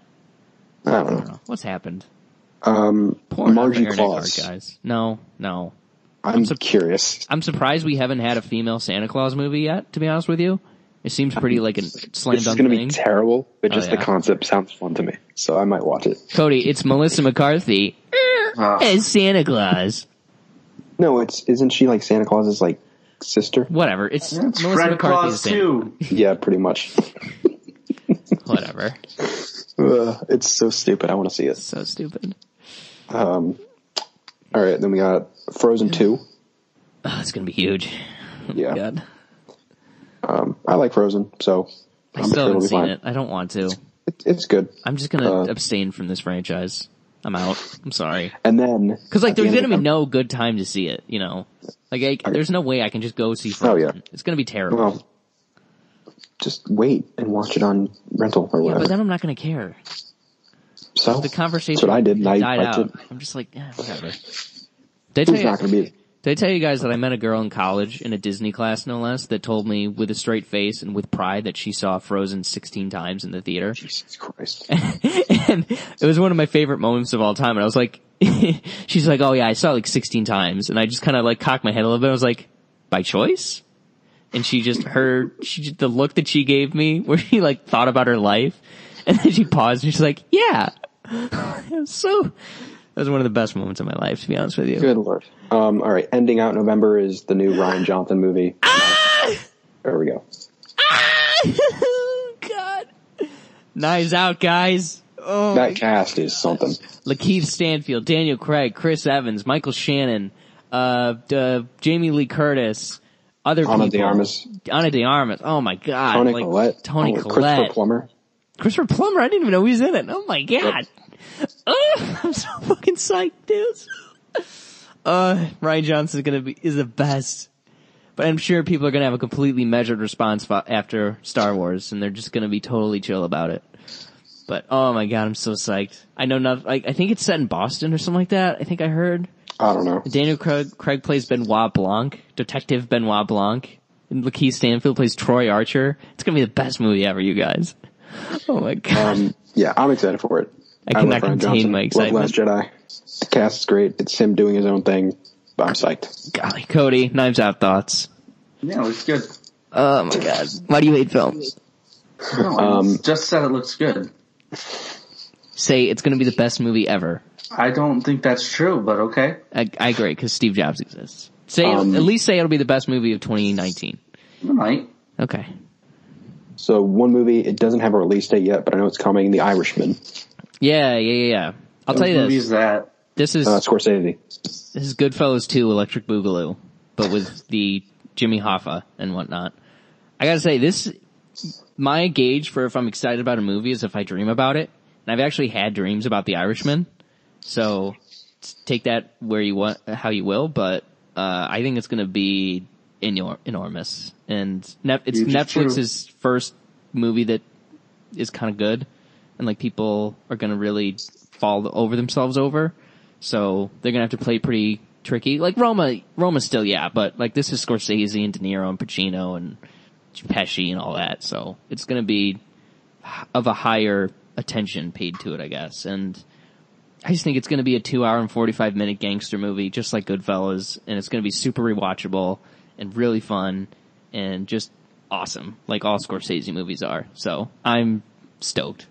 Speaker 4: I don't
Speaker 2: I
Speaker 4: know.
Speaker 2: don't know. what's happened
Speaker 4: Um,
Speaker 2: Porn
Speaker 4: Margie
Speaker 2: Aaron Eckhart,
Speaker 4: Claus.
Speaker 2: guys no no
Speaker 4: I'm curious.
Speaker 2: i'm surprised we haven't had a female santa claus movie yet to be honest with you it seems pretty like a slam
Speaker 4: This is
Speaker 2: dunk
Speaker 4: going to
Speaker 2: thing.
Speaker 4: be terrible, but
Speaker 2: Oh,
Speaker 4: just
Speaker 2: yeah.
Speaker 4: the concept sounds fun to me, so I might watch it.
Speaker 2: Cody, it's Melissa McCarthy
Speaker 4: Ah.
Speaker 5: Uh,
Speaker 2: as Santa Claus.
Speaker 4: No, it's isn't she like Santa Claus's like sister?
Speaker 2: whatever. It's
Speaker 5: it's
Speaker 2: Melissa
Speaker 5: Fred
Speaker 2: McCarthy's
Speaker 5: Claus
Speaker 2: thing.
Speaker 5: too.
Speaker 4: *laughs* yeah, pretty much.
Speaker 2: Whatever.
Speaker 4: Ugh, it's so stupid. I want to see
Speaker 2: *laughs*
Speaker 4: it.
Speaker 2: So stupid.
Speaker 4: Um, all right, then we got Frozen
Speaker 2: *laughs*
Speaker 4: Two.
Speaker 2: Oh, it's gonna be huge. Oh my
Speaker 4: Yeah.
Speaker 2: God.
Speaker 4: Um, I like Frozen, so
Speaker 2: I
Speaker 4: I'm sure
Speaker 2: still
Speaker 4: it'll
Speaker 2: haven't
Speaker 4: be
Speaker 2: seen
Speaker 4: fine.
Speaker 2: it. I don't want to.
Speaker 4: It- It's good.
Speaker 2: I'm just gonna
Speaker 4: Uh,
Speaker 2: abstain from this franchise. I'm out. I'm sorry.
Speaker 4: And then
Speaker 2: Cause like
Speaker 4: at the
Speaker 2: there's
Speaker 4: end
Speaker 2: gonna be
Speaker 4: of-
Speaker 2: no good time to see it, you know? Like I, there's no way I can just go see
Speaker 4: Oh,
Speaker 2: Frozen.
Speaker 4: yeah.
Speaker 2: It's gonna be terrible.
Speaker 4: Well, just wait and watch it on rental or
Speaker 2: yeah,
Speaker 4: whatever.
Speaker 2: but then I'm not gonna care.
Speaker 4: so
Speaker 2: The conversation
Speaker 4: That's what I did, and I
Speaker 2: died
Speaker 4: liked
Speaker 2: out.
Speaker 4: it.
Speaker 2: I'm just like, eh, whatever. Did I tell you,
Speaker 4: It's not going to be.
Speaker 2: Did I tell you guys that I met a girl in college in a Disney class, no less, that told me with a straight face and with pride that she saw Frozen 16 times in the theater?
Speaker 4: Jesus Christ!
Speaker 2: *laughs* and it was one of my favorite moments of all time. And I was like, *laughs* she's like, oh yeah, I saw it like 16 times. And I just kind of like cocked my head a little bit. I was like, by choice? And she just, her, she just, the look that she gave me where she like thought about her life *laughs* and then she paused and she's like, yeah. *laughs* it was so, that was one of the best moments of my life, to be honest with you.
Speaker 4: Good lord. Um, all right, ending out November is the new Ryan Johnson movie.
Speaker 2: Ah!
Speaker 4: there we go.
Speaker 2: *laughs* God. Knives out, guys. Oh,
Speaker 4: That cast is something.
Speaker 2: Lakeith Stanfield, Daniel Craig, Chris Evans, Michael Shannon, uh, uh Jamie Lee Curtis, other
Speaker 4: Ana de
Speaker 2: people.
Speaker 4: Armas.
Speaker 2: Ana de Armas. Oh my god.
Speaker 4: Tony
Speaker 2: like,
Speaker 4: Collette.
Speaker 2: Tony
Speaker 4: Oh,
Speaker 2: Collette.
Speaker 4: Christopher Plummer.
Speaker 2: Christopher Plummer. I didn't even know he was in it. Oh my god. Ugh, *laughs* I'm so fucking psyched, dude. Uh, Ryan Johnson is gonna be is the best, but I'm sure people are gonna have a completely measured response fo- after Star Wars, and they're just gonna be totally chill about it. But oh my god, I'm so psyched! I know not like I think it's set in Boston or something like that. I think I heard.
Speaker 4: I don't know.
Speaker 2: Daniel Craig, Craig plays Benoit Blanc, Detective Benoit Blanc, and Lakeith Stanfield plays Troy Archer. It's gonna be the best movie ever, you guys. Oh my god.
Speaker 4: Um, yeah, I'm excited for it.
Speaker 2: I
Speaker 4: love
Speaker 2: cannot
Speaker 4: Ryan
Speaker 2: contain
Speaker 4: Johnson.
Speaker 2: my
Speaker 4: Love Last Jedi. The cast's great. It's him doing his own thing. But I'm psyched.
Speaker 2: Golly, Cody, Knives Out thoughts.
Speaker 5: Yeah, it looks good.
Speaker 2: Oh my god. Why do you hate films?
Speaker 5: No, I
Speaker 4: Um,
Speaker 5: just said it looks good.
Speaker 2: Say it's gonna be the best movie ever.
Speaker 5: I don't think that's true, but okay.
Speaker 2: I, I agree, cause Steve Jobs exists. Say,
Speaker 4: Um,
Speaker 2: at least say it'll be the best movie of 2019.
Speaker 5: You might.
Speaker 2: Okay.
Speaker 4: So one movie, it doesn't have a release date yet, but I know it's coming. The Irishman.
Speaker 2: Yeah, yeah, yeah, yeah. I'll tell
Speaker 5: What
Speaker 2: you
Speaker 5: movie
Speaker 2: this.
Speaker 5: is that?
Speaker 2: This is,
Speaker 4: Uh, Scorsese.
Speaker 2: this is Goodfellas 2 Electric Boogaloo, but with the Jimmy Hoffa and whatnot. I gotta say, this, my gauge for if I'm excited about a movie is if I dream about it. And I've actually had dreams about The Irishman. So s- take that where you want, how you will, but, uh, I think it's gonna be enor- enormous. And Nef- it's
Speaker 5: Huge is
Speaker 2: Netflix's first movie that is kind of good. And like people are gonna really fall over themselves over. So they're gonna have to play pretty tricky. Like Roma, Roma's still yeah, but like this is Scorsese and De Niro and Pacino and Pesci and all that. So it's gonna be of a higher attention paid to it, I guess. And I just think it's gonna be a two hour and 45 minute gangster movie, just like Goodfellas, and it's gonna be super rewatchable and really fun and just awesome, like all Scorsese movies are. So I'm stoked.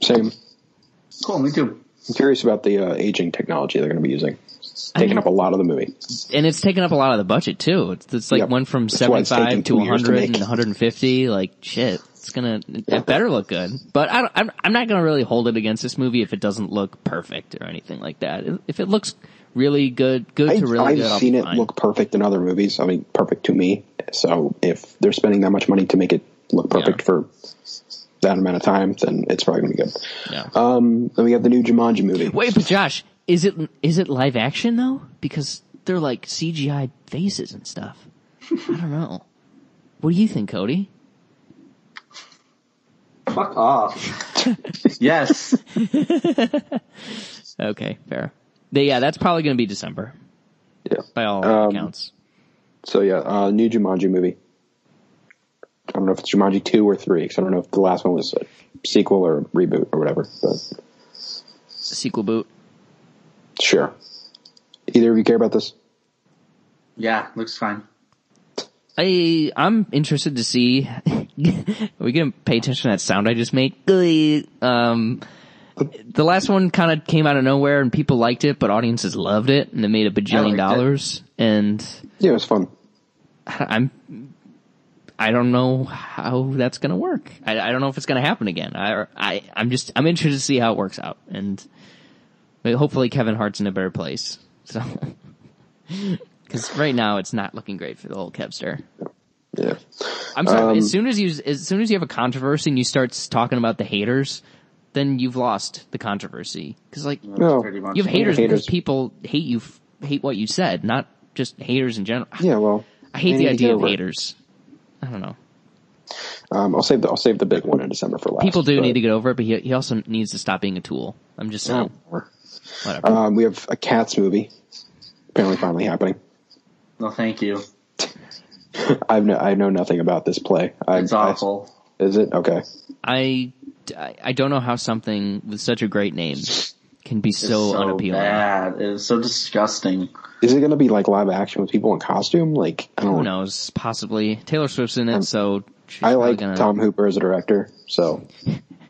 Speaker 4: Same.
Speaker 5: Cool, me too.
Speaker 4: I'm curious about the uh, aging technology they're going to be using. It's taking
Speaker 2: know.
Speaker 4: up a lot of the movie.
Speaker 2: and it's taken up a lot of the budget too. It's, it's like
Speaker 4: Yep.
Speaker 2: went from
Speaker 4: That's why it's
Speaker 2: 75
Speaker 4: taken
Speaker 2: to
Speaker 4: two years to
Speaker 2: 100 and
Speaker 4: make.
Speaker 2: 150. Like shit, it's gonna, it better look good. But I don't, I'm, I'm not gonna really hold it against this movie if it doesn't look perfect or anything like that. If it looks really good, good
Speaker 4: I,
Speaker 2: to really good, I'll
Speaker 4: I've seen
Speaker 2: be
Speaker 4: it
Speaker 2: fine.
Speaker 4: look perfect in other movies. I mean, perfect to me. So if they're spending that much money to make it look perfect
Speaker 2: Yeah.
Speaker 4: for that amount of time, then it's probably going to be good.
Speaker 2: Yeah.
Speaker 4: Um, then we have the new Jumanji movie.
Speaker 2: Wait, but Josh, is it, is it live action though? Because they're like CGI faces and stuff. I don't know. What do you think, Cody?
Speaker 3: Fuck
Speaker 2: *laughs*
Speaker 3: off.
Speaker 5: Yes.
Speaker 2: Okay, fair. They, yeah, that's probably gonna be December
Speaker 4: Yeah.
Speaker 2: by all
Speaker 4: Um,
Speaker 2: accounts.
Speaker 4: So yeah, uh, new Jumanji movie. I don't know if it's Jumanji two or three because I don't know if the last one was a sequel or a reboot or whatever. But
Speaker 2: Sequel boot.
Speaker 4: sure. Either of you care about this?
Speaker 5: yeah, looks fine.
Speaker 2: I I'm interested to see. *laughs* are we gonna pay attention to that sound I just made? Um, the last one kind of came out of nowhere, and people liked it, but audiences loved it, and it made a bajillion
Speaker 5: liked it.
Speaker 2: dollars. And
Speaker 4: Yeah, it was fun.
Speaker 2: I'm. I don't know how that's gonna work. I, I don't know if it's gonna happen again. I, I, I'm just, I'm interested to see how it works out, and hopefully Kevin Hart's in a better place. So, *laughs* because right now it's not looking great for the whole Kevster.
Speaker 4: Yeah.
Speaker 2: I'm sorry.
Speaker 4: Um,
Speaker 2: as soon as you as soon as you have a controversy and you start s- talking about the haters, then you've lost the controversy because like you
Speaker 4: No.
Speaker 5: Pretty much.
Speaker 2: have haters,
Speaker 4: Oh. Haters.
Speaker 2: because people hate you f- hate what you said, not just haters in general.
Speaker 4: Yeah. Well,
Speaker 2: I hate
Speaker 4: they need
Speaker 2: the
Speaker 4: to
Speaker 2: idea
Speaker 4: get
Speaker 2: of
Speaker 4: over it.
Speaker 2: haters. I don't know.
Speaker 4: Um, I'll save the I'll save the big one in December for last.
Speaker 2: People do
Speaker 4: but-
Speaker 2: need to get over it, but he he also needs to stop being a tool. I'm just saying. Whatever.
Speaker 4: Um, we have a Cats movie. Apparently, finally happening.
Speaker 5: No, thank you.
Speaker 4: I've no, I know nothing about this play. I,
Speaker 5: It's
Speaker 4: I-
Speaker 5: awful.
Speaker 4: is it okay?
Speaker 2: I, I I don't know how something with such a great name can be
Speaker 5: It's
Speaker 2: so, unappealing.
Speaker 5: Bad. It's so disgusting.
Speaker 4: Is it going to be like live action with people in costume? Like I
Speaker 2: Who
Speaker 4: don't know.
Speaker 2: knows? Possibly Taylor Swift's in it, so she's
Speaker 4: I
Speaker 2: probably
Speaker 4: like
Speaker 2: gonna-
Speaker 4: Tom Hooper as a director, so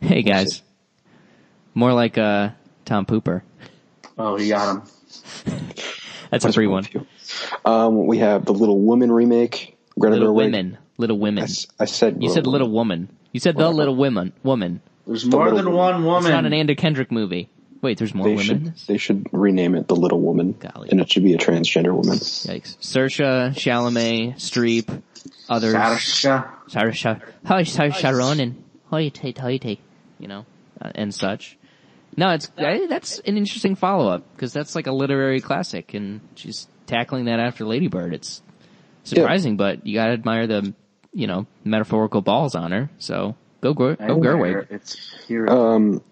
Speaker 2: Hey guys. More like uh Tom Pooper.
Speaker 5: Oh, you got him.
Speaker 2: That's a free one.
Speaker 4: Um, we have the Little Woman remake. Greta
Speaker 2: Little
Speaker 4: Gerwig.
Speaker 2: women. Little
Speaker 4: I,
Speaker 2: women.
Speaker 4: s- I said
Speaker 2: You said little woman. You said the
Speaker 4: Whatever.
Speaker 2: little women woman.
Speaker 5: There's more
Speaker 4: little
Speaker 5: than
Speaker 4: woman.
Speaker 5: one woman.
Speaker 2: It's not an Anna Kendrick movie. Wait, there's more
Speaker 4: They
Speaker 2: women?
Speaker 4: should they should rename it the Little Woman,
Speaker 2: Golly.
Speaker 4: and it should be a transgender woman.
Speaker 2: Yikes. Saoirse, Chalamet, Streep, others.
Speaker 5: Sarsha.
Speaker 2: Saoirse, hi, Saoirse Ronan. Hoity, hoity. You know, uh, and such. No, it's I, that's an interesting follow up because that's like a literary classic, and she's tackling that after Lady Bird. It's surprising, but you gotta admire the you know metaphorical balls on her. So go Ger- go Oh, Gerwig.
Speaker 5: It's here.
Speaker 6: Um,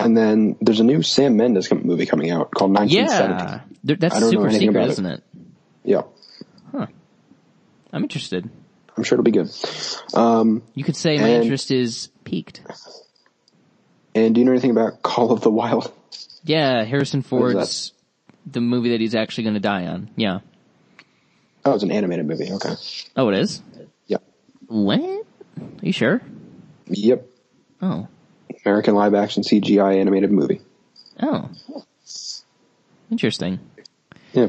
Speaker 6: and then there's a new Sam Mendes com- movie coming out called 1970.
Speaker 2: Yeah, Th- that's
Speaker 6: I don't know
Speaker 2: super
Speaker 6: anything
Speaker 2: secret,
Speaker 6: about it.
Speaker 2: isn't it?
Speaker 6: Yeah,
Speaker 2: I'm interested.
Speaker 6: I'm sure it'll be good. Um,
Speaker 2: You could say my
Speaker 6: And-
Speaker 2: interest is peaked.
Speaker 6: and do you know anything about Call of the Wild? *laughs*
Speaker 2: Yeah, Harrison
Speaker 6: is
Speaker 2: Ford's the movie that he's actually going to die on. Yeah.
Speaker 6: Oh, it's an animated movie. Okay.
Speaker 2: Oh, it is.
Speaker 6: Yep.
Speaker 2: What? Are you sure?
Speaker 6: Yep.
Speaker 2: Oh,
Speaker 6: American live action CGI animated movie.
Speaker 2: oh, interesting.
Speaker 6: Yeah.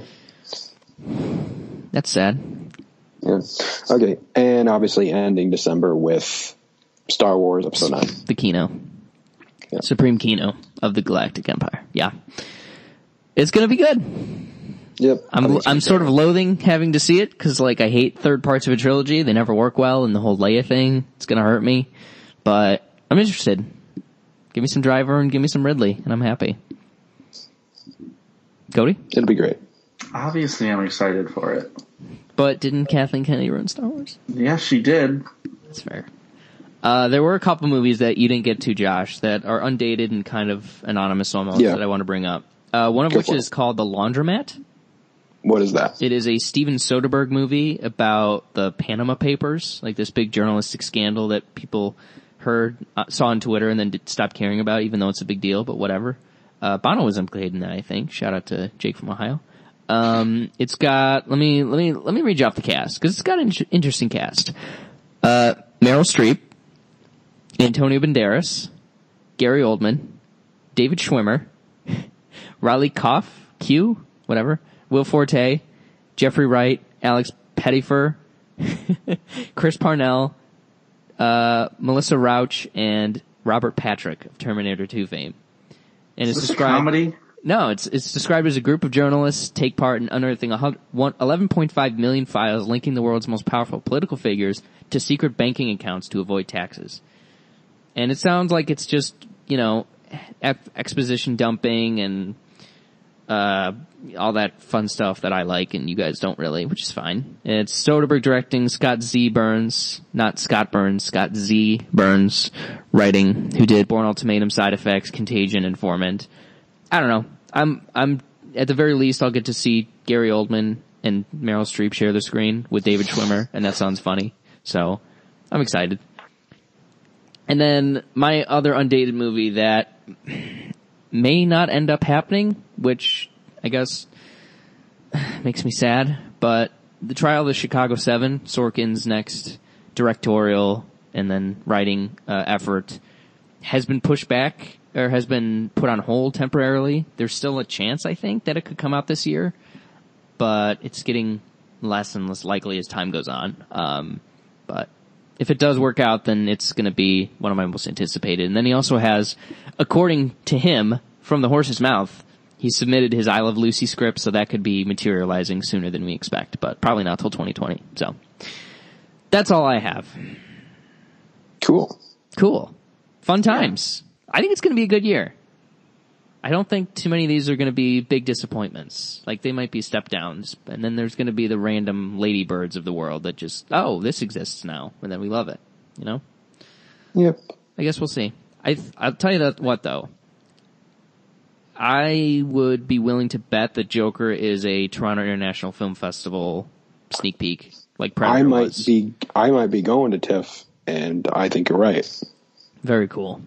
Speaker 2: That's sad.
Speaker 6: Yeah. Okay. And obviously ending December with Star Wars Episode 9.
Speaker 2: The Kino,
Speaker 6: Yeah.
Speaker 2: Supreme Kino of the Galactic Empire. Yeah, it's gonna be good.
Speaker 6: Yep. I
Speaker 2: I'm
Speaker 6: think it's
Speaker 2: I'm
Speaker 6: gonna
Speaker 2: sort
Speaker 6: be
Speaker 2: of loathing having to see it because like I hate third parts of a trilogy. They never work well, and the whole Leia thing it's gonna hurt me. But I'm interested. Give me some Driver and give me some Ridley, and I'm happy. Cody,
Speaker 6: great. It'll be great.
Speaker 5: Obviously, I'm excited for it.
Speaker 2: but didn't Kathleen Kennedy ruin Star Wars?
Speaker 5: Yeah, she did.
Speaker 2: That's fair. Uh, there were a couple movies that you didn't get to, Josh, that are undated and kind of anonymous almost
Speaker 6: Yeah.
Speaker 2: that I want to bring up. Uh, one of
Speaker 6: Go
Speaker 2: which
Speaker 6: for it.
Speaker 2: is called The Laundromat.
Speaker 6: What is that?
Speaker 2: It is a Steven Soderbergh movie about the Panama Papers, like this big journalistic scandal that people heard, uh, saw on Twitter and then did, stopped caring about, even though it's a big deal, but whatever. Uh, Bono was implicated in that, I think. Shout out to Jake from Ohio. Um, it's got, let me, let me, let me read you off the cast, cause it's got an inter- interesting cast. Uh, Meryl Streep, Antonio Banderas, Gary Oldman, David Schwimmer, Riley Koff, Q, whatever, Will Forte, Jeffrey Wright, Alex Pettifer, *laughs* Chris Parnell, uh, Melissa Rauch, and Robert Patrick of Terminator 2 fame. And it's
Speaker 5: Is this a
Speaker 2: described,
Speaker 5: comedy?
Speaker 2: no, it's it's described as a group of journalists take part in unearthing a hun- one- 11.5 million files linking the world's most powerful political figures to secret banking accounts to avoid taxes. And it sounds like it's just you know ex- exposition dumping and uh, all that fun stuff that I like and you guys don't really, which is fine. It's Soderbergh directing, Scott Z Burns, not Scott Burns, Scott Z Burns writing, who did Born Ultimatum, Side Effects, Contagion, Informant. I don't know. I'm I'm at the very least I'll get to see Gary Oldman and Meryl Streep share the screen with David Schwimmer, and that sounds funny. So I'm excited. And then my other undated movie that may not end up happening, which I guess *sighs* makes me sad, but the trial of the Chicago Seven, Sorkin's next directorial and then writing uh, effort has been pushed back or has been put on hold temporarily. There's still a chance, I think, that it could come out this year, but it's getting less and less likely as time goes on. Um, but if it does work out, then it's going to be one of my most anticipated. And then he also has, according to him, from the horse's mouth, he submitted his I Love Lucy script, so that could be materializing sooner than we expect, but probably not till 2020. So that's all I have.
Speaker 6: Cool.
Speaker 2: Cool. Fun times. I think it's going to be a good year. I don't think too many of these are going to be big disappointments. Like they might be step downs, and then there's going to be the random ladybirds of the world that just, oh, this exists now, and then we love it. You know?
Speaker 6: Yep.
Speaker 2: I guess we'll see. I th- I'll tell you that what though. I would be willing to bet that Joker is a Toronto International Film Festival sneak peek, like Predator
Speaker 6: I might
Speaker 2: was.
Speaker 6: be I might be going to TIFF, and I think you're right.
Speaker 2: Very cool.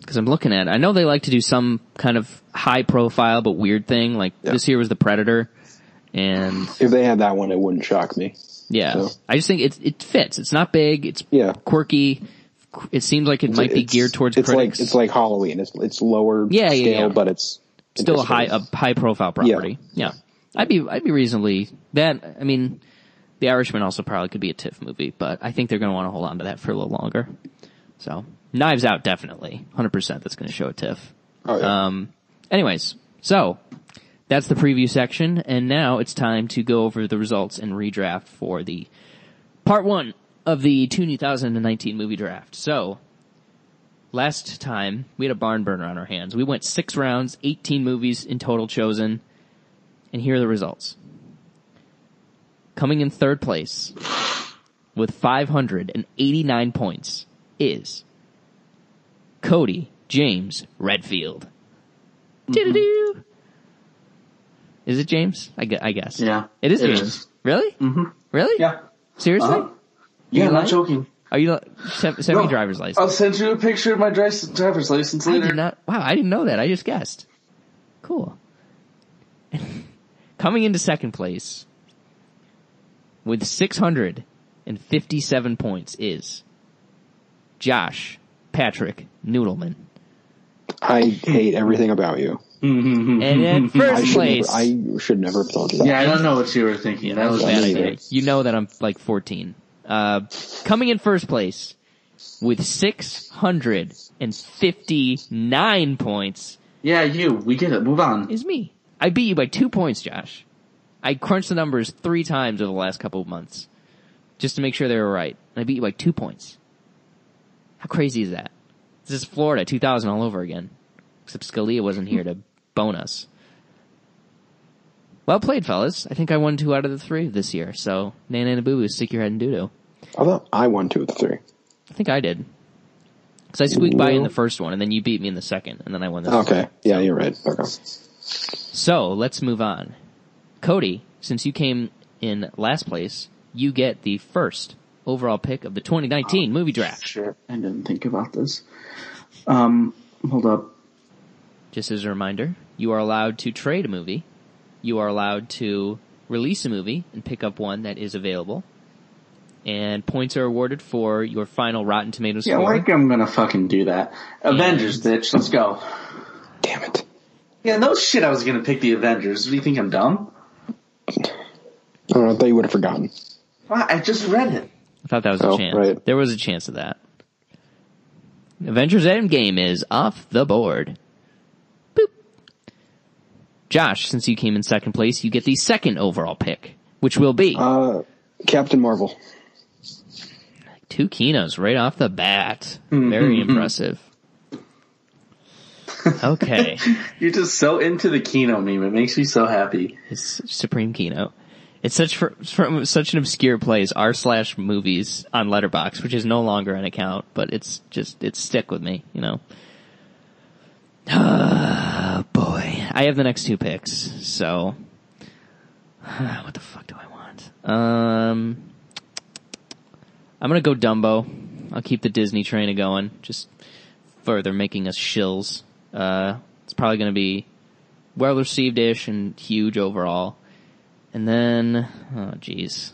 Speaker 2: Because I'm looking at, it. I know they like to do some kind of high profile but weird thing. Like
Speaker 6: Yeah.
Speaker 2: this here was the Predator, and
Speaker 6: If they had that one, it wouldn't shock me.
Speaker 2: yeah,
Speaker 6: So-
Speaker 2: I just think it it fits. It's not big. It's
Speaker 6: Yeah.
Speaker 2: quirky. It seems like it might be
Speaker 6: It's-
Speaker 2: geared towards
Speaker 6: it's
Speaker 2: critics.
Speaker 6: Like, it's like Halloween. It's it's lower
Speaker 2: Yeah, yeah,
Speaker 6: scale,
Speaker 2: yeah.
Speaker 6: but it's
Speaker 2: still a high a
Speaker 6: interesting.
Speaker 2: high profile property. Yeah. I'd be I'd be reasonably that I mean The Irishman also probably could be a TIFF movie, but I think they're going to want to hold on to that for a little longer. So, Knives Out definitely. 100% that's going to show a TIFF.
Speaker 6: Oh, yeah.
Speaker 2: Um anyways, so that's the preview section and now it's time to go over the results and redraft for the part 1 of the 2019 movie draft. So, last time we had a barn burner on our hands. We went six rounds, 18 movies in total chosen, and here are the results. Coming in third place with 589 points is Cody James Redfield. Doo-doo-doo. Is it James? I, gu- I guess.
Speaker 5: Yeah,
Speaker 2: It is
Speaker 5: it
Speaker 2: James.
Speaker 5: is.
Speaker 2: Really? Mm-hmm. Really?
Speaker 5: Yeah.
Speaker 2: Seriously?
Speaker 5: Uh-huh. Yeah,
Speaker 2: like-
Speaker 5: not joking.
Speaker 2: Are Oh, you not, send, send me
Speaker 5: No. Oh,
Speaker 2: a driver's license?
Speaker 5: I'll send you a picture of my dri- driver's license
Speaker 2: I
Speaker 5: later.
Speaker 2: did not. Wow, I didn't know that. I just guessed. Cool. *laughs* Coming into second place with 657 points is Josh Patrick Noodleman.
Speaker 6: I hate everything about you.
Speaker 2: And in
Speaker 6: Mm-hmm. *laughs* I should,
Speaker 2: first
Speaker 6: never,
Speaker 2: place.
Speaker 6: I should never have told you that.
Speaker 5: Yeah, I don't know what you were thinking. that was
Speaker 2: bad
Speaker 5: me.
Speaker 2: idea. You know that I'm like 14. Uh, coming in first place with 659 points
Speaker 5: Yeah, you. We get it. Move on.
Speaker 2: is me. I beat you by two points, Josh. I crunched the numbers three times over the last couple of months just to make sure they were right. And I beat you by two points. How crazy is that? This is Florida 2000 all over again. Except Scalia wasn't here to bone us. Well played, fellas. I think I won two out of the three this year. So, Nana and Boo Boo, stick your head in doo-doo.
Speaker 6: I thought I won two of the three.
Speaker 2: I think I did. Cause I squeaked by in the first one and then you beat me in the second and then I won the
Speaker 6: Okay. Yeah, you're right. Okay.
Speaker 2: So let's move on. Cody, since you came in last place, you get the first overall pick of the 2019 movie draft.
Speaker 5: Sure. I didn't think about this. Um, hold up.
Speaker 2: Just as a reminder, you are allowed to trade a movie. You are allowed to release a movie and pick up one that is available. And points are awarded for your final Rotten Tomatoes
Speaker 5: Yeah,
Speaker 2: score.
Speaker 5: like I'm gonna fucking do that. Avengers, bitch. Let's go.
Speaker 6: Damn it.
Speaker 5: Yeah, no shit. I was gonna pick the Avengers. Do you think I'm dumb?
Speaker 6: Oh, I thought you would have forgotten.
Speaker 5: Why, I just read it.
Speaker 2: I thought that was a
Speaker 6: Oh,
Speaker 2: chance.
Speaker 6: right.
Speaker 2: There was a chance of that. Avengers Endgame is off the board. Boop. Josh, since you came in second place, you get the second overall pick, which will be
Speaker 6: Uh, Captain Marvel.
Speaker 2: two Kinos right off the bat. Very
Speaker 6: Mm-hmm. *laughs*
Speaker 2: impressive. Okay.
Speaker 5: You're just so into the Kino meme. It makes me so happy.
Speaker 2: It's Supreme Kino. It's such for, from such an obscure place, r slash movies on Letterbox, which is no longer an account, but it's just it's stick with me, you know. *sighs* Oh boy, I have the next two picks, so *sighs* what the fuck do I want? Um, I'm gonna go Dumbo. I'll keep the Disney train a going, just further making us shills. Uh, it's probably gonna be well received ish and huge overall. And then, oh jeez.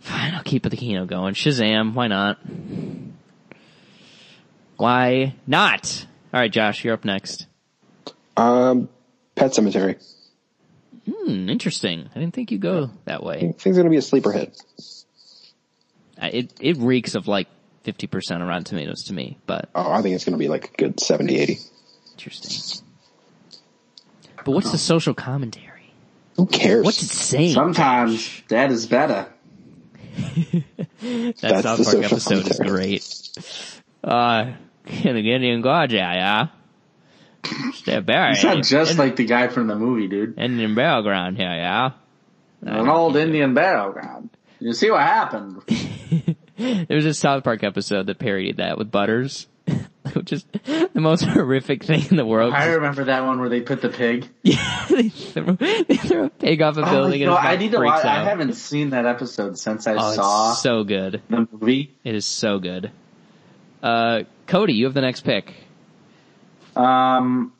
Speaker 2: Fine, I'll keep the Kino going. Shazam, why not? Why not? Alright, Josh, you're up next.
Speaker 6: Um, Pet Cemetery.
Speaker 2: Hmm, interesting. I didn't think you'd go that way.
Speaker 6: I think it's going to be a sleeper hit.
Speaker 2: I- It, it reeks of like 50% around tomatoes to me, but
Speaker 6: Oh, I think it's going to be like a good 70, 80.
Speaker 2: interesting. But what's the social commentary?
Speaker 6: Who cares?
Speaker 2: What's it saying?
Speaker 5: Sometimes that is better.
Speaker 2: That
Speaker 6: That's
Speaker 2: South
Speaker 6: the
Speaker 2: Park
Speaker 6: social
Speaker 2: episode is
Speaker 6: commentary.
Speaker 2: great. Uh, *laughs* can again in God, yeah, yeah. Step back.
Speaker 5: It's not just like the guy from the movie, dude.
Speaker 2: Indian battleground here, yeah.
Speaker 5: An old Indian battleground. You see what *laughs* happened?
Speaker 2: There was a South Park episode that parodied that with Butters, *laughs* which is the most *laughs* horrific thing in the world.
Speaker 5: I
Speaker 2: *laughs*
Speaker 5: remember that one where they put the pig.
Speaker 2: they, throw, they throw a pig off a
Speaker 5: Oh,
Speaker 2: building
Speaker 5: you
Speaker 2: and
Speaker 5: know,
Speaker 2: his mouth
Speaker 5: I need to
Speaker 2: freaks
Speaker 5: watch. I
Speaker 2: out.
Speaker 5: haven't seen that episode since I
Speaker 2: oh,
Speaker 5: saw
Speaker 2: it's so good.
Speaker 5: the movie.
Speaker 2: It is so good. Uh, Cody, you have the next pick.
Speaker 5: Um,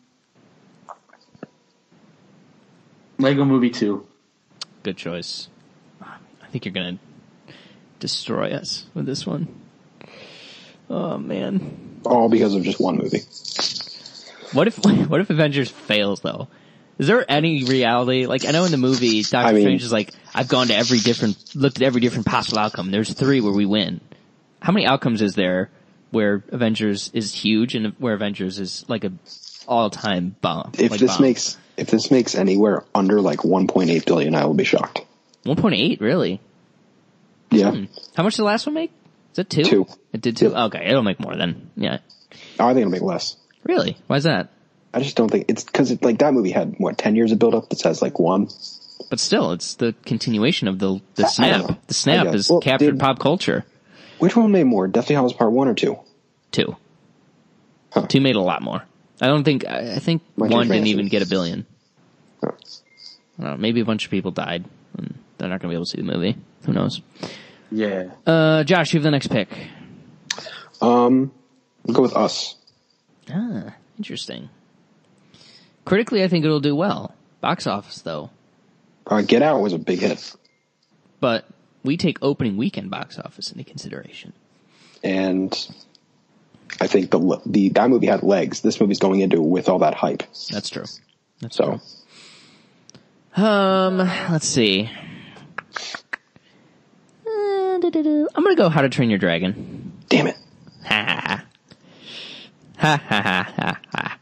Speaker 5: Lego Movie Two.
Speaker 2: Good choice. I think you're gonna destroy us with this one. Oh man.
Speaker 6: All because of just one movie.
Speaker 2: What if *laughs* what if Avengers fails though? Is there any reality? Like I know in the movie Doctor
Speaker 6: I mean-
Speaker 2: Strange is like, I've gone to every different looked at every different possible outcome. There's three where we win. How many outcomes is there where Avengers is huge and where Avengers is like a all time bomb?
Speaker 6: If
Speaker 2: like
Speaker 6: this
Speaker 2: bomb?
Speaker 6: makes if this makes anywhere under like 1.8 billion, I will be shocked.
Speaker 2: one point eight, really?
Speaker 6: Yeah.
Speaker 2: How much did the last one make? Is it two?
Speaker 6: Two.
Speaker 2: It did two? Okay, it'll make more then. Yeah.
Speaker 6: Oh, I think it'll make less.
Speaker 2: Really? Why is that?
Speaker 6: I just don't think it's because it, like that movie had what ten years of build up. This has like one.
Speaker 2: But still, it's the continuation of the, the
Speaker 6: I- I don't know.
Speaker 2: snap. The
Speaker 6: I
Speaker 2: snap
Speaker 6: guess.
Speaker 2: is
Speaker 6: Well,
Speaker 2: captured
Speaker 6: did-
Speaker 2: pop culture.
Speaker 6: Which one made more, Deathly Hallows Part One or Two?
Speaker 2: Two.
Speaker 6: Huh.
Speaker 2: Two made a lot more. I don't think, I, I think
Speaker 6: Bunch of
Speaker 2: one didn't
Speaker 6: ransoms.
Speaker 2: even get a billion.
Speaker 6: Huh.
Speaker 2: I don't know, maybe a bunch of people died. And they're not going to be able to see the movie. Who knows?
Speaker 5: Yeah.
Speaker 2: Uh, Josh, you have the next pick.
Speaker 6: Um, we'll go with Us.
Speaker 2: Ah, interesting. Critically, I think it'll do well. Box office, though.
Speaker 6: Uh, Get Out was a big hit,
Speaker 2: But we take opening weekend box office into consideration.
Speaker 6: and I think the le- the that movie had legs. This movie's going into it with all that hype.
Speaker 2: That's true. That's
Speaker 6: So
Speaker 2: true. Um, let's see. Uh, do-do-do. I'm gonna go How to Train Your Dragon.
Speaker 6: damn it,
Speaker 2: Ha ha ha. Ha ha ha ha ha.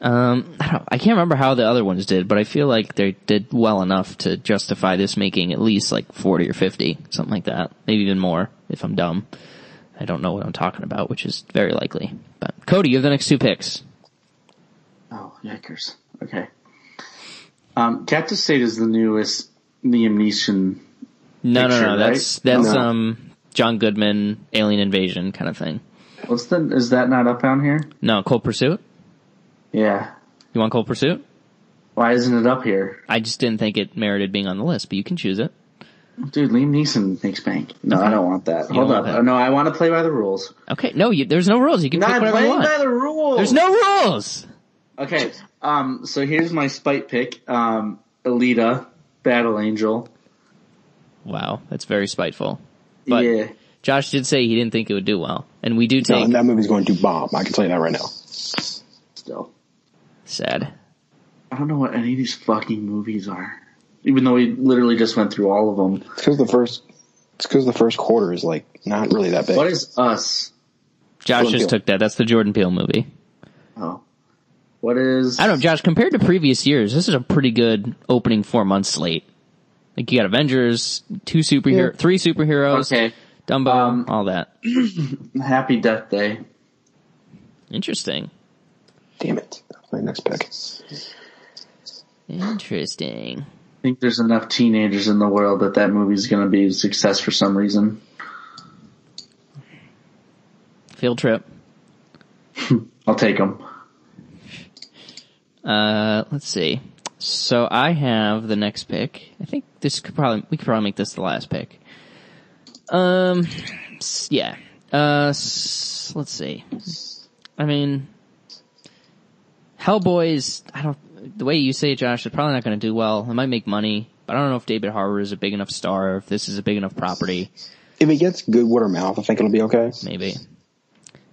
Speaker 2: Um, I don't, I can't remember how the other ones did, but I feel like they did well enough to justify this making at least like 40 or 50, something like that. Maybe even more, if I'm dumb. I don't know what I'm talking about, which is very likely. But Cody, you have the next two picks.
Speaker 5: Oh, yikers. Okay. Um, Captive State is the newest Liam Neeson.
Speaker 2: No,
Speaker 5: picture,
Speaker 2: no, no.
Speaker 5: right?
Speaker 2: That's that's
Speaker 5: No.
Speaker 2: um John Goodman Alien Invasion kind of thing.
Speaker 5: What's the? Is that not up down here?
Speaker 2: No, Cold Pursuit.
Speaker 5: Yeah.
Speaker 2: You want Cold Pursuit?
Speaker 5: Why isn't it up here,
Speaker 2: I just didn't think it merited being on the list, but you can choose it.
Speaker 5: dude? Liam Neeson makes bank. No, I don't want that. Hold
Speaker 2: don't
Speaker 5: up.
Speaker 2: want that.
Speaker 5: No, I want to play by the rules.
Speaker 2: Okay, no, you, there's no rules. You can pick
Speaker 5: Not
Speaker 2: whatever you
Speaker 5: playing by
Speaker 2: want.
Speaker 5: the rules.
Speaker 2: There's no rules.
Speaker 5: Okay. Um. So here's my spite pick. Um. Alita, Battle Angel.
Speaker 2: Wow, that's very spiteful. But
Speaker 5: yeah.
Speaker 2: Josh did say he didn't think it would do well, and we do
Speaker 6: no,
Speaker 2: take
Speaker 6: Uh, that movie's going to bomb. I can tell you that right now.
Speaker 5: Still,
Speaker 2: sad.
Speaker 5: I don't know what any of these fucking movies are. Even though we literally just went through all of them.
Speaker 6: It's because the first, it's because the first quarter is like not really that big.
Speaker 5: What is us?
Speaker 2: Josh
Speaker 6: Jordan
Speaker 2: just
Speaker 6: Peele.
Speaker 2: took that. That's the Jordan Peele movie.
Speaker 5: Oh. What is?
Speaker 2: I don't know, Josh, compared to previous years, this is a pretty good opening four month slate. Like you got Avengers, two superhero, three superheroes,
Speaker 5: Okay.
Speaker 2: Dumbo,
Speaker 5: Um,
Speaker 2: all that.
Speaker 5: Happy Death Day.
Speaker 2: Interesting.
Speaker 6: Damn it! That's my next pick.
Speaker 2: Interesting.
Speaker 5: I think there's enough teenagers in the world that that movie's going to be a success for some reason.
Speaker 2: Field trip.
Speaker 5: I'll take them.
Speaker 2: Uh, let's see. So I have the next pick. I think this could probably we could probably make this the last pick. Um, s- yeah. Uh, s- let's see. I mean, Hellboy is I don't the way you say it, Josh. It's probably not going to do well. It might make money, but I don't know if David Harbour is a big enough star. If this is a big enough property,
Speaker 6: If it gets good word of mouth, I think it'll be okay.
Speaker 2: maybe.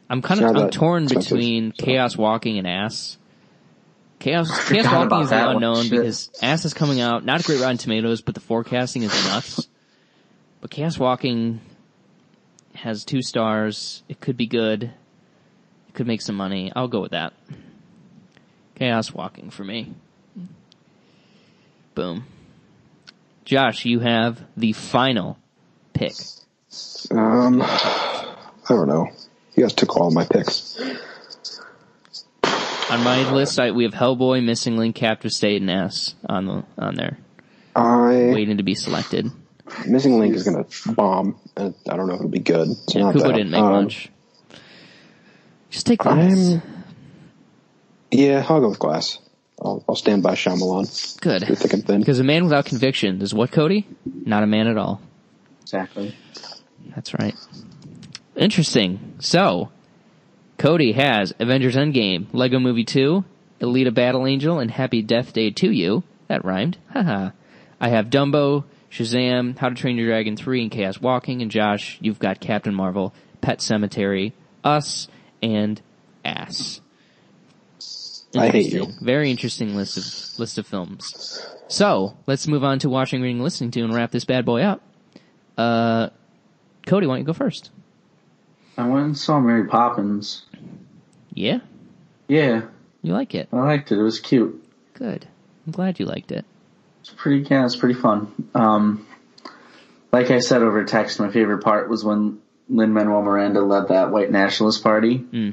Speaker 2: I'm kind
Speaker 6: It's
Speaker 2: of
Speaker 6: not
Speaker 2: I'm
Speaker 6: that
Speaker 2: torn
Speaker 6: expensive,
Speaker 2: between
Speaker 6: so.
Speaker 2: Chaos Walking and Ass.
Speaker 5: *laughs*
Speaker 2: Chaos Chaos
Speaker 5: about
Speaker 2: Walking is
Speaker 5: that
Speaker 2: the
Speaker 5: one.
Speaker 2: unknown
Speaker 5: Shit.
Speaker 2: because Ass is coming out. Not a great Rotten Tomatoes, but the forecasting is nuts. but Chaos Walking has two stars. It could be good. It could make some money. I'll go with that. Chaos Walking for me. Boom. Josh, you have the final pick.
Speaker 6: Um, I don't know. You guys took all my picks.
Speaker 2: On my list, I, we have Hellboy, Missing Link, Captive State, and S on the on there,
Speaker 6: I
Speaker 2: waiting to be selected.
Speaker 6: Missing Link is gonna bomb. and I don't know if it'll be good. It's
Speaker 2: Yeah,
Speaker 6: not
Speaker 2: Kubo
Speaker 6: that.
Speaker 2: didn't make
Speaker 6: Um,
Speaker 2: much. Just take
Speaker 6: I'm.
Speaker 2: less.
Speaker 6: Yeah, I'll go with Glass. I'll, I'll stand by Shyamalan. Through
Speaker 2: Good,
Speaker 6: thick and thin.
Speaker 2: because a man without conviction is what Cody? Not a man at all.
Speaker 5: Exactly.
Speaker 2: That's right. Interesting. So, Cody has Avengers Endgame, Lego Movie 2, Elite Battle Angel, and Happy Death Day to You. That rhymed. Haha. I have Dumbo, Shazam, How to Train Your Dragon 3, and Chaos Walking, and Josh, you've got Captain Marvel, Pet Cemetery, Us, and Ass.
Speaker 6: I hate you.
Speaker 2: Interesting. Very interesting list of list of films. So let's move on to watching, reading, listening to, and wrap this bad boy up. Uh, Cody, why don't you go first?
Speaker 5: I went and saw Mary Poppins.
Speaker 2: Yeah,
Speaker 5: Yeah,
Speaker 2: you like it.
Speaker 5: I liked it. It was cute.
Speaker 2: Good. I'm glad you liked it.
Speaker 5: It's pretty, yeah, it's pretty fun. Um, like I said over text, my favorite part was when Lin Manuel Miranda led that white nationalist party
Speaker 2: Hmm.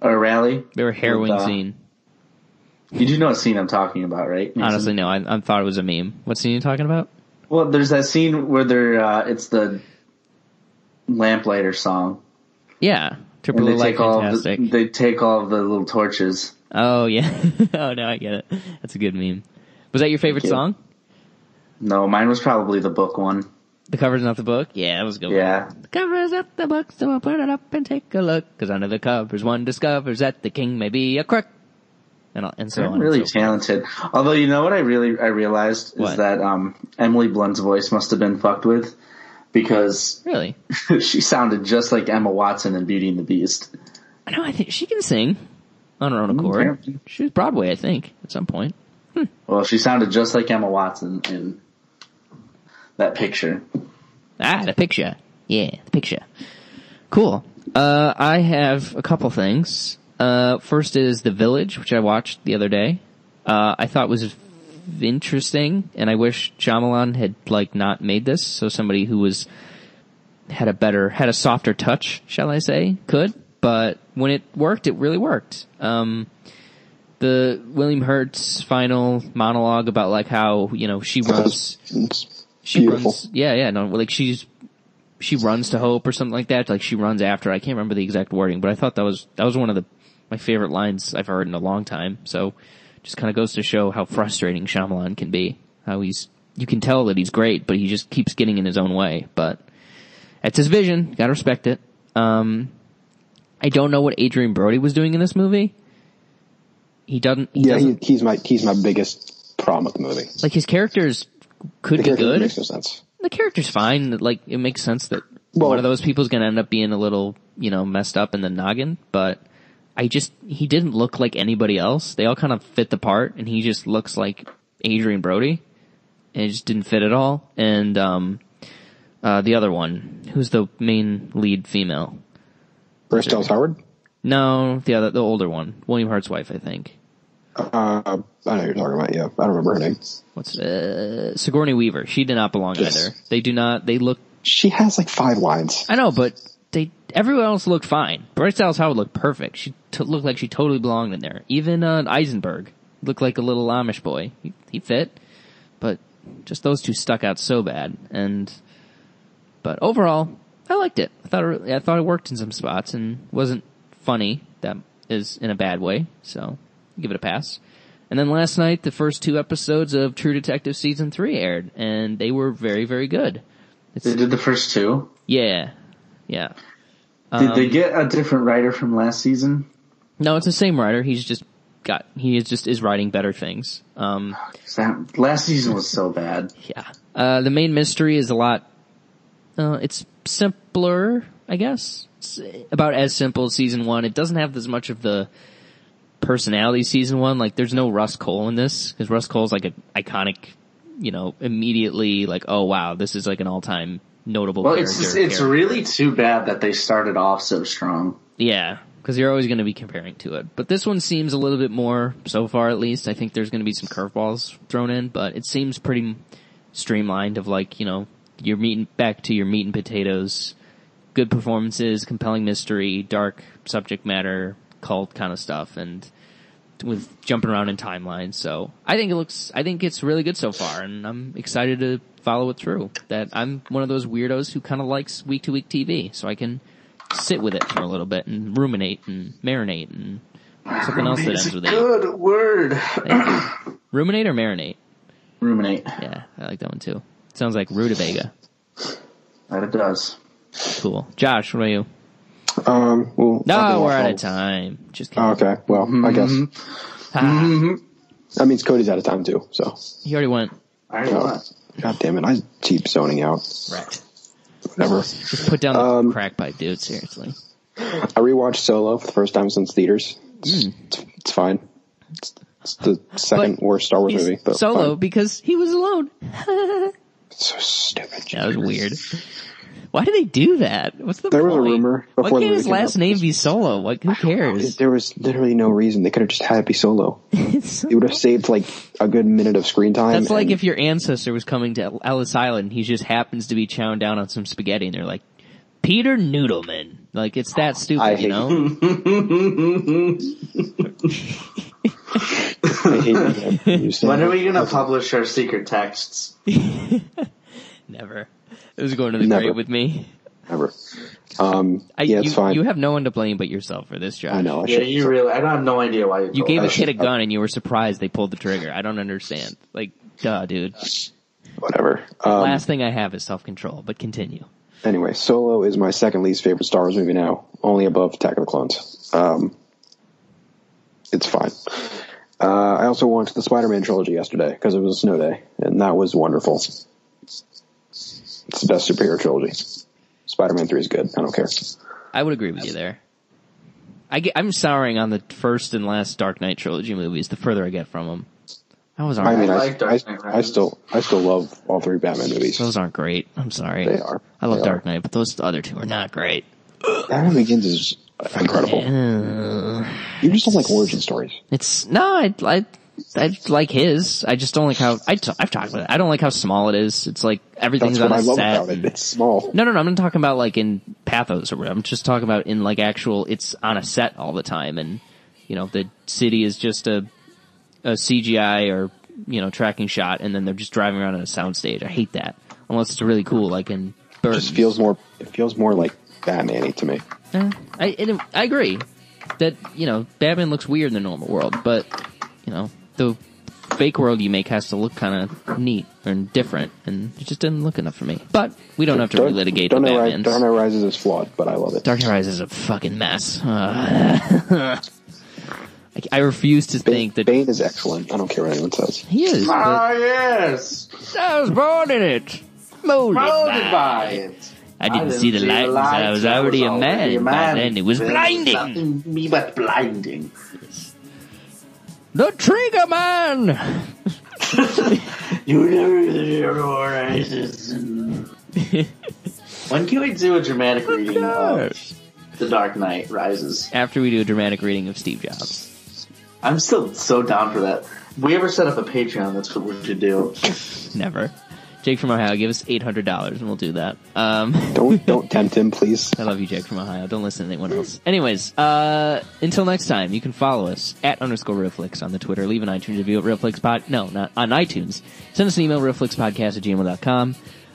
Speaker 5: or rally.
Speaker 2: They were harrowing
Speaker 5: With, uh,
Speaker 2: scene.
Speaker 5: You do know what scene I'm talking about, right? Mason?
Speaker 2: Honestly, no. I, I thought it was a meme. What scene are you talking about?
Speaker 5: Well, there's that scene where they're uh, it's the lamplighter song,
Speaker 2: Yeah,
Speaker 5: and
Speaker 2: Triple
Speaker 5: they
Speaker 2: O like
Speaker 5: take all of
Speaker 2: fantastic.
Speaker 5: the, they take all of the little torches.
Speaker 2: oh yeah. *laughs* oh no, I get it. That's a good meme. Was that your favorite
Speaker 5: you.
Speaker 2: song?
Speaker 5: No, mine was probably the book one.
Speaker 2: The cover's not the book. Yeah, that was a good. one.
Speaker 5: Yeah,
Speaker 2: The cover's not the book, so I'll put it up and take a look. Because under the covers, one discovers that the king may be a crook, and all- and so on.
Speaker 5: I'm
Speaker 2: and
Speaker 5: really
Speaker 2: so forth.
Speaker 5: talented. Although you know what I really I realized is
Speaker 2: What?
Speaker 5: that um, Emily Blunt's voice must have been fucked with because *laughs*
Speaker 2: Really?
Speaker 5: she sounded just like Emma Watson in Beauty and the Beast.
Speaker 2: I know. I think she can sing on her own accord.
Speaker 5: Mm, apparently.
Speaker 2: She was Broadway, I think, at some point.
Speaker 5: Well, she sounded just like Emma Watson in that picture.
Speaker 2: Ah, the picture. Yeah, the picture. Cool. Uh, I have a couple things. Uh, first is The Village, which I watched the other day. Uh, I thought was interesting, and I wish Shyamalan had, like, not made this, so somebody who was, had a better, had a softer touch, shall I say, could, but when it worked, it really worked. Um, the William Hurt's final monologue about, like, how, you know, she runs,
Speaker 6: It's
Speaker 2: she
Speaker 6: beautiful.
Speaker 2: runs yeah yeah no like she's she runs to hope or something like that like she runs after i can't remember the exact wording but i thought that was that was one of the my favorite lines i've heard in a long time so just kind of goes to show how frustrating Shyamalan can be how he's you can tell that he's great but he just keeps getting in his own way but it's his vision gotta respect it um i don't know what adrian brody was doing in this movie he doesn't he
Speaker 6: yeah,
Speaker 2: doesn't
Speaker 6: he, he's my he's my biggest problem with the movie.
Speaker 2: like his characters could
Speaker 6: The
Speaker 2: be
Speaker 6: character
Speaker 2: good
Speaker 6: makes no sense.
Speaker 2: the character's fine. Like it makes sense that
Speaker 6: Well-
Speaker 2: one of those people's going to end up being a little, you know, messed up in the noggin. But I just he didn't look like anybody else. They all kind of fit the part, and he just looks like Adrian Brody, and it just didn't fit at all. And um, uh, the other one, who's the main lead female?
Speaker 6: Bryce Dallas Howard.
Speaker 2: No, the other, the older one, William Hart's wife, I think.
Speaker 6: Uh, I know who you're talking about. Yeah, I don't remember her name.
Speaker 2: What's uh, Sigourney Weaver? She did not belong
Speaker 6: Yes.
Speaker 2: either. They do not. They look
Speaker 6: She has like five lines.
Speaker 2: I know, but they everyone else looked fine. Bryce Dallas Howard looked perfect. She t- looked like she totally belonged in there. Even uh, Eisenberg looked like a little Amish boy. He, he fit, but just those two stuck out so bad. And but overall, I liked it. I thought it, re- I thought it worked in some spots and wasn't funny. That is in a bad way. So give it a pass. And then last night, the first two episodes of True Detective season three aired, and they were very, very good.
Speaker 5: They did the first two.
Speaker 2: Yeah, yeah.
Speaker 5: Did they get a different writer from last season?
Speaker 2: No, it's the same writer. He's just got he is just is writing better things. Um,
Speaker 5: 'Cause that- last season was so bad.
Speaker 2: *laughs* yeah. Uh, the main mystery is a lot. Uh, it's simpler, I guess. It's eh, about as simple as season one. It doesn't have as much of the personality as season one. Like, there's no Russ Cole in this because Russ Cole's like an iconic, you know, immediately like, oh wow, this is like an all time notable.
Speaker 5: Well,
Speaker 2: character,
Speaker 5: it's just, it's
Speaker 2: character.
Speaker 5: really too bad that they started off so strong.
Speaker 2: Yeah, because you're always going to be comparing to it. But this one seems a little bit more, so far at least. I think there's going to be some curveballs thrown in, but it seems pretty streamlined. Of like, you know, your meat and, back to your meat and potatoes. Good performances, compelling mystery, dark subject matter, cult kind of stuff, and with jumping around in timelines. So I think it looks, I think it's really good so far, and I'm excited to follow it through. That I'm one of those weirdos who kind of likes week to week TV, so I can sit with it for a little bit and ruminate and marinate and something else that
Speaker 5: It's
Speaker 2: ends
Speaker 5: a
Speaker 2: with a
Speaker 5: good word.
Speaker 2: ruminate or marinate.
Speaker 5: *laughs* Ruminate.
Speaker 2: Yeah, I like that one too. Sounds like rutabaga.
Speaker 5: That it does.
Speaker 2: Cool. Josh, what about you?
Speaker 6: Um, well, I've been
Speaker 2: No, we're
Speaker 6: watching
Speaker 2: out
Speaker 6: all-
Speaker 2: of time. Just kidding.
Speaker 6: Oh, okay, well, I guess
Speaker 2: Mm-hmm.
Speaker 6: Mm-hmm.
Speaker 2: Ah,
Speaker 6: that means Cody's out of time too. So,
Speaker 2: he already went.
Speaker 5: I
Speaker 6: uh,
Speaker 5: *laughs*
Speaker 6: God damn it, I keep zoning out.
Speaker 2: Right.
Speaker 6: Whatever.
Speaker 2: Just put down the
Speaker 6: Um,
Speaker 2: crack pipe, dude. Seriously.
Speaker 4: *laughs*
Speaker 6: I rewatched Solo for the first time since theaters. It's,
Speaker 2: Mm.
Speaker 6: it's, it's fine. It's, it's the second worst Star Wars
Speaker 2: He's
Speaker 6: movie. But
Speaker 2: solo
Speaker 6: fine.
Speaker 2: because he was alone.
Speaker 6: It's so stupid.
Speaker 2: That was weird. Why do they do that? What's the
Speaker 4: There was
Speaker 2: point?
Speaker 4: a rumor
Speaker 2: Why
Speaker 4: before the
Speaker 2: can't his
Speaker 4: movie came
Speaker 2: last
Speaker 4: out.
Speaker 2: name be Solo? Like, who cares?
Speaker 4: There was literally no reason. They could have just had it be solo.
Speaker 2: It's-
Speaker 4: It would have saved like a good minute of screen time.
Speaker 2: That's like
Speaker 4: and-
Speaker 2: if your ancestor was coming to Ellis Island, he just happens to be chowing down on some spaghetti, and they're like, Peter Noodleman. Like, it's that stupid,
Speaker 4: I
Speaker 2: you
Speaker 4: hate-
Speaker 2: know?
Speaker 4: I hate that
Speaker 2: *laughs*
Speaker 4: you said
Speaker 5: When are
Speaker 4: that.
Speaker 5: we gonna publish our secret texts?
Speaker 2: *laughs* Never. It was going to the
Speaker 4: Never.
Speaker 2: grave with me.
Speaker 4: Never. Um,
Speaker 2: I,
Speaker 4: yeah, it's
Speaker 2: you,
Speaker 4: fine.
Speaker 2: you have no one to blame but yourself for this, Josh.
Speaker 4: I know. I
Speaker 5: Yeah,
Speaker 4: should.
Speaker 5: you really. I have no idea why you.
Speaker 2: You
Speaker 5: told
Speaker 2: gave a
Speaker 5: us.
Speaker 2: kid a gun and you were surprised they pulled the trigger. I don't understand. Like, duh, dude.
Speaker 4: whatever. Um,
Speaker 2: Last thing I have is self-control, but continue.
Speaker 4: Anyway, Solo is my second least favorite Star Wars movie now, only above Attack of the Clones. Um, it's fine. Uh, I also watched the Spider-Man trilogy yesterday because it was a snow day, and that was wonderful. It's the best superhero trilogy. Spider-Man Three is good. I don't care.
Speaker 2: I would agree with you there. I am souring on the first and last Dark Knight trilogy movies the further I get from them. That was
Speaker 4: I
Speaker 2: alright.
Speaker 4: mean, I,
Speaker 5: I like Dark
Speaker 4: I,
Speaker 5: Knight
Speaker 4: I still, I still love all three Batman movies.
Speaker 2: Those aren't great. I'm sorry.
Speaker 4: They are.
Speaker 2: I love
Speaker 4: They are.
Speaker 2: Dark Knight, but those other two are not great.
Speaker 4: Batman Begins is incredible.
Speaker 2: Uh,
Speaker 4: You just don't like origin stories.
Speaker 2: It's no, I I I like his. I just don't like how I t- I've talked about it. I don't like how small it is. It's like everything's
Speaker 4: That's what
Speaker 2: on a
Speaker 4: I love
Speaker 2: set.
Speaker 4: about it. It's small.
Speaker 2: No, no, no. I'm not talking about like in pathos or whatever. I'm just talking about in like actual. It's on a set all the time, and you know the city is just a a CGI or you know tracking shot, and then they're just driving around on a soundstage. I hate that unless it's really cool, like in
Speaker 4: It
Speaker 2: Birds.
Speaker 4: just feels more. It feels more like Batman-y to me.
Speaker 2: Eh, I it, I agree that you know Batman looks weird in the normal world, but you know the fake world you make has to look kind of neat and different, and it just didn't look enough for me. But we don't have to
Speaker 4: Dark-
Speaker 2: relitigate
Speaker 4: Dark
Speaker 2: the
Speaker 4: Knight Ri-
Speaker 2: Batman's.
Speaker 4: Dark Knight Rises is flawed, but I love it.
Speaker 2: Dark Knight Rises is a fucking mess. *laughs* Ugh. I, I refuse to
Speaker 4: Bane,
Speaker 2: think that
Speaker 4: Bane is excellent. I don't care what anyone says.
Speaker 2: he is. but
Speaker 5: Ah yes,
Speaker 2: I was born in it. Molded
Speaker 5: molded
Speaker 2: by.
Speaker 5: by it.
Speaker 2: I didn't see the light, so I was already a man. By then it was
Speaker 5: There
Speaker 2: blinding.
Speaker 5: nothing to me but blinding.
Speaker 2: The Trigger Man.
Speaker 5: You never zero rises. *laughs* when can we do a dramatic reading of The Dark Knight Rises?
Speaker 2: After we do a dramatic reading of Steve Jobs.
Speaker 5: I'm still so down for that. If we ever set up a Patreon, that's what we should do.
Speaker 2: Never. Jake from Ohio, give us eight hundred dollars and we'll do that. Um, *laughs*
Speaker 4: Don't don't tempt him, please.
Speaker 2: I love you, Jake from Ohio. Don't listen to anyone else. Anyways, uh, until next time, you can follow us at underscore Realflix on the Twitter. Leave an iTunes review at RealFlixPod. No, not on iTunes. Send us an email, RealFlixPodcast at gmail.com.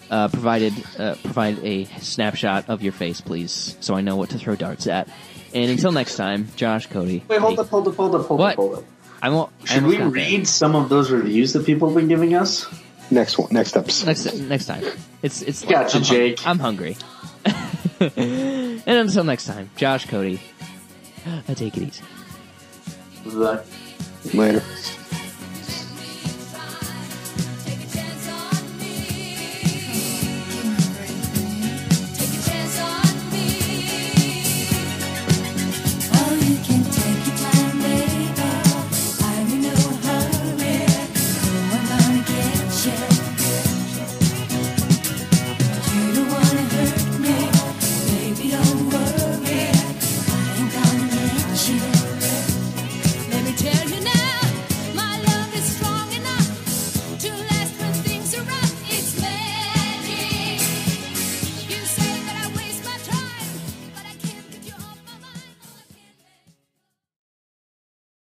Speaker 2: Uh, provided, uh, provide a snapshot of your face, please, so I know what to throw darts at. And until next time, Josh, Cody.
Speaker 5: Wait, hold
Speaker 2: Jake.
Speaker 5: up, hold up, hold up, hold
Speaker 2: What?
Speaker 5: up, hold up.
Speaker 2: I won't, I
Speaker 5: Should
Speaker 2: almost
Speaker 5: we
Speaker 2: got there.
Speaker 5: read some of those reviews that people have been giving us?
Speaker 4: Next one. Next episode.
Speaker 2: Next next time. It's it's
Speaker 5: Gotcha,
Speaker 2: I'm hung-
Speaker 5: Jake.
Speaker 2: I'm hungry. *laughs* and until next time, Josh *gasps* Cody. I take it easy.
Speaker 5: The
Speaker 4: Later.